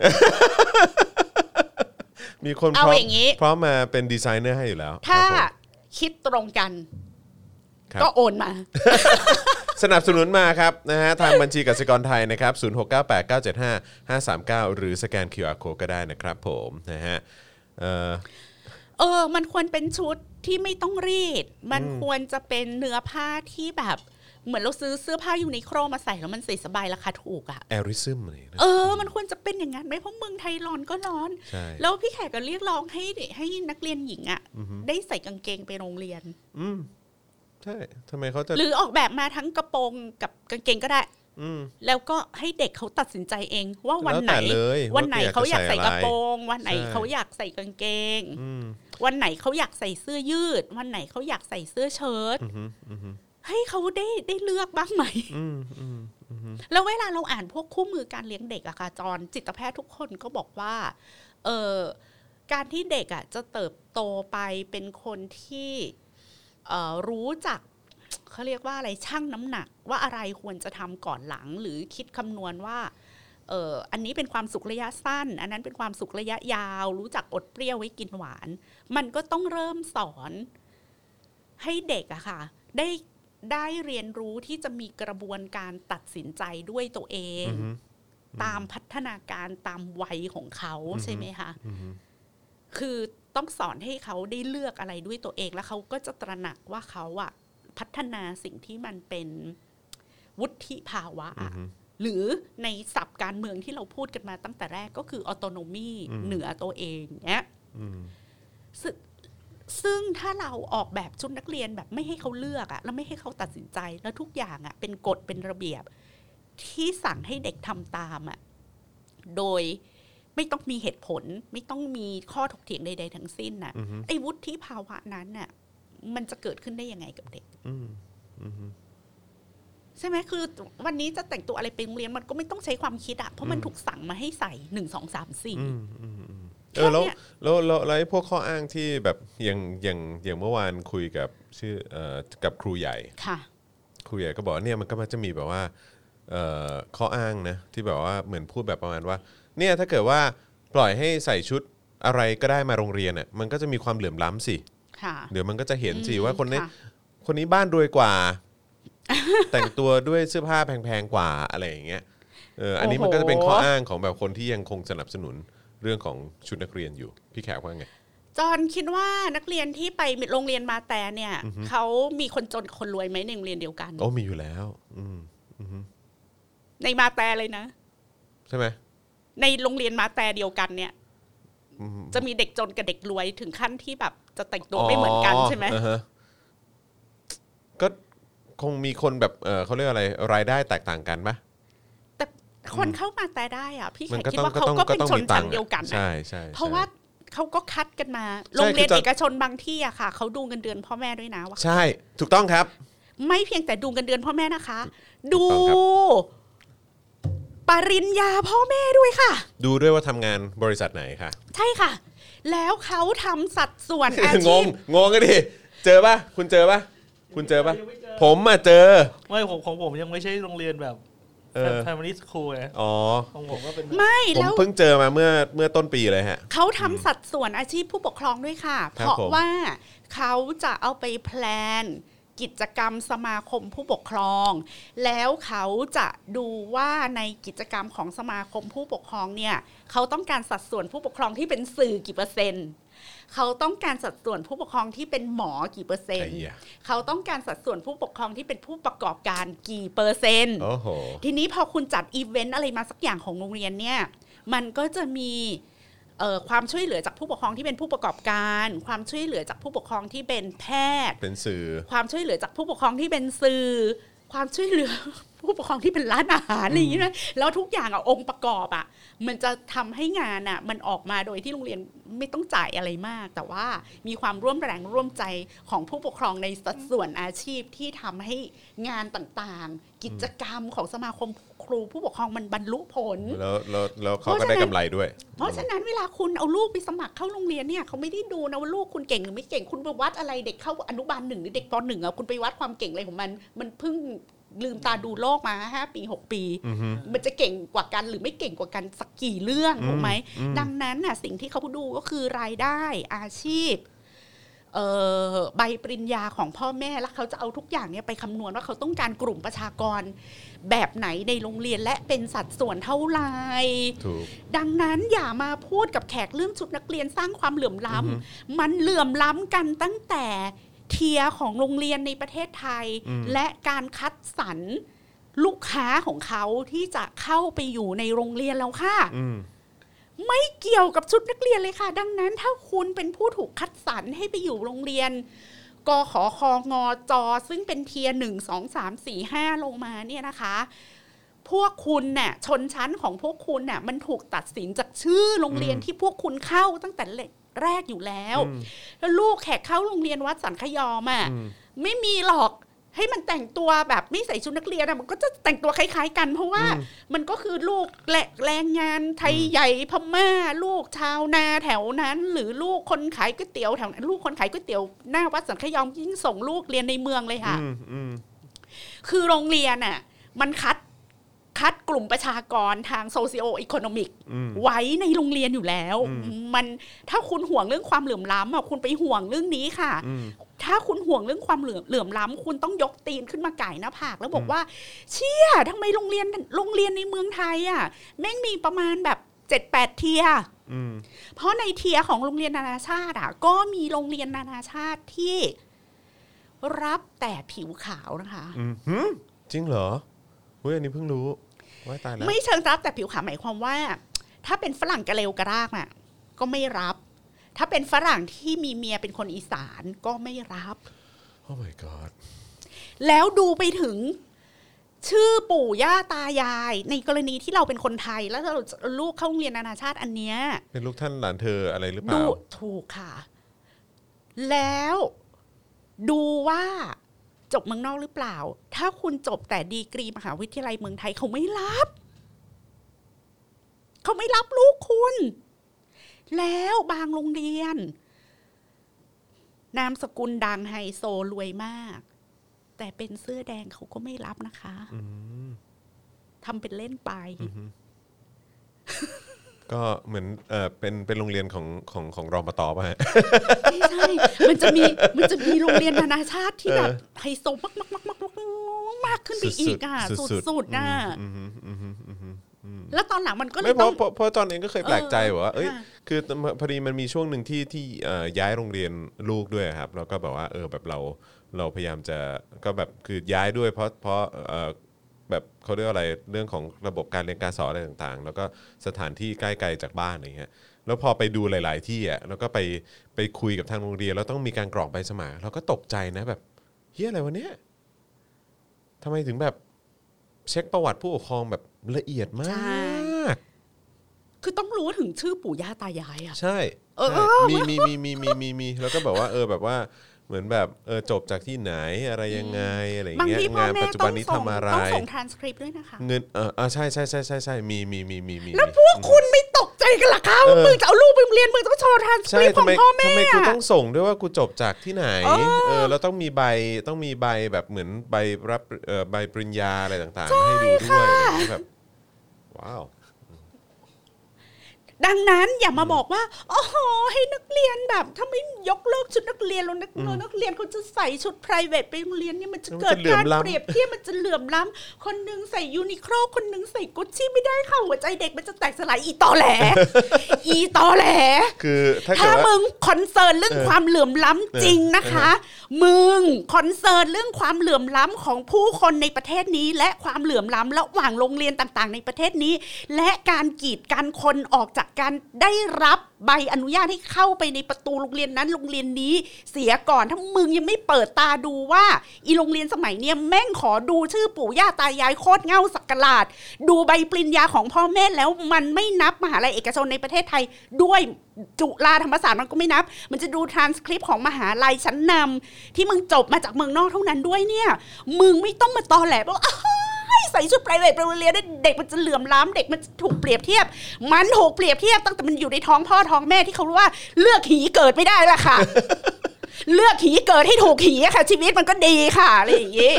มีคนพ
เอา
ร้อม
อย่างงี้
พร้อมมาเป็นดีไซเนอร์ให้อยู่แล้ว
ถ้า
ครับผม
คิดตรงกัน
ครับ
ก็โอนมา
สนับสนุนมาครับนะฮะทางบัญชีกสิกรไทยนะครับ0698975539 หรือสแกน QR code ก็ได้นะครับผมนะฮะเอ่อ
เออ มันควรเป็นชุดที่ไม่ต้องรีด มันควรจะเป็นเนื้อผ้าที่แบบ เหมือนเราซื้อเสื้อผ้ายูนิโคลมาใส่แล้วมันใส่สบายราคาถูกอะ
Airism อะไรนะ
เออ มันควรจะเป็นอย่างนั้นไหมเพราะเมืองไทยร้อนก็ร้อน
ใช่
แล้วพี่แขกก็เรียกร้องให้ให้นักเรียนหญิงอะ่ะ ได้ใส่กางเกงไปโรงเรียน
อืมใช่ทำไมเขาจะ
หรือออกแบบมาทั้งกระโปรงกับกางเกงก็ได้
อืม
แล้วก็ให้เด็กเขาตัดสินใจเองว่าวันไหน
แล้วแต่เลยว่า
วันไหนเขาอยากใส่กระโปรง วันไหน
ใช่
เขาอยากใส่กางเกง
อืม
วันไหนเขาอยากใส่เสื้อยืด วันไหนเขาอยากใส่เสื้อเชิ้ต
อืมอืม
ให้เขาได้ได้เลือกบ้างไหม
อืมอืม
แล้วเวลาเราอ่านพวกคู่มือการเลี้ยงเด็กอะค่ะจอนจิตแพทย์ทุกคนก็บอกว่า เออการที่เด็กอะจะเติบ โตไปเป็นคนที่เอ่อรู้จัก เขาเรียกว่าอะไรช่างน้ำหนักว่าอะไรควรจะทำก่อนหลัง หรือคิดคำนวณว่าเอออันนี้เป็นความสุขระยะสั้น อันนั้นเป็นความสุขระยะยาว รู้จักอดเปรี้ยวไว้กินหวาน มันก็ต้องเริ่มสอนให้เด็กอะค่ะ ได้ได้เรียนรู้ที่จะมีกระบวนการตัดสินใจด้วยตัวเอง
อือฮึ
ตามพัฒนาการตามวัยของเขา
อือฮึ
ใช่ไหมคะ
อือฮึ
คือต้องสอนให้เขาได้เลือกอะไรด้วยตัวเองแล้วเขาก็จะตระหนักว่าเขาอะพัฒนาสิ่งที่มันเป็นวุฒิภาวะ
อื
อะ
อฮึ
หรือในศัพท์การเมืองที่เราพูดกันมาตั้งแต่แรกก็คือออโตโนมี
อืม
เหนือตัวเองเนี้ย
อืม
ซึ่งซึ่งถ้าเราออกแบบชุดนักเรียนแบบไม่ให้เขาเลือกอะแล้วไม่ให้เขาตัดสินใจแล้วทุกอย่างอะเป็นกฎเป็นระเบียบ ที่สั่งให้เด็กทำตามอะโดยไม่ต้องมีเหตุผล ไม่ต้องมีข้อถกเถียงใด ๆ ทั้งสิ้นน่ะ
อือฮึ
ไอ้วุฒิภาวะนั้นน่ะมันจะเกิดขึ้นได้ยังไงกับเด็ก
อืมอือฮึ
ใช่ไหมคือวันนี้จะแต่งตัวอะไรไปโรงเรียนมันก็ไม่ต้องใช้ความคิดอะเพราะมัน
อืม
ถูกสั่งมาให้ใส่หนึ่งสองสามสี่
อืมอืมอืม
แค่
เออแล้ว
เนี่ย
แล้วแล้วแล้วไอ้พวกข้ออ้างที่แบบอย่างอย่างอย่างเมื่อวานคุยกับชื่อเอ่อกับครูใหญ่
ค่ะ
ครูใหญ่ก็บอกว่าเนี่ยมันก็มันจะมีแบบว่าเอ่อข้ออ้างนะที่แบบว่าเหมือนพูดแบบประมาณว่า เนี่ยถ้าเกิดว่าปล่อยให้ใส่ชุดอะไรก็ได้มาโรงเรียนอ่ะมันก็จะมีความเหลื่อมล้ำสิ
ค่ะ
เดี๋ยวมันก็จะเห็นสิว่าคนนี้
อืมะ
คนนี้บ้านรวยกว่า แต่งตัวด้วยเสื้อผ้าแพงๆกว่าอะไรอย่างเงี้ยเอออันนี้มันก็จะเป็นข้ออ้างของแบบคนที่ยังคงสนับสนุนเรื่องของชุดนักเรียนอยู่พี่แขกว่าไง
จอห์นคิดว่านักเรียนที่ไปโรงเรียนมาแต่เนี่ย
อือฮึ
เขามีคนจนคนรวยไหมในโรงเรียนเดียวกัน
โอ้มีอยู่แล้ว อืมอือฮึ
ในมาแต่เลยนะ
ใช่ไหม
ในโรงเรียนมาแต่เดียวกันเนี่ย
อืม
จะมีเด็กจนกับเด็กรวยถึงขั้นที่แบบจะแต่งตัวไม่เหมือนกันใช่ไหม
อ่าฮะก็คงมีคนแบบเออเขาเรียกอะไรรายได้แตกต่างกันปะ
แต่คนเข้ามาแต่ได้อ่ะพี่แข
มัน
ก
ก็
คิด
ต้องก็
ว่าเขา
ต้อง
ก็
ก็
เป็น
ต้อง
ชน
มีตั
ชั้
ง
น
ค์
เดียวกันอะ
ใช่ใช่
เพราะว่าเขาก็คัดกันมา
ใช่
โรงเรียน
คือจะ
เอกชนบางที่อะค่ะ เขาดูเงินเดือนพ่อแม่ด้วยนะว่า
ใช่ ถูกต้องครับ
ไม่เพียงแต่ดูเงินเดือนพ่อแม่นะคะ
ถู
ดู
กต้องครับ
ปริญญาพ่อแม่ด้วยค่ะ
ดูด้วยว่าทำงานบริษัทไหนค่ะ
ใช่ค่ะ แล้วเขาทำสัดส่วนอาง ชี
ง
พ
งงกันดิเจอปะคุณเจอปะคุณเจอปะ
ยังไม่เจอ
ผมมาเจอ
ไม่ผมของผมยังไม่ใช่โรงเรียนแบบ
เออ
primary school ไง
อ๋อ
ของผมก็เป็น
ไม่
ผม
แล้ว
เพิ่งเจอมาเมื่อเมื่อต้นปีเลยฮะ
เขาทำสัดส่วนอาชีพผู้ปกครองด้วยค่ะ
ค
เพ
รับ
ราะ
ผม
ว่าเขาจะเอาไปแพลน กิจกรรมสมาคมผู้ปกครอง แล้วเขาจะดูว่าในกิจกรรมของสมาคมผู้ปกครองเนี่ย เขาต้องการสัดส่วนผู้ปกครองที่เป็นสื่อกี่เปอร์เซ็นต์ เขาต้องการสัดส่วนผู้ปกครองที่เป็นหมอกี่เปอร์เซ็น
ไอ้
ต์
เหี้ย
เขาต้องการสัดส่วนผู้ปกครองที่เป็นผู้ประกอบการกี่เปอร์เซ็นต์
โอ้โห
ทีนี้พอคุณจัดอีเวนต์อะไรมาสักอย่างของโรงเรียนเนี่ย มันก็จะมีเอ่อความช่วยเหลือจากผู้ปกครองที่เป็นผู้ประกอบการ ความช่วยเหลือจากผู้ปกครองที่เป็นแพทย์
เป็นสื่อ
ความช่วยเหลือจากผู้ปกครองที่เป็นสื่อ ความช่วยเหลือ ผู้ปกครองที่เป็นร้านอาหารอะไรอย่างเงี้ยนะแล้วทุกอย่างอะองค์ประกอบอะมันจะทำให้งานอะมันออกมาโดยที่โรงเรียนไม่ต้องจ่ายอะไรมาก แต่ว่ามีความร่วมแรงร่วมใจของผู้ปกครองในสัดส่วนอาชีพที่ทำให้งานต่างๆ กิจกรรมของสมาคมครูผู้ปกครองมันบรรลุผล
แล้วแล้วแล้วเขาก็ได้กำไรด้วย
เพราะฉะนั้นเวลาคุณเอาลูกไปสมัครเข้าโรงเรียนเนี่ยเขาไม่ได้ดูนะว่าลูกคุณเก่งหรือไม่เก่งคุณไปวัดอะไรเด็กเข้าอนุบาลหนึ่งหรือเด็กปหนึ่งอะคุณไปวัดความเก่งอะไรของมัน มันเพิ่งลืมตาดูโลกมาห้าปีหกปี
อือฮึ
มันจะเก่งกว่ากันหรือไม่เก่งกว่ากันสักกี่เรื่อง
อืม
ถูกไหม
อืม
ดังนั้นน่ะสิ่งที่เขาดูก็คือรายได้อาชีพเอ่อใบปริญญาของพ่อแม่แล้วเขาจะเอาทุกอย่างเนี่ยไปคำนวณว่าเขาต้องการกลุ่มประชากรแบบไหนในโรงเรียนและเป็นสัดส่วนเท่าไหร่
ถูก
ดังนั้นอย่ามาพูดกับแขกเรื่องชุดนักเรียนสร้างความเหลื่อมล้
อือฮึ
ำ มันเหลื่อมล้ำกันตั้งแต่เทียร์ของโรงเรียนในประเทศไทย
อืม
และการคัดสรรลูกค้าของเขาที่จะเข้าไปอยู่ในโรงเรียนแล้วค่ะ
อืม
ไม่เกี่ยวกับชุดนักเรียนเลยค่ะ ดังนั้นถ้าคุณเป็นผู้ถูกคัดสรรให้ไปอยู่โรงเรียนกขอคองอจอ ซึ่งเป็นเทียร์หนึ่งสองสามสี่ห้าลงมาเนี่ยนะคะ พวกคุณน่ะชนชั้นของพวกคุณน่ะมันถูกตัดสินจากชื่อโรงเรียน
อืม
ที่พวกคุณเข้าตั้งแต่แรกอยู่แล้ว
อืม
แล้วลูกแขกเข้าโรงเรียนวัดสันขยอมอ่ะ
อืม
ไม่มีหรอก ให้มันแต่งตัวแบบไม่ใส่ชุดนักเรียนอะมันก็จะแต่งตัวคล้าย ๆ กัน เพราะว่า
อืม
มันก็คือลูกแหละแรงงานไทยใหญ่พม่า ลูกชาวนาแถวนั้น หรือลูกคนขายก๋วยเตี๋ยวแถวนั้นลูกคนขายก๋วยเตี๋ยวหน้าวัดสังขยอมยิ่งส่งลูกเรียนในเมืองเลยค่ะ
อืมอืม
คือโรงเรียนน่ะมันคัดคัดกลุ่มประชากรทาง socio economic
อืม
ไว้ในโรงเรียนอยู่แล้ว
อืม
มันถ้าคุณห่วงเรื่องความเหลื่อมล้ำอ่ะคุณไปห่วงเรื่องนี้ค่ะ
อืม
ถ้าคุณห่วงเรื่องความเหลื่อมเหลื่อมล้ำคุณต้องยกตีนขึ้นมาไก่หน้าผากแล้วบอกว่า เชี่ยทำไมโรงเรียนโรงเรียนในเมืองไทยอ่ะแม่งมีประมาณแบบเจ็ดแปดเทีย
อืม
เพราะในเทียร์ของโรงเรียนนานาชาติอ่ะก็มีโรงเรียนนานาชาติที่รับแต่ผิวขาวนะคะ
อืมหืมจริงเหรอเฮ้ยอันนี้เพิ่งรู้ว่ายตายแล้ว
ไม่เชิงรับแต่ผิวขาวหมายความว่า ถ้าเป็นฝรั่งกะเลวกะรากน่ะ ก็ไม่รับ ถ้าเป็นฝรั่งที่มีเมียเป็นคนอีสานก็ไม่รับ
โอ้ my god
แล้วดูไปถึง ชื่อปู่ย่าตายาย ในกรณีที่เราเป็นคนไทยแล้วเราลูกเข้าโรงเรียนนานาชาติอันเนี้ย
เป็นลูกท่านหลานเธออะไรหรือเป
ดู
ล่า
ถูกค่ะ แล้วดูว่าจบเมืองนอกหรือเปล่า ถ้าคุณจบแต่ดีกรีมหาวิทยาลัยเมืองไทยเขาไม่รับ เขาไม่รับลูกคุณ แล้วบางโรงเรียน นามสกุลดังไฮโซรวยมาก แต่เป็นเสื้อแดงเขาก็ไม่รับนะคะ
อืม
ทำเป็นเล่นไป
อืมก็เหมือนเออเป็นเป็นโรงเรียนของของของรองปตอป่ะฮะ
ไม่ใช่ มันจะมี มันจะมีโรงเรียนนานาชาติที่แบบไฮโซมากมากมากมากมากขึ้นไปอีกอ่ะ
สุดๆ
สุดๆน่ะ
อืมอืมอืมอืมอืมอืม
แล้วตอนหลังมันก็เล
ไม่
ย
เพ
ต้อ
ราะ
ง
เพราะเพราะตอนเองก็เคยแปลกใจว่า เอ้ย
ค่ะ
คือพอดีมันมีช่วงหนึ่งที่ที่เอ่อย้ายโรงเรียนลูกด้วยครับ แล้วก็แบบว่า เออ แบบเรา เราพยายามจะ ก็แบบ คือย้ายด้วยเพราะ เพราะเอ่อแบบเขาเรียกว่าอะไร เรื่องของระบบการเรียนการสอนอะไรต่างๆ แล้วก็สถานที่ใกล้ไกลจากบ้านอะไรเงี้ย แล้วพอไปดูหลาย ๆ ที่อ่ะ แล้วก็ไป ไปคุยกับทางโรงเรียน แล้วต้องมีการกรอกใบสมัคร เราก็ตกใจนะแบบ เฮียอะไรวะเนี่ยทำไมถึงแบบเช็คประวัติผู้ปกครองแบบละเอียดมา
ใช่
ก
คือต้องรู้ถึงชื่อปู่ย่าตายายอ่ะ
ใช่
เออ
ใช่มีมีมีมีมีมีมีแล้วก็แบบว่าเออแบบว่าเหมือนแบบเออจบจากที่ไหนอะไรยังไงอะไรอย่าง
บาง
เงี้ย
ทีพ่อง
าน
แม่
ปัจจุ
ต้
บั
อน ง
นี้
ส่ง
ทำอะไร
ต้องส่งทรานสคริปต์ด้วยนะคะ
เงินเออเออใช่ใช่ใช่ใช่ใช่มีมีมีมีมี
แล้ว
มี
พวกคุณไม่ตกใจกันเหรอคะว่ามึงจะเอาลูกไปเรียนมึงต้องโชว์ทรานสค
ใช่
ริปต์ข
ทำ
อง
ไม
พ่อแม่
ทำไมกู
อะ
ต้องส่งด้วยว่ากูจบจากที่ไหน
เออ
เออแล้วต้องมีใบต้องมีใบแบบเหมือนใบรับเอ่อใบปริญญาอะไรต่างๆมาให้ดูด้วยอะไรอย่างเงี้ยแบบว้าว
ดังนั้นอย่ามาบอกว่าโอ้โหให้นักเรียนแบบถ้าไม่ยกเลิกชุดนักเรียนแล้วนัก
อืม
นักเรียนเขาจะใส่ชุด p r i v a t ไปโรงเรียนเนี่ยมันจะ
มันจะ
เกิด
เหลื่อม
การ
ล้ำ
เปรียบเทียบมันจะเหลื่อมล้ำคนหนึงใส่ยูนิโคลคนหนึงใส่กุชชี่ไม่ได้ค่ะหัวใจเด็กมันจะแตกสลายอีตอแหล อีตอแหล
คือถ้าเกิด
ถ้า
ว่า
มึงคอนเซิร์นเรื่อง
เออ
ความเหลื่อมล้ำจริงนะคะ มึงคอนเซิร์นเรื่องความเหลื่อมล้ำของผู้คนในประเทศนี้ และความเหลื่อมล้ำระหว่างโรงเรียนต่างๆ ในประเทศนี้ และการกีดกันคนออกจากการได้รับใบอนุญาตให้เข้าไปในประตูโรงเรียนนั้นโรงเรียนนี้เสียก่อนถ้ามึงยังไม่เปิดตาดูว่าอีโรงเรียนสมัยเนี้ยแม่งขอดูชื่อปู่ย่าตายายโคตรเง่าสักกะหลาด ดูใบปริญญาของพ่อแม่แล้วมันไม่นับมหาลัยเอกชนในประเทศไทย ด้วยจุฬาธรรมศาสตร์มันก็ไม่นับ มันจะดูทรานสคริปต์ของมหาลัยชั้นนำที่มึงจบมาจากเมืองนอกเท่านั้นด้วยเนี่ย มึงไม่ต้องมาตอแหลบอกว่าอ้ายใส่ชุดไพรเวทไปโรงเรียนเนี่ยเด็กมันจะเหลื่อมล้ำเด็กมันจะถูกเปรียบเทียบ มันถูกเปรียบเทียบตั้งแต่มันอยู่ในท้องพ่อท้องแม่ที่เขารู้ว่าเลือกหีเกิดไม่ได้ละค่ะ เลือกหีเกิดให้ถูกหีอะค่ะ ชีวิตมันก็ดีค่ะอะไรอย่างงี้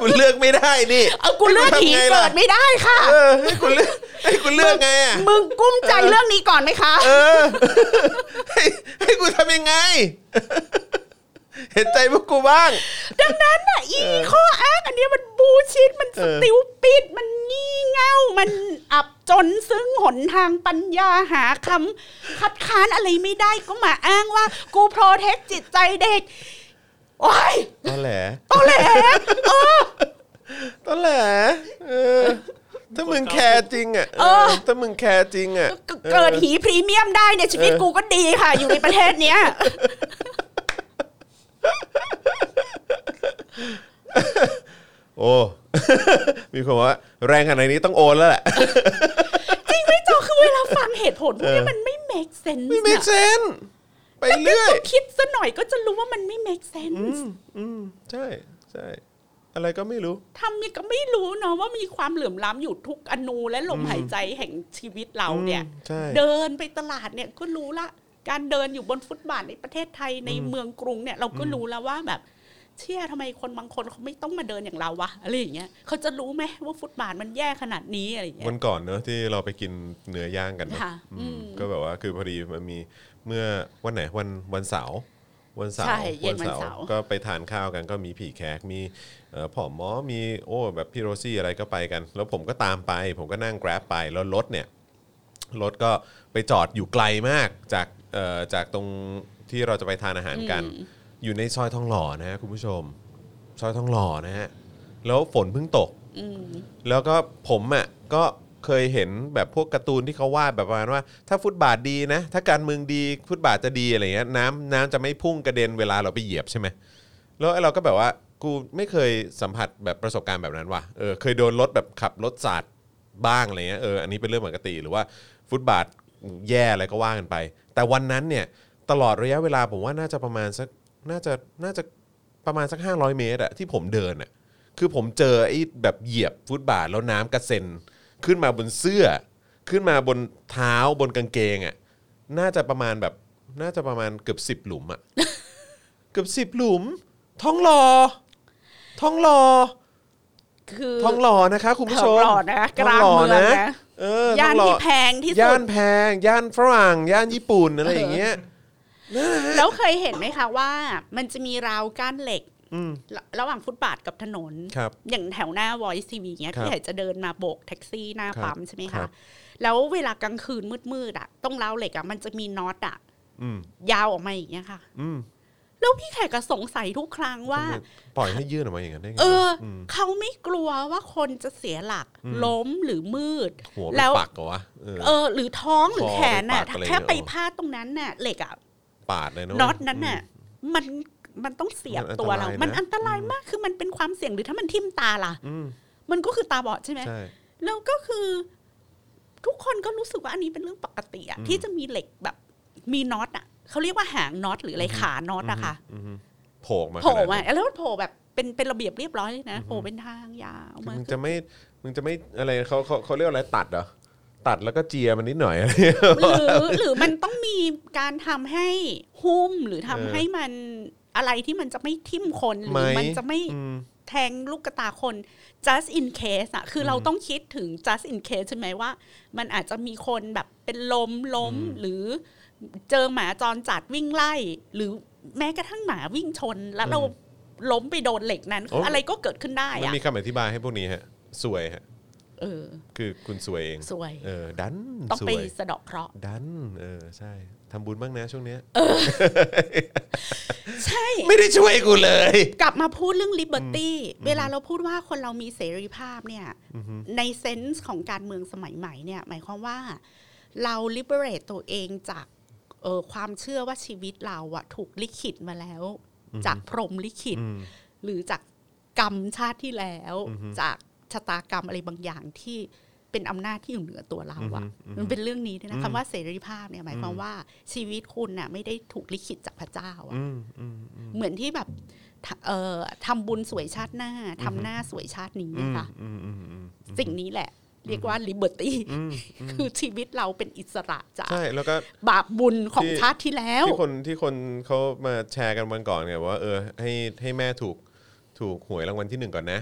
กูเลือกไม่ได้นี่
เอากูเลือกหีเกิดไม่ได้ค่ะ
เออให้กูเลือกให้กูเลือกไงอะ
มึงกุ้มใจเรื่องนี้ก่อนไหมคะ
เออ ให้ให้กูทำยังไง เห็นใจพวกกูบ้าง
ดังนั้นอ่ะอีข้ออ้างอันเนี้ยมันบูชิดมัน
เอ
ส
อ
ติวปิดมันงี่เง่า มันอับจนซึ่งหนทางปัญญาหาคำคัดค้านอะไรไม่ได้ก็มาอ้างว่า กูโปรเทคจิตใจเด็ก โอ้ย
ตอนแหล
ตอแหลเออ
ตอนแหลเออ ถ้ามึงแคร์จริงอ่ะ
เออ
ถ้ามึงแคร์จริงอ่ะ
เกิด
ออ
หีพรีเมียมได้เนี่ยชีวิตกูก็ดีค่ะ อยู่ในประเทศเนี้ย
โอ้ มีคนบอกว่า แรงขนาดนี้ต้องโอนแล้วแหละ
จริงไหมจอคือเวลาฟังเหตุผลพวกเนี้
เอ
ย
อ
มันไม่ make sense
ไม่ make
อะ
sense ไปเรื่อย
คิดซะหน่อยก็จะรู้ว่ามันไม่ make sense
อืมใช่ใช่อะไรก็ไม่รู้
ทำมีก็ไม่รู้เนาะว่ามีความเหลื่อมล้ำอยู่ทุกอนูและลมหายใจแห่งชีวิตเราเนี่ย
อืมใช่
เดินไปตลาดเนี่ยก็รู้ละ การเดินอยู่บนฟุตบาทในประเทศไทยในเมืองกรุงเนี่ยเราก็รู้แล้วว่าแบบ เชี่ยทำไมคนบางคนเขาไม่ต้องมาเดินอย่างเราวะอะไรอย่างเงี้ยเขาจะรู้ไหมว่าฟุตบาทมันแย่ขนาดนี้อะไรอย่างเงี้ย
วันก่อนเนอะที่เราไปกินเนื้อย่างกันเนอะ
ค่ะ
อืม
อืม
ก็แบบว่าคือพอดีมันมีเมื่อวันไหนวันวันเสาร์วันเสา
ใช่
ร์
เย็นวันเสาร์
ก็ไปทานข้าวกันก็มีผีแขกมีเอ่อผอหมอมีโอ้แบบพี่โรซี่อะไรก็ไปกัน แล้วผมก็ตามไป ผมก็นั่ง grab ไปแล้วรถเนี่ย รถก็ไปจอดอยู่ไกลมากจากเอ่อจากตรงที่เราจะไปทานอาหารกัน อยู่ในซอยทองหล่อนะฮะคุณผู้ชม ซอยทองหล่อนะฮะแล้วฝนเพิ่งตก
อืม
แล้วก็ผมอ่ะก็เคยเห็นแบบพวกการ์ตูนที่เขาวาดแบบประมาณว่า ถ้าฟุตบาทดีนะ ถ้าการเมืองดีฟุตบาทจะดีอะไรเงี้ยน้ำน้ำจะไม่พุ่งกระเด็นเวลาเราไปเหยียบใช่ไหมแล้วไอ้เราก็แบบว่ากูไม่เคยสัมผัสแบบประสบการณ์แบบนั้นว่ะเออเคยโดนรถแบบขับรถสาดบ้างอะไรเงี้ยเอออันนี้เป็นเรื่องปกติหรือว่าฟุตบาทแย่อะไรก็ว่ากันไป แต่วันนั้นเนี่ยตลอดระยะเวลาผมว่าน่าจะประมาณสักน่าจะน่าจะ ประมาณสัก 500 เมตรอะที่ผมเดินอะคือผมเจอไอ้แบบเหยียบฟุตบาทแล้วน้ำกระเซ็น ขึ้นมาบนเสื้อ ขึ้นมาบนเท้าบนกางเกงอะน่าจะประมาณแบบน่าจะประมาณเกือบสิบหลุมอะ เกือบสิบหลุมท้องหลอท้องหลอ
คือ
ท้องหลอนะคะคุณผู้ชม
ท้องหล่อนะกลาง
ท้ห
เมืองนะ
เออท้
ย่า
อน งหล่อ
ที่แพงที่สุ
ย่า
ด
นแพง ย่านฝรั่ง ย่านญี่ปุ่นอะไรอย่างเงี้ย
แล้วเคยเห็นไหมคะว่า มันจะมีราวกั้นเหล็ก
อืม
ระระหว่างฟุตบาทกับถนน
ครับ
อย่างแถวหน้า Voice TV เงี้ย
ครับ
พี่ใหญ่จะเดินมาโบกแท็กซี่หน้า
ครับ
ปั๊มใช่ไหม
ครั
คะ
บ
แล้วเวลากลางคืนมืดๆอะต้องเล้าวเหล็กอะมันจะมีน็อตอะ
อืม
ยาวออกมาอย่างเงี้ยค่ะ
อืม
แล้วพี่แขกก็สงสัยทุกครั้งว่า
ทำไมปล่อยให้ยื่นออกมาอย่างนั้นได้ไง
เอออ
ม
เขาไม่กลัวว่าคนจะเสียหลัก
อืม
ล้มหรือมืด
หัวไป
แล้ว
ปักเหรอวะเออ
เออ หรือท้องหรือแขนน่ะ
คอหรือปากอะไร
แค่ไป
เงี้ย
พลาดตรงนั้นน่ะเหล็กอะ
ปาดเลยนะ
น็อต
เว้ย
นั้นน่ะ
ม
มันมันต้องเสียบ
มันอันตราย
ตัวเรา
นะ
มันอันตราย
อืม
มากคือมันเป็นความเสี่ยงหรือถ้ามันทิ่มตาล่ะ
อืม
มันก็คือตาบอดใช่ไหม
ใช่
แล้วก็คือ ทุกคนก็รู้สึกว่าอันนี้เป็นเรื่องปกติอะ
อืม
ที่จะมีเหล็กแบบมีน็อตอะเขาเรียกว่าหางน็อตหรืออะไรขาน็อตอะค่ะ
อืมอืมโผล่ออกมา
โผล่
ขนด
มา
นั้น
แล้วมันโผล่แบบเป็นเป็นระเบียบเรียบร้อยเลยนะ
อือฮึ
โผล่เป็นทางยาวมา
มึงจะไม่มึงจะไม่อะไรเขาเขาเขาเรียกอะไรตัดเหรอตัดแล้วก็เจียมันนิดหน่อยอะไร
หรือหรือมันต้องมีการทำให้หุ้มหรือทำให้มันอะไรที่มันจะไม่ทิ่มคนหรือมันจะไม่
อืม
แทงลูกกระตาคน just in case อะคืออ
ม
เราต้องคิดถึง just in case ใช่ไหมว่า มันอาจจะมีคนแบบเป็นลมล้มหรือ เจอหมาจรจัดวิ่งไล่ หรือแม้กระทั่งหมาวิ่งชน แล้วเราล้มไปโดนเหล็กนั้น
โอ้
อะไรก็เกิดขึ้นได้
มัน
อะ
มีคำอธิบายให้พวกนี้ฮะสวยฮะ
เออ
คือคุณสวยเอง
สวย
เออดัน
ต้อง
ส
ไป
วย
สะเดาะเคราะห์
ดันเออใช่ทำบุญบ้างนะช่วงเนี้ย
ใช่
ไม่ได้ช่วยกูเลย
กลับมาพูดเรื่อง liberty เวลาเราพูดว่าคนเรามีเสรีภาพเนี่ย
อือฮึ
ในเซนส์ของการเมืองสมัยใหม่เนี่ย หมายความว่าเรา liberate ตัวเองจากเอ่อความเชื่อว่าชีวิตเราอะถูกลิขิตมาแล้ว จากพรหมลิขิต
อืม
หรือจากกรรมชาติที่แล้ว
อือฮึ
จากชะตากรรมอะไรบางอย่างที่เป็นอำนาจที่อยู่เหนือตัวเราอะ
อือฮึอือฮึ
มันเป็นเรื่องนี้ด้วย
อื
นะ
ม
คำว่าเสรีภาพเนี่ยหมายความว่าชีวิตคุณน่ะไม่ได้ถูกลิขิตจากพระเจ้าอะ
อืมอืมอืม
เหมือนที่แบบทะเอ่อทำบุญสวยชาติหน้าทำหน้าสวยชาตินี้
อืม
ค่ะ
อืมอืมอืม
สิ่งนี้แหละ เรียกว่าลิเบอร์ตี้
อืม
คือชีวิตเราเป็นอิสระจาก
ใช่แล้วก็
บาปบุญของ
ที่
ชาติที่แล้ว
ที่คนที่คนเขามาแชร์กันวันก่อนไงว่าเออให้ให้แม่ถูกถูกหวยรางวัลที่หนึ่งก่อนนะ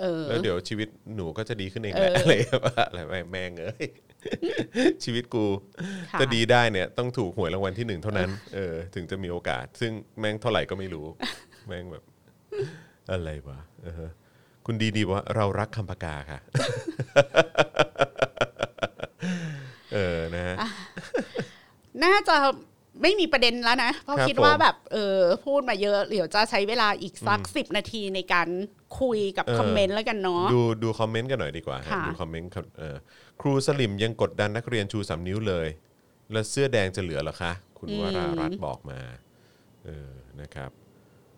เออ
แล้วเดี๋ยวชีวิตหนูก็จะดีขึ้นเอง
เอ
แห
อ
ละอะไรแบบว่าอะไรแม่งเอ้ย ชีวิตกู
ค่ะ
จะดีได้เนี่ยต้องถูกหวยรางวัลที่หนึ่งเท่านั้นเออถึงจะมีโอกาส ซึ่งแม่งเท่าไหร่ก็ไม่รู้ แม่งแบบ อะไรวะเออคุณดีดีบอกว่าเรารักคำปากกาค่ะ เออนะฮะ
น่าจะไม่มีประเด็นแล้วนะ เพราะ
ครับ
คิดว่า
ผม
แบบเออพูดมาเยอะเดี๋ยวจะใช้เวลาอีกสักสิบนาทีในการคุยกับ
เออ
คอมเมนต์แล้วกันเนาะ
ดูดูคอมเมนต์กันหน่อยดีกว่าฮะ
ค่ะ
ดูคอมเมนต์ครับเอ่อครูสลิมยังกดดันนักเรียนชูสามนิ้วเลย แล้วเสื้อแดงจะเหลือเหรอคะ คุณวรารัตน์บอกมาเออนะครับ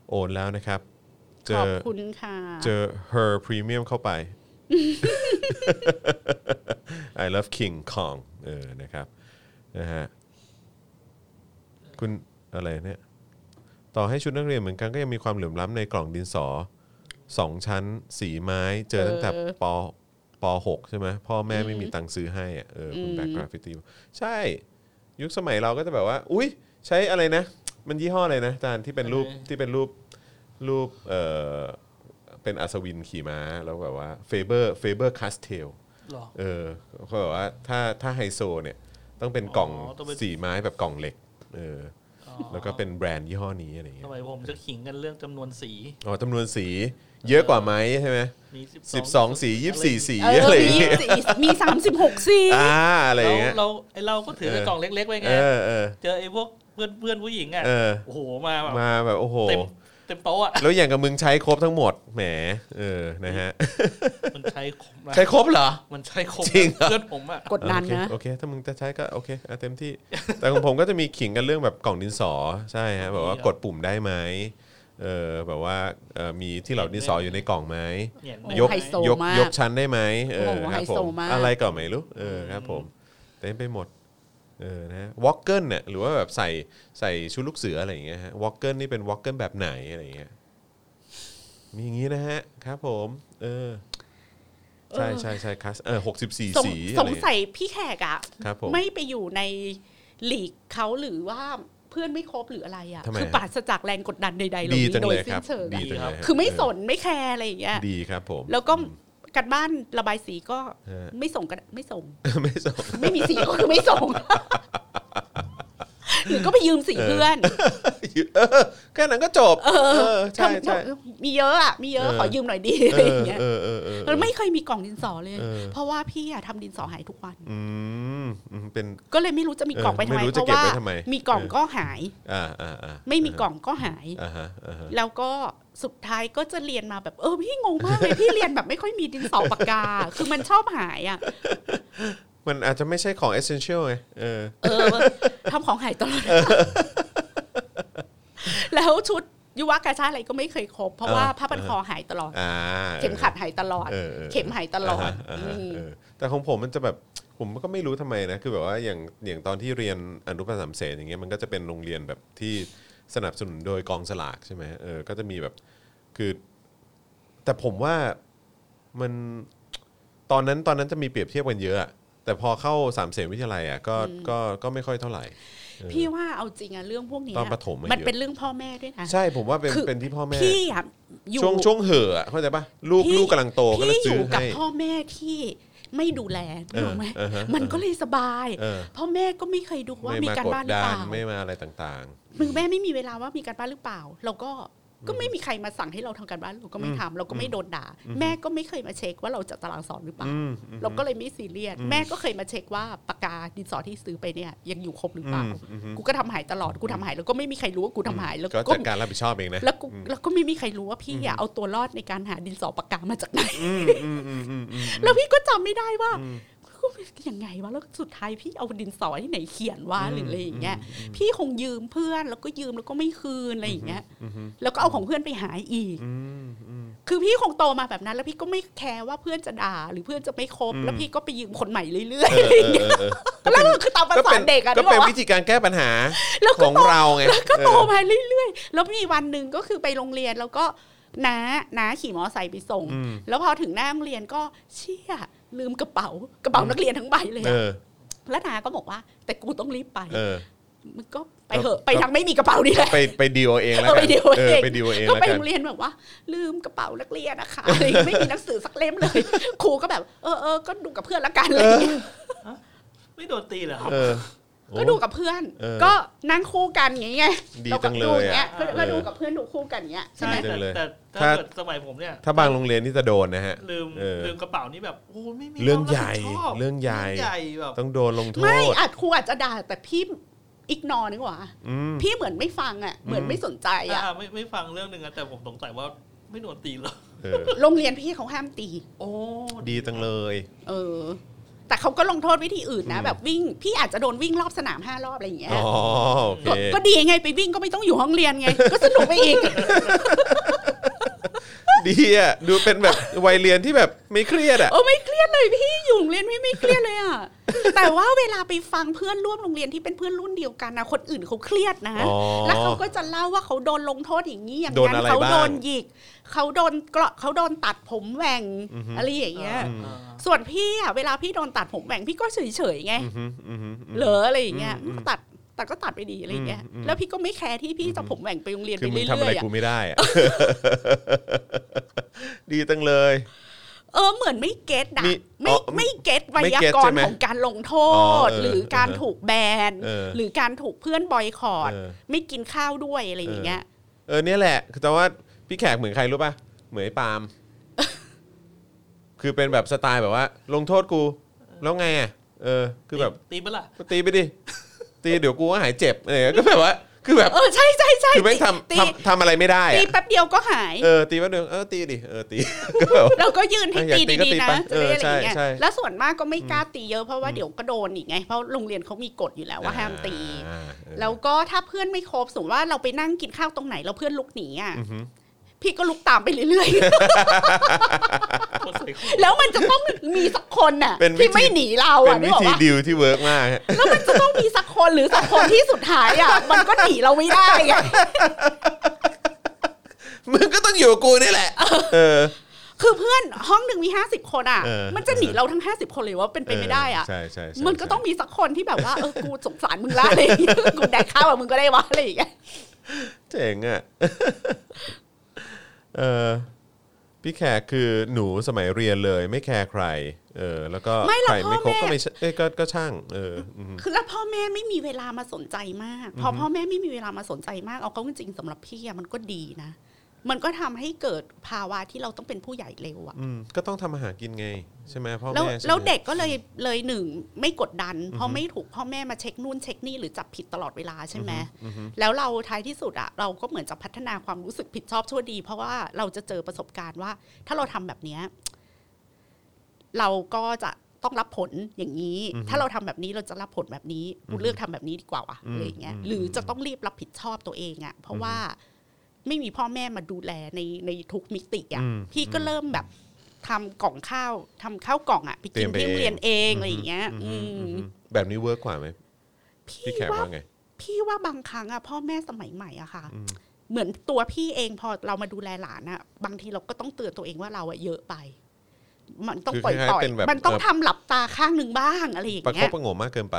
โอนแล้วนะครับ เจ
ขอบ
อ
คุณค่ะ
เจอ her premium เข้าไป I love King Kong เออนะครับนะฮะคุณ อะไรเนี่ยต่อให้ชุดนักเรียนเหมือนกันก็ยังมีความเหลื่อมล้ำในกล่องดินสอสองชั้น สีไม้ เจอตั้งแต่
เออ
ปปหกใช่ไหมพ่อแม่ไม่
อืม
มีตังค์ซื้อให้อะเออคุณ
อืม
แบ็กกราฟิตี้ใช่ ยุคสมัยเราก็จะแบบว่า อุ้ยใช้อะไรนะ มันยี่ห้ออะไรนะอาจารย์ที่เป็นรูป
อะไรนะ
ที่เป็นรูปรูปเออเป็นอัศวินขี่ม้าแล้วแบบว่าเฟเบอร์เฟเบอร์คาสเทล
หรอ
เออเขาบอกว่าถ้าถ้าไฮโซเนี่ยต้องเป็นกล่อง
อ๋อต้องเป็น
สีไม้แบบกล่องเหล็กเออ
อ๋อ
แล้วก็เป็นแบรนด์ยี่ห้อนี้อะไรอย่างเงี้
ส
ย
มัยผมจะขิงกันเรื่องจำนวนสี
อ๋อจำนวนสีเยอะกว่าไหมใช่ไหม
มี
สิบสองสียี่สิบสี่สี
เออ
อะไรอย่าง
มี
เงี้ย
สี่มีสามสิบหกซี่
อ่าอะไร
เรา
อย่างเงี้ย
เราไอเราก็ถือเป็นกล่องเล็กๆไว้ไง
เออเออ
เจอไอ้พวกเพื่อนเพื่อนผู้หญิงอ่ะ
เออ
โอ้โห มาแบบ
มาแบบโอ้โห
เต็มเต็มโต๊ะอ่ะ
แล้วอย่างกับมึงใช้ครบทั้งหมดแหมเออนะฮะ
มันใช้คม นะ
ใช้ครบเหรอ
มันใช้คม
จริงเหรอ
เพื่อนผมอ่ะ
กดดันนะ
โอเคโอเค ถ้ามึงจะใช้ก็โอเคอ่ะเต็มที่ แต่ของผมก็จะมีขิงกันเรื่องแบบกล่องดินสอ ใช่ฮะ แบบว่า
มีเหรอ
กดปุ่มได้ไหมเออ แบบว่าเอ่อมีที่เหล่าดินสออยู่ในกล่องไหม
เนี่ย
โอ้
ยก
ไฮโซ
ยก
มาก
ยกชั้นได้ไหมเออ
โอ้โห
ครับ
ไฮ
ผ
โซ
ม
มาก
อะไรก็ไม่รู้เออครับผมเต็มไปหมดเออนะวอลเกิลเนี่ยหรือว่าแบบใส่ใส่ชุดลูกเสืออะไรอย่างเงี้ยฮะวอลเกิลนี่เป็นวอลเกิลแบบไหนอะไรอย่างเงี้ยมีอย่างงี้นะฮะครับผมเออใช่ใช่ใช่คัสเออหกสิบสี่
สง
สีอะไรอ
สง
ย่างเงี้ย
สัยพี่แขกอะ
ครับผม
ไม่ไปอยู่ในหลีกเขาหรือว่าเพื่อนไม่ครบหรืออะไรอะ
ทำไม
คื
ฮะ
ปราศจากแรงกดดันใดๆเหล่า
ดี
นี้
จัง
โด
เลย ยค
สิ้
รั
น
บ
เชิง
ดี
อะ
จังเลยฮะ
คือไม่ส
เ
นไม่แคร์อะไรอย่างเงี้ย
ดีครับผม
แล้วก็การบ้านระบายสีก็
ฮะ
ไม่ส่งกันไม่ส่ง
ไม่ส่ง
ไม่มีสีก็คือไม่ส่ง หรือก็ไปยืมสีเพื่อน
เออแค่นั้นก็จบ เออใช่
ทำ
ใช่
มีเยอะอะมีเยอะ
เออ
ขอยืมหน่อยดี
เอ
อะไรอย่า
อง
เงี้ย
เออเออเออ
แล้วไม่เคยมีกล่องดินสอเลย
เออ
เพราะว่าพี่อะทำดินสอหายทุกวัน
อืมอืมเป็น
ก็เลยไม่รู้จะมี
เออก
ล่องไปทำไม
ไม่รู้
เพ
จะ
ราะ
เก็บ
ว่า
ไว้ทำไม
มีกล่อง
เออ
ก็หาย
อ่าอ่าอ่า
ไม่มีกล่องก็หาย
อ่าฮะอ่าฮะ
แล้วก็สุดท้ายก็จะเรียนมาแบบ เออพี่งงมากเลย พี่เรียนแบบไม่ค่อยมีดินสอปากกา คือมันชอบหายอ่ะ
มันอาจจะไม่ใช่ของ essential ไงเออ
เออทำของหายตลอด แล้วชุดยุวกาชาติอะไรก็ไม่เคยครบ เพราะว่า
เออ
ผ้าพันคอหายตลอด
อ่า
เข็มขัดหายตลอด
เออออ
เข็มหายตลอด
าฮะาฮะ
อืม
เออแต่ของผมมันจะแบบผมก็ไม่รู้ทำไมนะคือแบบว่าอย่างอย่างตอนที่เรียนอนุบาลสามเสนอย่างเงี้ยมันก็จะเป็นโรงเรียนแบบที่สนับสนุนโดยกองสลากใช่ไหมเออก็จะมีแบบคือ แต่ผมว่ามันตอนนั้นตอนนั้นจะมีเปรียบเทียบกันเยอะอะแต่พอเข้าสามเสนวิทยาลัยอ่ะก็ก็ก็ไม่ค่อยเท่าไหร่
พี่ว่าเอาจริงอะเรื่องพวกเนี้ย
ตอนประถมอะ
มัน
เยอะ
เป็นเรื่องพ่อแม่ด้วยนะ
ใช่ผมว่าเป็น
คือ
เป็นที่พ่อแม่
พี่อะอยู่
ช่วงช่วงเห่อะอะเข้าใจปะลูก
พี่
ลูกกำลังโตก็เลย
พี่อ
ซื้อยู่
กับ
ให้
พ่อแม่ที่ไม่ดูแล
เออ
ถูกไหม
เออฮะ
มันก็เลยสบาย
เออ
พ่อแม่ก็ไม่เคยดูว่า
ไม่
มี
มาก
การ
กด
บ้านหรือ
ดั
เป
น
ล่า
ไม่มาอะไรต่าง
มือแม่ไม่มีเวลาว่ามีการบ้านหรือเปล่า เราก็ก็ไม่มีใครมาสั่งให้เราทำการบ้านเราก็ไม่ทำเราก็ไม่โดนด่า แม่ก็ไม่เคยมาเช็คว่าเราจะตารางสอนหรือ
ๆ
เปล่า
อืมอืม
เราก็เลยไม่ซีเรียสแม่ก็เคยมาเช็คว่าปากกาดินสอที่ซื้อไปเนี่ยยังอยู่ครบหรือเปล่า
อืมอืมอืม
กูก็ทำหายตลอดกูทำหายแล้วก็ไม่มีใครรู้ว่ากูทำหายแล้ว
ก็
ก็
จัดการรับผิดชอบเองนะ
แล้วกูแล้วก็ไม่มีใครรู้ว่าพี่อะเอาตัวรอดในการหาดินสอปากกามาจากไหน
อืมอืมอืมอืมอืม
แล้วพี่ก็จำไม่ได้ว่า ยังไงวะแล้วสุดท้ายพี่เอาดินสอที่ไหนเขียนวะหรืออะไรอย่างเงี้ย พี่คงยืมเพื่อนแล้วก็ยืมแล้วก็ไม่คืนอะไรอย่างเงี้ย แล้วก็เอาของเพื่อนไปหายอีก
อืมอืม
คือพี่คงโตมาแบบนั้น แล้วพี่ก็ไม่แคร์ว่าเพื่อนจะด่าหรือเพื่อนจะไม่คบ
อืม
แล้วพี่ก็ไปยืมคนใหม่เรื่อย
เออเออเออ
ๆแล้วก็คือตามภา
ก็
ษา
เป็น
เด็กอะ
ก็
นึกอ
เป็น
อก
วิ
ปะ
ธีการแก้ปัญหา
แล้ว
ข
ก็
องเราไงเอ
โต
อ
มาเรื่อยๆ แล้วมีวันหนึ่งก็คือไปโรงเรียนแล้วก็น้าน้าขี่มอไซค์ไปส่ง
อืม
แล้วพอถึงหน้าโรงเรียนก็เชี่ยลืมกระเป๋ากระเป๋านักเรียนทั้งใบเลย
เอ
อะ
อ
แล้วนาก็บอกว่า แต่กูต้องรีบไป
เออ
มันก็ไป
ก็
เถอะ
ก็
ไปทางไม่มีกระเป๋าดีแหละ
ไปไปดีลเอาเองแล้วกั
เออไปดีลเอาเอง
ไปดีลเอาเอง
ก็
แล้ว
ไป
กัน
โรงเรียนแบบว่า ลืมกระเป๋านักเรียนนะคะ อะไรอย่างเงี้ยไม่มีหนังสือสักเล่มเลย ครูก็แบบ เออเออก็ดูกับเพื่อนละกันอะไรอย่างเงี้ย
ไม่โดนตีเหรอ
เออโอ้
ก็ดูกับเพื่อน
เออ
ก็นั่งคู่กันอย่างเงี้ย
ดี
รา
จั
ก็
งเลย
ดูอางเงี้ย
อะ
ก็ดูกับเพื่อนดูคู่กันอย่างเงี้ยใช่ไหม
ดีจังเลย
แต่แต่
ถ้า
ถ้าเกิดสมัยผมเนี่ย
ถ้าบางโรงเรียนนี่จะโดนนะฮะ
ลืม
เออ
ลืมกระเป๋านี่แบบโอ้ไม่มี
เรื่องใหญ่
ความบผิดชอบ
เรื่องใหญ่
แบบ
ต้องโดนลงโท
ไม่
ษ
อาจครูอาจจะด่าแต่พี่อิกนอนึกว่า
อืม
พี่เหมือนไม่ฟังอ่ะเหมือนไม่สนใจอ่ะ
อ่าไม่ไม่ฟังเรื่องหนึ่งอะแต่ผมสงสัยว่าไม่โดนตีเหรอ
เออ
โรงเรียนพี่เขาห้ามตี
โอ้
ดีจังเลย
เออ แต่เขาก็ลงโทษวิธีอื่นนะ แบบวิ่งพี่อาจจะโดนวิ่งรอบสนามห้ารอบอะไรอย่างเงี้ย
อ๋อโอเค
ก็ก็ดีไงไปวิ่งก็ไม่ต้องอยู่ห้องเรียนไง ก็สนุกไปอีก
ดีอ่ะ ดูเป็นแบบวัยเรียนที่แบบไม่เครียดอ่ะ
โอ้ไม่เครียดเลยพี่อยู่โรงเรียนพี่ไม่เครียดเลยอ่ะ แต่ว่าเวลาไปฟังเพื่อนร่วมโรงเรียนที่เป็นเพื่อนรุ่นเดียวกันนะคนอื่นเขาเครียดนะ
อ๋อ
แล้วเขาก็จะเล่าว่าเขาโดนลงโทษอย่างนี้อย่าง
โดน
นั้
อะ
น
ไร
เขา
บ้าง
โดนหยิกเขาโดนเกราะเขาโดนตัดผมแหว่ง
อือฮึ
อะไรอย่างเงี้ย
อืม
อ่า
ส่วนพี่อะเวลาพี่โดนตัดผมแหว่งพี่ก็เฉยเฉยๆไง
อือหืออือหืออือหือ
เหลืออะไรอย่างเงี้ย
อืม
ก็ตัดตัดก็ตัดไปดีอะไรอย่างเงี้ย
อืมอืม
แล้วพี่ก็ไม่แคร์ที่พี่จะผมแหว่งไปโรงเรียน
คื
ไป
อมึง
เรื่
ทำอะไร
อยๆอะ
กูไม่ได้อะ ดีตั้งเลย
เออเหมือนไม่เก็ตอะ
มี
ไม่
อ๋อ
ไม่เก็ตไว
ไม่
ยา
เก็ต
ก
ใช่
รณ์
ไหม
ของการลงโท
อ๋อ
ษ
เออ
หรือการ
เออ
ถูกแบน
เออ
หรือการถูกเพื่อนบอยคอรด
เออ
ไม่กินข้าวด้วยอะไรอย่างเงี้ย
เออเนี่ยแหละแต่ว่าพี่แขกเหมือนใครรู้ป่ะ เหมือนไอ้ปา ล์ม คือเป็นแบบสไตล์แบบว่า ลงโทษกู แล้วไงอ่ะ เออ คือแบบ
ตีปะล่ะ
ก็ตีไปดิ ตีเดี๋ยวกูก็หายเจ็บอะไรอย่างเงี้ยก็แบบว่า คือแบบ
เออใช่ใช่ใช่
คือแม่งทำ
ตี
ทำทำอะไรไม่ได้
ตี
อะ
แป๊บเดียวก็หาย
เออ ตีแป๊บนึงเออ ตีดิ เออ ตี ก็แบบ
เราก็ยืนให้
เอออยาก
ตี
ตีก็
ดี
ตี
ๆนะ
ไป
จะได้อะไรอย่างเงี้ย
เออใช่ใช่
แล้วส่วนมากก็ไม่กล้าตีเยอะเพราะว่าเดี๋ยวก็โดนอีกไง เพราะโรงเรียนเขามีกฎอยู่แล้วว่าห้ามตี
าเออ
แล้วก็ถ้าเพื่อนไม่ครบสมมติว่าเราไปนั่งกินข้าวตรงไหนแล้วเพื่อนลุกหนีอ่ะ
อือหือ
พี่ก็ลุกตามไปเรื่อย
คนใส่คู่
ๆ แล้วมันจะต้องมีสักคนน่ะ
เป็นวิธี
ที่ไม่หนีเรา
เป็
อ่ะ
น
นึ
วิ
กออก
ธี
ปะ
ดิวที่เวิร์กมาก ฮะ
แล้วมันจะต้องมีสักคนหรือสองคนที่สุดท้ายอ่ะมันก็หนีเราไม่ได้ไง
มึงก็ต้องอยู่กับกูนี่แหละ เออ
คือเพื่อนห้องหนึ่งมีห้าสิบคนอ่ะ
เออ
มันจะหนีเราทั้งห้าสิบคนเลยว่าเป็นไปไม่ได้อ่ะ
เใช่ใช่ใช่
มันก็ต้องมีสักคนที่แบบว่าเออกูสงสารมึงละอะไรอย่างเงี้ยกูแดกข้าวกับมึงก็ได้วะอะไรอย่างเงี้ย
เจ๋งอ่ะ เออพี่แขกคือหนูสมัยเรียนเลย ไม่แคร์ใคร เออ แล้วก็ใครไม่คบก็ไม่ใช่เอ้ยก็ก็ช่าง เอออืม
คือแล้วพ่อแม่ไม่มีเวลามาสนใจมาก พอพ่อแม่ไม่มีเวลามาสนใจมากเอาเข้าจริงๆสำหรับพี่อะมันก็ดีนะ มันก็ทำให้เกิดภาวะที่เราต้องเป็นผู้ใหญ่เร็วอะ
อืมก็ต้องทำอาหารกินไง ใช่ไหมพ่อ
แล้ว
แม่ใช่ไหม
แล้วเด็กก็เลยเลยหนึ่งไม่กดดัน เพราะไม่ถูกพ่อแม่มาเช็คนู่นเช็คนี่หรือจับผิดตลอดเวลาใช่ไหม
อือฮึ
แล้วเราท้ายที่สุดอะเราก็เหมือนจะพัฒนาความรู้สึกผิดชอบชั่วดี เพราะว่าเราจะเจอประสบการณ์ว่า ถ้าเราทำแบบเนี้ย เราก็จะต้องรับผลอย่างนี้ ถ้าเราทำแบบนี้เราจะรับผลแบบนี้กูเลือกทำแบบนี้ดีกว่าว่ะ
อืม
อะไรอย่างเงี้ย
อืม
หรือจะต้องรีบรับผิดชอบตัวเองอะเพราะว่าไม่มีพ่อแม่มาดูแลในในทุกมิติอะพี่ก็เริ่มแบบทำกล่องข้าวทำข้าวกล่องอะไปกินที่โรงเรียนเองอะไรอย่างเงี้ย
อืม
อืม
อืมแบบนี้เวิร์กกว่าไหม
พี่
พี่แขก
ว่า
ว่าไง
พี่ว่าบางครั้งอะพ่อแม่สมัยใหม่อะค่ะ
อืม
เหมือนตัวพี่เองพอเรามาดูแลหลานอะบางทีเราก็ต้องเตือนตัวเองว่าเราอะเยอะไป มันต้อง
คือ
ปล่อย
คล้ายๆ
ปล่อย
เป็นแบบ
มันต้อง
เอ่อ
ทำหลับตาข้างหนึ่งบ้างอะไรอย่าง
ประค
เงี้
บ
ย
ประหงมมากเกินไป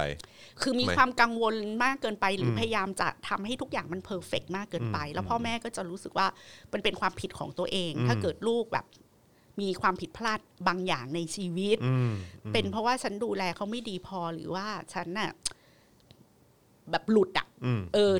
คือมี
ไม่
ความกังวลมากเกินไป หรืออ
ม
พยายามจะทำให้ทุกอย่างมันเพอร์เฟกมากเกินไป
อืม
แล้วพ่อแม่ก็จะรู้สึกว่ามันเป็นความผิดของตัวเอง
อืม
ถ้าเกิดลูกแบบ มีความผิดพลาดบางอย่างในชีวิต
อืมอืม
เป็นเพราะว่าฉันดูแลเขาไม่ดีพอหรือว่าฉันน่ะแบบหลุดอ่ะ
อืม
เออ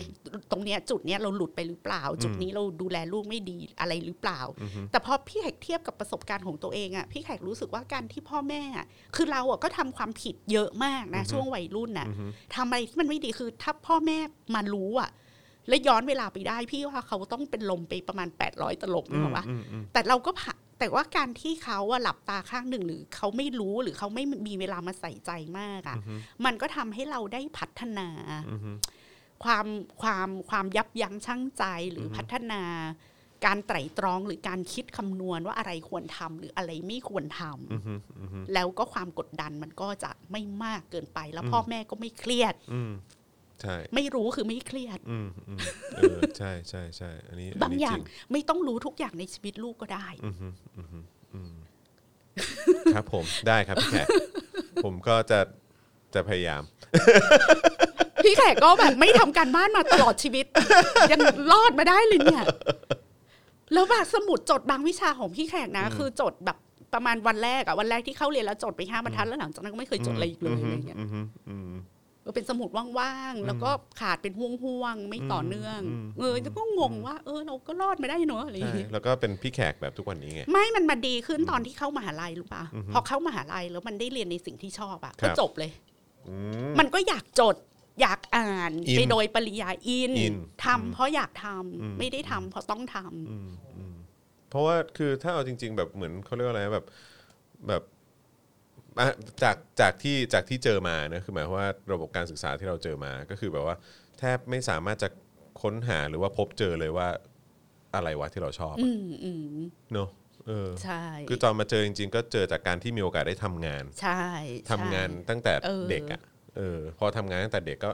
ตรงเนี้ยจุดเนี้ยเราหลุดไปหรือเปล่า จุดนี้เราดูแลลูกไม่ดีอะไรหรือเปล่า
อือฮึ
แต่พอพี่แขกเทียบกับประสบการณ์ของตัวเองอะพี่แขกรู้สึกว่าการที่พ่อแม่อะคือเราอะก็ทำความผิดเยอะมากนะ ช่วงวัยรุ่นนะทำอะไรที่มันไม่ดีคือถ้าพ่อแม่มารู้อะและย้อนเวลาไปได้พี่ว่าเขาต้องเป็นลมไปประมาณ 800ตลบนึกออกปะ
อืมอืม
แต่เราก็ผ่าแต่ว่าการที่เขาอะหลับตาข้างหนึ่งหรือเขาไม่รู้หรือเขาไม่มีเวลามาใส่ใจมากอะ
อือฮึ
มันก็ทำให้เราได้พัฒนา
อืมอืม
ความความความยับยั้งชั่งใจหรืออพัฒนา การไตร่ตรองหรือการคิดคำนวณว่าอะไรควรทำหรืออะไรไม่ควรท
อืมอืมอืม
ำแล้วก็ความกดดันมันก็จะไม่มากเกินไป แล้วพ่อแม่ก็ไม่เครียด
อืมใช่
ไม่รู้คือไม่เครียด
อืมอืมเออ ใช่ใช่ใช่อันนี้
บางอย่า
น
ง
นี้จริ
ไม่ต้องรู้ทุกอย่างในชีวิตลูกก็ได้
อืมฮึอืมฮึอืมครับผมได้ครับพี่แขกผมก็จะจะพยายาม
พี่แขกก็แบบไม่ทำการบ้านมาตลอดชีวิต ยังรอดมาได้เลยเนี่ย แล้วแบบสมุดจดบางวิชาของพี่แขกนะ คือจดแบบประมาณวันแรกอะวันแรกที่เข้าเรียนแล้วจดไปห้าบรรทัดแล้วหลังจากนั้นก็ไม่เคยจดอะไรอีกเลยอะไรเงี้ย
อืมฮึอืม
เออเป็นสมุดว่างๆ แล้วก็ขาดเป็นห่วงๆ ไม่ต่อเนื่อง
อืม
เออแล้วก็งงว่า เออเราก็รอดไม่ได้เนอะอะไรอย่าง
ใช่
เงี้ย
แล้วก็เป็นพี่แขกแบบทุกวันนี้ไง
ไม่มันมาดีขึ้นตอนที่เข้ามหาลัยรู้ป่ะพอเข้ามหาลัยแล้วมันได้เรียนในสิ่งที่ชอบอ่ะ
ครับ
ก็จบเลย
อืม
มันก็อยากจด อยากอ่าน
อิน
ไปโดยปริยายอิน
อิน
ทำเพราะอยากทำ
อืม
ไม่ได้ทำเพราะต้องทำ
อืมอืมเพราะว่าคือถ้าเอาจริง ๆ แบบเหมือนเขาเรียกว่าอะไรนะแบบแบบอ่ะจากจากที่จากที่เจอมานะคือหมายความว่าระบบการศึกษาที่เราเจอมาก็คือแบบว่า แทบไม่สามารถจะค้นหาหรือว่าพบเจอเลยว่าอะไรวะที่เราชอบ
อืมอืม
เนอะ เออ
ใช่
คือจอนมาเจอจริง ๆ ก็เจอจากการที่มีโอกาสได้ทำงาน
ใช่
ทำงานตั้งแต่
ออ
เด็กอ่ะ เออ พอทำงานตั้งแต่เด็กก็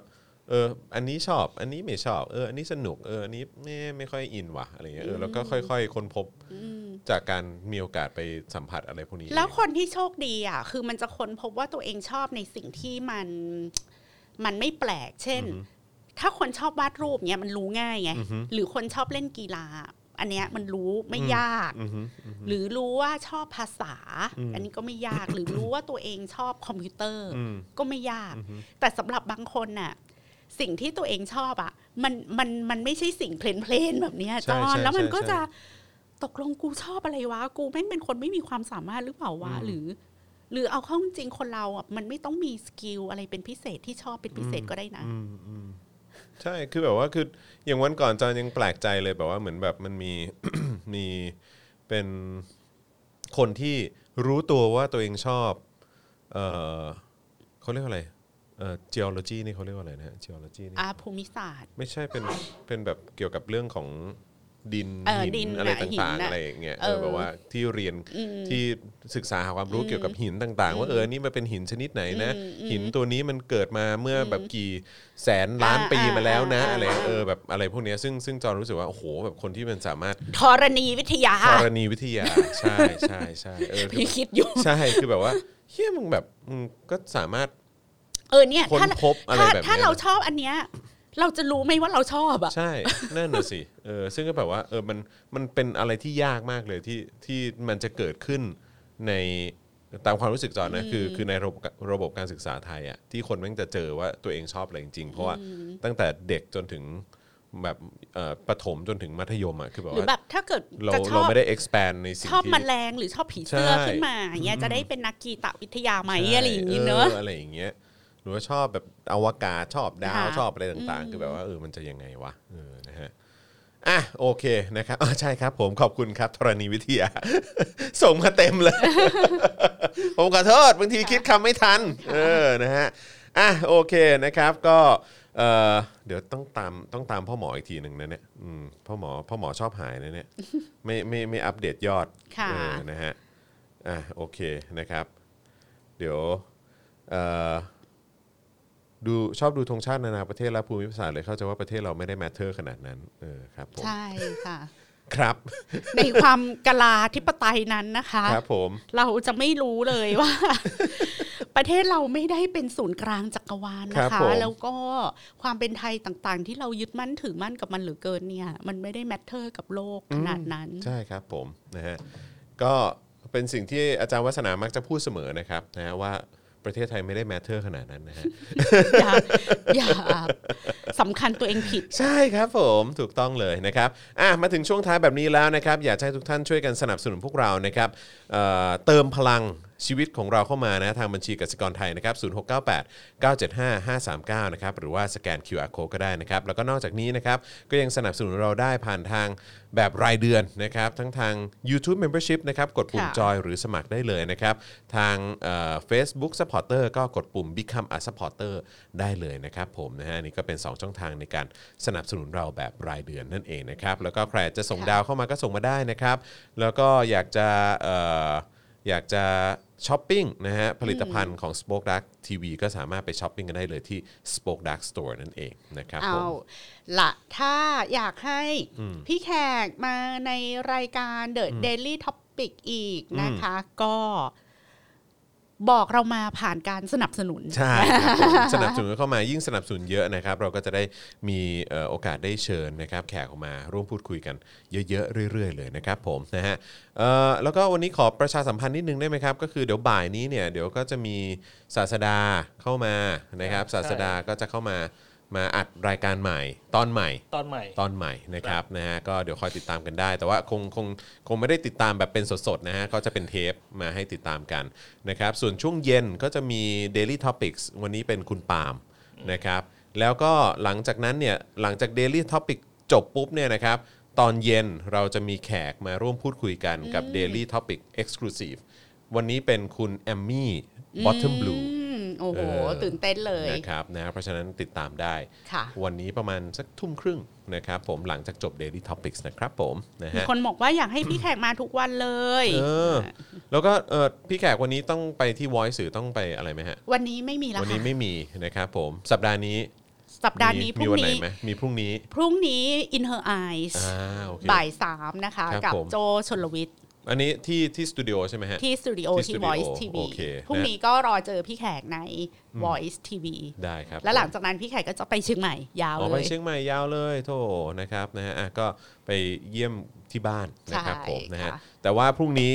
เออ อันนี้ชอบ อันนี้ไม่ชอบ เออ อันนี้สนุก เออ อันนี้ไม่ไม่ค่อยอินว่ะ อะไรเงี้ย เออ แล้วก็ค่อยๆ ค้นพบ
อืม
จากการมีโอกาสไปสัมผัสอะไรพวกนี้
แล้ว
เอง
คนที่โชคดีอ่ะ คือมันจะค้นพบว่าตัวเองชอบในสิ่งที่มันมันไม่แปลก เช่น ถ้าคนชอบวาดรูปเนี่ยมันรู้ง่ายไง หรือคนชอบเล่นกีฬา อันเนี้ยมันรู้ไม่ยาก
อือฮึอืม
หรือรู้ว่าชอบภาษา
อืม
อันนี้ก็ไม่ยาก หรือรู้ว่าตัวเองชอบคอมพิวเตอร์
อืม
ก็ไม่ยาก แต่สำหรับบางคนน่ะ สิ่งที่ตัวเองชอบอ่ะ มันมันมันไม่ใช่สิ่งเพลนเพลนๆแบบเนี้ย
ใช่
จอน
ใช่
แล้วมัน
ใช่
ก็
ใช่
จะตกลงกูชอบอะไรวะ กูแม่งเป็นคนไม่มีความสามารถหรือเปล่าวะ
อืม
หรือ หรือเอาเข้าจริงๆคนเราอ่ะมันไม่ต้องมีสกิลอะไรเป็นพิเศษที่ชอบเป็นพิเศษ
อืม
ก็ได้นะ
อืมอืมใช่ คือแบบว่า คือ อย่างวันก่อนจอนยังแปลกใจเลยแบบว่า เหมือนแบบมันมี มีเป็นคนที่รู้ตัวว่าตัวเองชอบ เออเขาเรียกว่าอะไร เอ่อ geology นี่เขาเรียกว่าอะไรนะฮะ geology นี่
อาภูมิศาสตร์
ไม่ใช่เป็นเป็นแบบเกี่ยวกับเรื่องของดิน
เออดิ
หิน
น
อะไร
น่ะหิน
ต่างๆ
น่ะ
อะไรอย่างเงี้ยเอ
เอ
อ
อ
แบบว่าที่เรียนที่ศึกษาหาความรู้เกี่ยวกับหินต่างๆ ว่าเออนี่มันเป็นหินชนิดไหนนะ
อืมอืม
หินตัวนี้มันเกิดมาเมื่อแบบกี่แสนล้าน
อ่า
ปีมาแล้วนะ
อ่า
อะไร
อ่า
เออแบบอะไรพวกเนี้ยซึ่งซึ่งจอรู้สึกว่าโอ้โหแบบคนที่มันสามารถ
ธรณีวิทยา
ธรณีวิทยาใช่ใช่ใช่เออคือ
พี่คิดอยู่
ใช่คือแบบว่าเฮียมึงแบบมึงก็สามารถ
เออเนี่ยถ้า
ค้นพบอะไร
ถ้า
แบบเนี้ย
ถ้าเราชอบอันเนี้ยเราจะรู้ไหมว่าเราชอบอ่ะ
ใช่ นั่นน่ะสิ เออ ซึ่งก็แบบว่า เออ มัน มันเป็นอะไรที่ยากมากเลยที่ ที่มันจะเกิดขึ้นในตามความรู้สึกจอนนะ คือ คือในระบบระบบการศึกษาไทยอะที่คนแม่งจะเจอว่าตัวเองชอบอะไรจริงๆ เพราะว่าตั้งแต่เด็กจนถึงแบบเอ่อประถมจนถึงมัธยมอะคือแบบ
หรือ
ว่า
แบบถ้าเกิด
เรา
จะช
เรา
อบ
ไม่ได้ expand ในสิ่ง
ชอบ
ที่
แมลงหรือชอบผีเสื้อ
ใช่
ขึ้นมาอย่างเงี้ยจะได้เป็นนักกีตาวิทยาไหมอะไรอย่างงี้เนอะ
ใช่อออะไรอย่างเงี้ย หรือว่าชอบแบบอวกาศชอบดาว
ค่ะ
ชอบอะไรต่างๆ คือแบบว่าเออมันจะยังไงวะเออนะฮะอ่ะโอเคนะครับ อ๋อใช่ครับผมขอบคุณครับธรณีวิทยา ส่งมาเต็มเลย ผมขอโทษบางทีคิดคำไม่ทัน เออนะฮะอ่ะโอเคนะครับก็เอ่อเดี๋ยวต้องตามต้องตามพ่อหมออีกทีหนึ่งนะเนี่ยอืมพ่อหมอพ่อหมอชอบหายนะ เนี่ย ไม่ไม่ไม่อัปเดตยอด
ค่ะ
เออนะฮะอ่ะโอเคนะครับ เดี๋ยวเอ่อดูชอบดูธงชาตินานาประเทศและภูมิภาษาเลยเข้าใจว่าประเทศเราไม่ได้แมทเทอร์ขนาดนั้นเออครับผม
ใช่ค่ะ
ครับ
ในความกลาธิปไตยนั้นนะคะ
ครับผม
เราจะไม่รู้เลยว่า ประเทศเราไม่ได้เป็นศูนย์กลางจักรวาล
ครั
นะ
บ
คะ
ผม
แล้วก็ความเป็นไทยต่างๆ ที่เรายึดมั่นถือมั่นกับมันเหลือเกินเนี่ย มันไม่ได้แมทเทอร์กับโลกขนาดนั้น
ใช่ครับผมนะฮะก็เป็นสิ่งที่อาจารย์วัฒนามักจะพูดเสมอนะครับนะฮะว่าประเทศไทยไม่ได้แมทเทอร์ขนาดนั้นนะฮะ
อย่าอย่าสำคัญตัวเองผิด
ใช่ครับผมถูกต้องเลยนะครับอ่ะมาถึงช่วงท้ายแบบนี้แล้วนะครับ อยากจะให้ทุกท่านช่วยกันสนับสนุนพวกเรานะครับเอ่อเติมพลังชีวิตของเราเข้ามานะทางบัญชีกสิกรไทยนะครับ0698 975 539นะครับหรือว่าสแกน QR code ก็ได้นะครับ แล้วก็นอกจากนี้นะครับ ก็ยังสนับสนุนเราได้ผ่านทางแบบรายเดือนนะครับ ทั้งทาง YouTube Membership นะครับกดปุ่ม
ค่ะ
จ อยหรือสมัครได้เลยนะครับ ทางเอ่อ Facebook Supporter ก็กดปุ่ม Become a Supporter ได้เลยนะครับผมนะฮะอันนี่ก็เป็น 2 ช่องทางในการสนับสนุนเราแบบรายเดือนนั่นเองนะครับ แล้วก็ใครจะส่งดาวเข้ามาก็ส่งมาได้นะครับ แล้วก็อยากจะเอ่ออยากจะช้อปปิ้งนะฮะผลิตภัณฑ์ของ Spoke Dark TV ก็สามารถไปช้อปปิ้งกันได้เลยที่ Spoke Dark Store นั่นเองนะครับผ
เอา
ม
ละถ้าอยากให้พี่แขกมาในรายการ The Daily Topic อีกนะคะ ก็บอกเรามาผ่านการสนับสนุน
ใช่ครับผมส นับสนุนเข้ามายิ่งสนับสนุนเยอะนะครับ เราก็จะได้มีเอ่อโอกาสได้เชิญนะครับ แขกออกมาร่วมพูดคุยกันเยอะๆเรื่อย ๆ เลยนะครับผมนะฮะเอ่อแล้วก็วันนี้ขอประชาสัมพันธ์นิดนึงได้ไหมครับ ก็คือเดี๋ยวบ่ายนี้เนี่ยเดี๋ยวก็จะมีศาสดาเข้ามานะครับศาสดาก็จะเข้ามามาอัดรายการใหม่ตอนใหม่
ตอนใหม่
ตอนใหม่นะครับนะฮะก็เดี๋ยวคอยติดตามกันได้ แต่ว่าคงคงคงไม่ได้ติดตามแบบเป็นสดๆนะฮะก็จะเป็นเทปมาให้ติดตามกันนะครับส่วนช่วงเย็นก็จะมี Daily Topics วันนี้เป็นคุณปาล์มนะครับแล้วก็หลังจากนั้นเนี่ยหลังจาก Daily Topic จบปุ๊บเนี่ยนะครับตอนเย็นเราจะมีแขกมาร่วมพูดคุยกันกับ Daily Topic Exclusive วันนี้เป็นคุณแอมมี่ Bottom Blue
อืมโอ้โห
เออ
ตื่นเต้นเลย
นะครับนะฮะเพราะฉะนั้นติดตามได้
ค่ะ
วันนี้ประมาณสักทุ่มครึ่ง นะครับผมหลังจากจบ Daily Topics นะครับผมนะ
มี
ฮะ
คนบอกว่าอยากให้พี่แขกมาทุกวันเลย
เออ แล้วก็เออพี่แขกวันนี้ต้องไปที่ Voice สื่อต้องไปอะไรไหมฮะ
วันนี้ไม่มีแล้ว
วันนี้
ค่ะ
ไม่มีนะครับผมสัปดาห์นี้
สัปดาห์นี้พ
มี
รุ่ง
วัไหน
นี้
ไหมมีพรุ่งนี้
พรุ่งนี้ In Her Eyes
อ่าโอเค
บ่ายสามนะคะ
ครับ
กับ
ผม
โจชนลวิทย์
อันนี้ที่ที่สตูดิโอใช่ไหมฮะ
ที่สตูดิโอ
ที่
ที่
Studio
Voice TV
โอเค
พรุ่ง
นะ
นี้ก็รอเจอพี่แขกใน Voice TV
ได้ครับ
แล้วหลังจากนั้นพี่แขกก็จะไปเชียงใหม่ยาว
ออก
เล
ไป
ย
เชียงใหม่ยาวเลยโถนะครับนะฮะอ่ะก็ไปเยี่ยมที่บ้านนะครับ
ใช่
ผมนะฮะ
ค่ะ
แต่ว่าพรุ่งนี้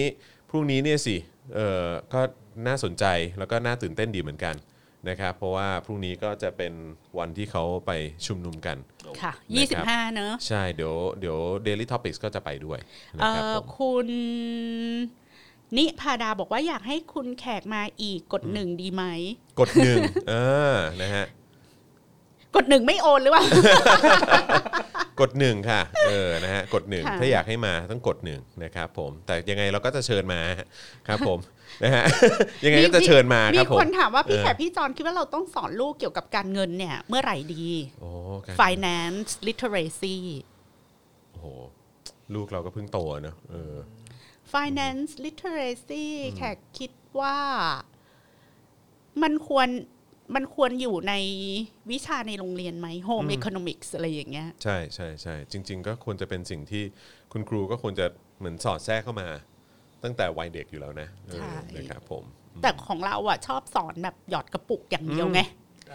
พรุ่งนี้เนี่ยสิเออก็น่าสนใจแล้วก็น่าตื่นเต้นดีเหมือนกันนะครับเพราะว่าพรุ่งนี้ก็จะเป็นวันที่เขาไปชุมนุมกัน
ค่ะ
นะครับ
25 เนอะ
ใช่เดี๋ยวเดี๋ยว Daily Topics ก็จะไปด้วยนะ
เอ่
ครับ
อ
ผม
คุณนิพาดาบอกว่าอยากให้คุณแขกมาอีกกดหนึ่งดีไหม
กดหนึ่ง เออนะฮะ
กดหนึ่งไม่โอนหรือเปล่า
กดหนึ่งค่ะ เออ นะฮะ กดหนึ่ง
ค่ะ
ถ้าอยากให้มาต้องกดหนึ่งนะครับผม แต่ยังไงเราก็จะเชิญมาครับ ผม นะฮ ะ ยังไงก็จะเชิญมาครับผ
ค
ม
นถามว่าพี่
เออ
แขกพี่จอนคิดว่าเราต้องสอนลูกเกี่ยวกับการเงินเนี่ย เมื่อไหร่ดี
โอ้การ
finance literacy
โอ้โห ลูกเราก็เพิ่งโตอะเนอะเออ
finance literacy แขกคิดว่ามันควรมันควรอยู่ในวิชาในโรงเรียนไหม home economics อะไรอย่างเงี้ย
ใช่ใช่ใช่จริง ๆ ก็ควรจะเป็นสิ่งที่คุณครูก็ควรจะเหมือนสอดแทรกเข้ามา ตั้งแต่วัยเด็กอยู่แล้วนะเออ
ใช่
นะครับผม
แต่ของเราอ่ะชอบสอนแบบหยอดกระปุกอย่างเดียวไง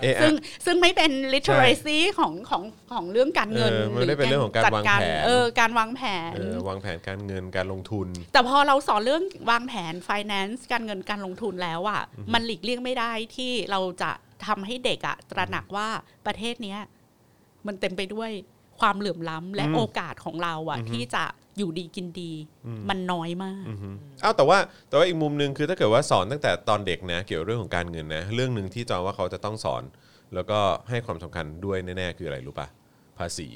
เออ
ซึ่งซึ่งไม่เป็น literacy ของของของเรื่องการเงิน
เออมันไม่ได้เป็นเรื่องของการ
จัด
วางแผน
เออการวางแผน
เออวางแผนการเงินการลงทุน
แต่พอเราสอนเรื่องวางแผน finance การเงินการลงทุนแล้วอะ่ะ มันหลีกเลี่ยงไม่ได้ที่เราจะทำให้เด็กอะ่ะ ตระหนักว่าประเทศเนี้ย มันเต็มไปด้วยความเหลื่อมล้ำและ
อืม
โอกาสของเราอะ่ะ ที่จะอยู่ดีกินดี
อืม
มันน้อยมาก
อือฮึอ้าวแต่ว่าแต่ว่าอีกมุมหนึ่งคือถ้าเกิดว่าสอนตั้งแต่ตอนเด็กนะเกี่ยวเรื่องของการเงินนะ เรื่องหนึ่งที่จอว่าเขาจะต้องสอน แล้วก็ให้ความสำคัญด้วยแน่ๆคืออะไรรู้ปะภาษี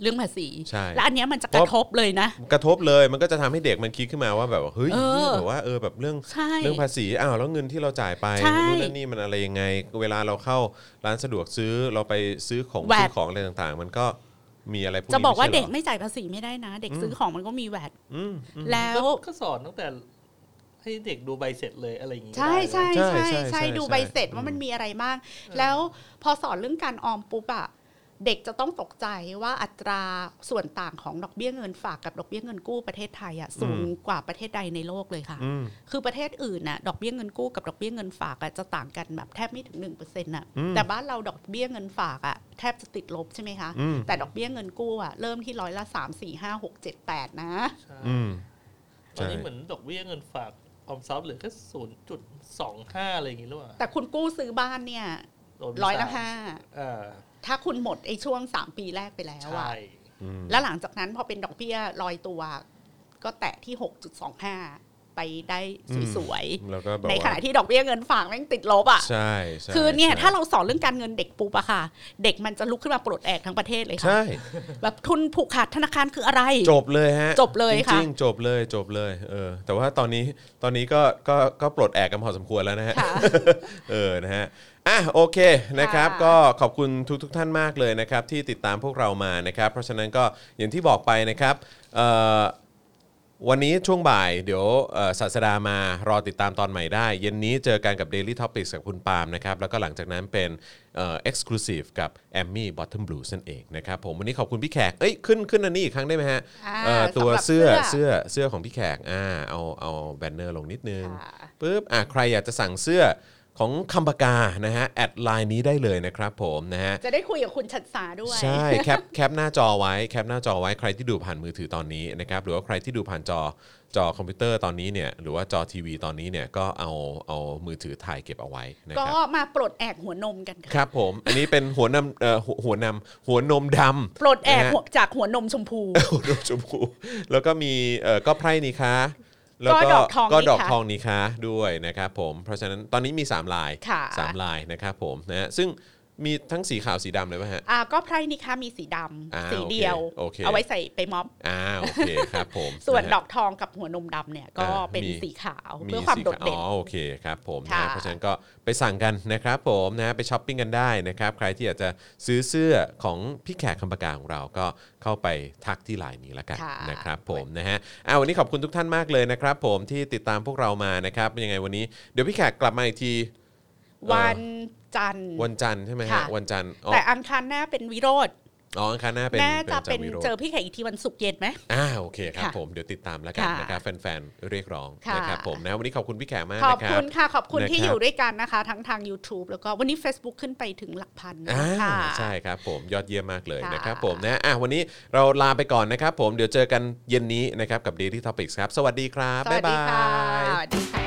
เรื่องภาษี
ใช่
และอันเนี้ยมันจะกระทบเลยนะ
กระทบเลยมันก็จะทำให้เด็กมันคิดขึ้นมาว่าแบบว่าเฮ้ย
เออ
แบบว่าเออแบบเรื่อง
ใช่
เรื่องภาษีอ้าวแล้วเงินที่เราจ่ายไป
ใช่
นู่นนั่นนี่มันอะไรยังไง เวลาเราเข้าร้านสะดวกซื้อเราไปซื้อของ
แวด
ซื้อของอะไรต่างๆ มันก็มีอะไรพวกนี้
จะบอกว่า
ไม่
เด็
ใช่
ก
หรอ
ไม่จ่ายภาษีไม่ได้นะ เด็กซื้อของมันก็มีแวด
อืม
แล้ว
ก็สอนตั้งแต่ให้เด็กดูใบเสร็จเลยอะไรอย่างงี้
ใช่
ได้เลย
ใช่
ใช่ใช่
ใช่ใช่
ใช่ดู
ใช่
ใบเสร็จ
อื
ว่าม มันมีอะไรบ้าง แล้วพอสอนเรื่องการออมปุ๊บอะเด็กจะต้องตกใจว่าอัตราส่วนต่างของดอกเบี้ยเงินฝากกับดอกเบี้ยเงินกู้ประเทศไทยอะสูงกว่าประเทศใดในโลกเลยค่ะ
อืม
คือประเทศอื่นน่ะดอกเบี้ยเงินกู้กับดอกเบี้ยเงินฝากอะจะต่างกันแบบแทบไม่ถึง1%น่ะแต่บ้านเราดอกเบี้ยเงินฝากอะแทบจะติดลบใช่ไหมคะ
อืม
แต่ดอกเบี้ยเงินกู้อะเริ่มที่ร้อยละ3 4 5 6 7 8นะ
ใช่
อืม
ตอนนี้
ใช่
เหมือนดอกเบี้ยเงินฝากออมทรัพย์เหลือแค่ศูนย์จุดสองห้าอะไรอย่างงี้หรือเปล่า
แต่คุณกู้ซื้อบ้านเนี่ย
โดนไป
ร้อยละ
สาม
ห้า
อ่า
ถ้าคุณหมดไอ้ช่วง 3 ปีแรกไปแล้วอะ
ใช่
อืม
แล้วหลังจากนั้นพอเป็นดอกเบี้ยลอยตัว ก็แตะที่ 6.25 ไปได้สวย
แล้วก็แบบ
ๆ ใน
ว่า
ขณะที่ดอกเบี้ยเงินฝากแม่งติดลบอะ
ใช่ใช่
คือเนี่ย
ใช่
ถ้าเราสอนเรื่องการเงินเด็กปุ๊บอะค่ะ เด็กมันจะลุกขึ้นมาปลดแอกทั้งประเทศเลยค่ะ
ใช่
แบบทุนผูกขาดธนาคารคืออะไร
จบเลยฮะ
จบเลยค่ะ
จริงๆจบเลยจบเลยเออแต่ว่าตอนนี้ตอนนี้ก็ก็ก็ปลดแอกกันพอสมควรแล้วนะฮะ
ค่ะ
เออ นะฮะ อ่ะ โอเค นะครับ
ค่ะ
ก็ขอบคุณทุกทท่านมากเลยนะครับ ที่ติดตามพวกเรามานะครับ เพราะฉะนั้นก็อย่างที่บอกไปนะครับเอ่อวันนี้ช่วงบ่ายเดี๋ยวเอ่อศาสดามารอติดตามตอนใหม่ได้ เย็นนี้เจอกันกับ Daily Topics กับคุณปาล์มนะครับ แล้วก็หลังจากนั้นเป็นเอ็กซ์คลูซีฟกับแอมมี่บอทเทิลบลูนั่นเองนะครับผมวันนี้ขอบคุณพี่แขก เอ้ย ขึ้นขึ้นอันนี้อีกครั้งได้ไหมฮะ
อ่า
เอ่อตัว
สำหรับ
เสื้อ
เสื้อ
เสื้อเสื้อของพี่แขกอ่าเอาเอาแบนเนอร์ลงนิดนึง
ค่ะ
ปุ๊บอ่ะใครอยากจะสั่งเสื้อของคำปากานะฮะ แอดไลน์นี้ได้เลยนะครับผมนะฮะ
จะได้คุยกับคุณชัดสาด้วย
ใช่ แคปแคปหน้าจอไว้แคปหน้าจอไว้ใครที่ดูผ่านมือถือตอนนี้นะครับหรือว่าใครที่ดูผ่านจอจอคอมพิวเตอร์ตอนนี้เนี่ยหรือว่าจอทีวีตอนนี้เนี่ยก็เอาเอามือถือถ่ายเก็บเอาไว้นะ
ก็
ครับ
มาปลดแอกหัวนมกัน
ค
ค่ะ
รับผมอันนี้เป็นหัวนำเอ่อหัวหัวนำหัวนมดำ
ปลดแอก
นะฮะ
หัวจากหัวนมชมพู
หัวนมชมพูแล้วก็มีเอ่อก็ไพร่นี่คะแล้ว
ก็ดอกทอง
ก็
นี่
ดอก
คะ
ทองนี่คะด้วยนะครับผมเพราะฉะนั้นตอนนี้มี 3 ลาย
ค่ะ
สามลายนะครับผมนะฮะซึ่ง มีทั้งสีขาวสีดำเลยป่ะฮะ
อ่าก็ไพรนิคะมีสีด
อ่า
ำสีเดียว
โอเคโอเค
เอาไว้ใส่ไปม็อบ
อ่าโอเคครับผม
ส่วนะ
ฮะ
ดอกทองกับหัวนมดำเนี่ยก็
อ่า
เป็น
มี
สีขาวเพื่อความ
สี
โดดเด่น
อ๋อโอเคครับผม
ค่ะ
นะเพราะฉะนั้นก็ไปสั่งกันนะครับผมนะไปช้อปปิ้งกันได้นะครับ ใครที่อยากจะซื้อเสื้อของพี่แขกคำปากาของเราก็เข้าไปทักที่ไลน์นี้ละกัน
ค่ะ
นะครับผมนะฮะอ่าวันนี้ขอบคุณทุกท่านมากเลยนะครับผมที่ติดตามพวกเรามานะครับยังไงวันนี้เดี๋ยวพี่แขกกลับมาอีกที อ
วันจันทร์
วันจันทร์ใช่ไหมฮะ
ค่ะ
วันจันทร์อ๋อ
แต่อังคารหน้าเป็นวิโรธ
อ๋ออังคารหน้าเป็น
น่าจะ
ป็
เป็น
วิโรจน์
เจอพี่แขกอีกทีวันศุกร์เย็นไหม
อ่าโอเคครับ
ค่ะ
ผมเดี๋ยวติดตามแล้วกัน
ค่ะ
นะครับแฟนๆเรียกร้อง
ค่ะ
นะครับผมนะวันนี้ขอบคุณพี่แขกมาก
ขอบ
นะครั
คุ
บ
ณค่ะ ขอบคุณที่
นะครับ
อยู่ด้วยกันนะคะ ทั้งทาง YouTube แล้วก็วันนี้ Facebook ขึ้นไปถึงหลักพันนะ
อ่า
คะ
ใช่ครับผมยอดเยี่ยมมากเลย
ค่ะ
นะครับผมนะอ่ะวันนี้เราลาไปก่อนนะครับผมเดี๋ยวเจอกันเย็นนี้นะครับกับ Daily Topics ครับ สวัสดีครับ
ส
บ๊า
วั
ย
สดี
บา
ค่ะ
ย
สวัสดีค่ะ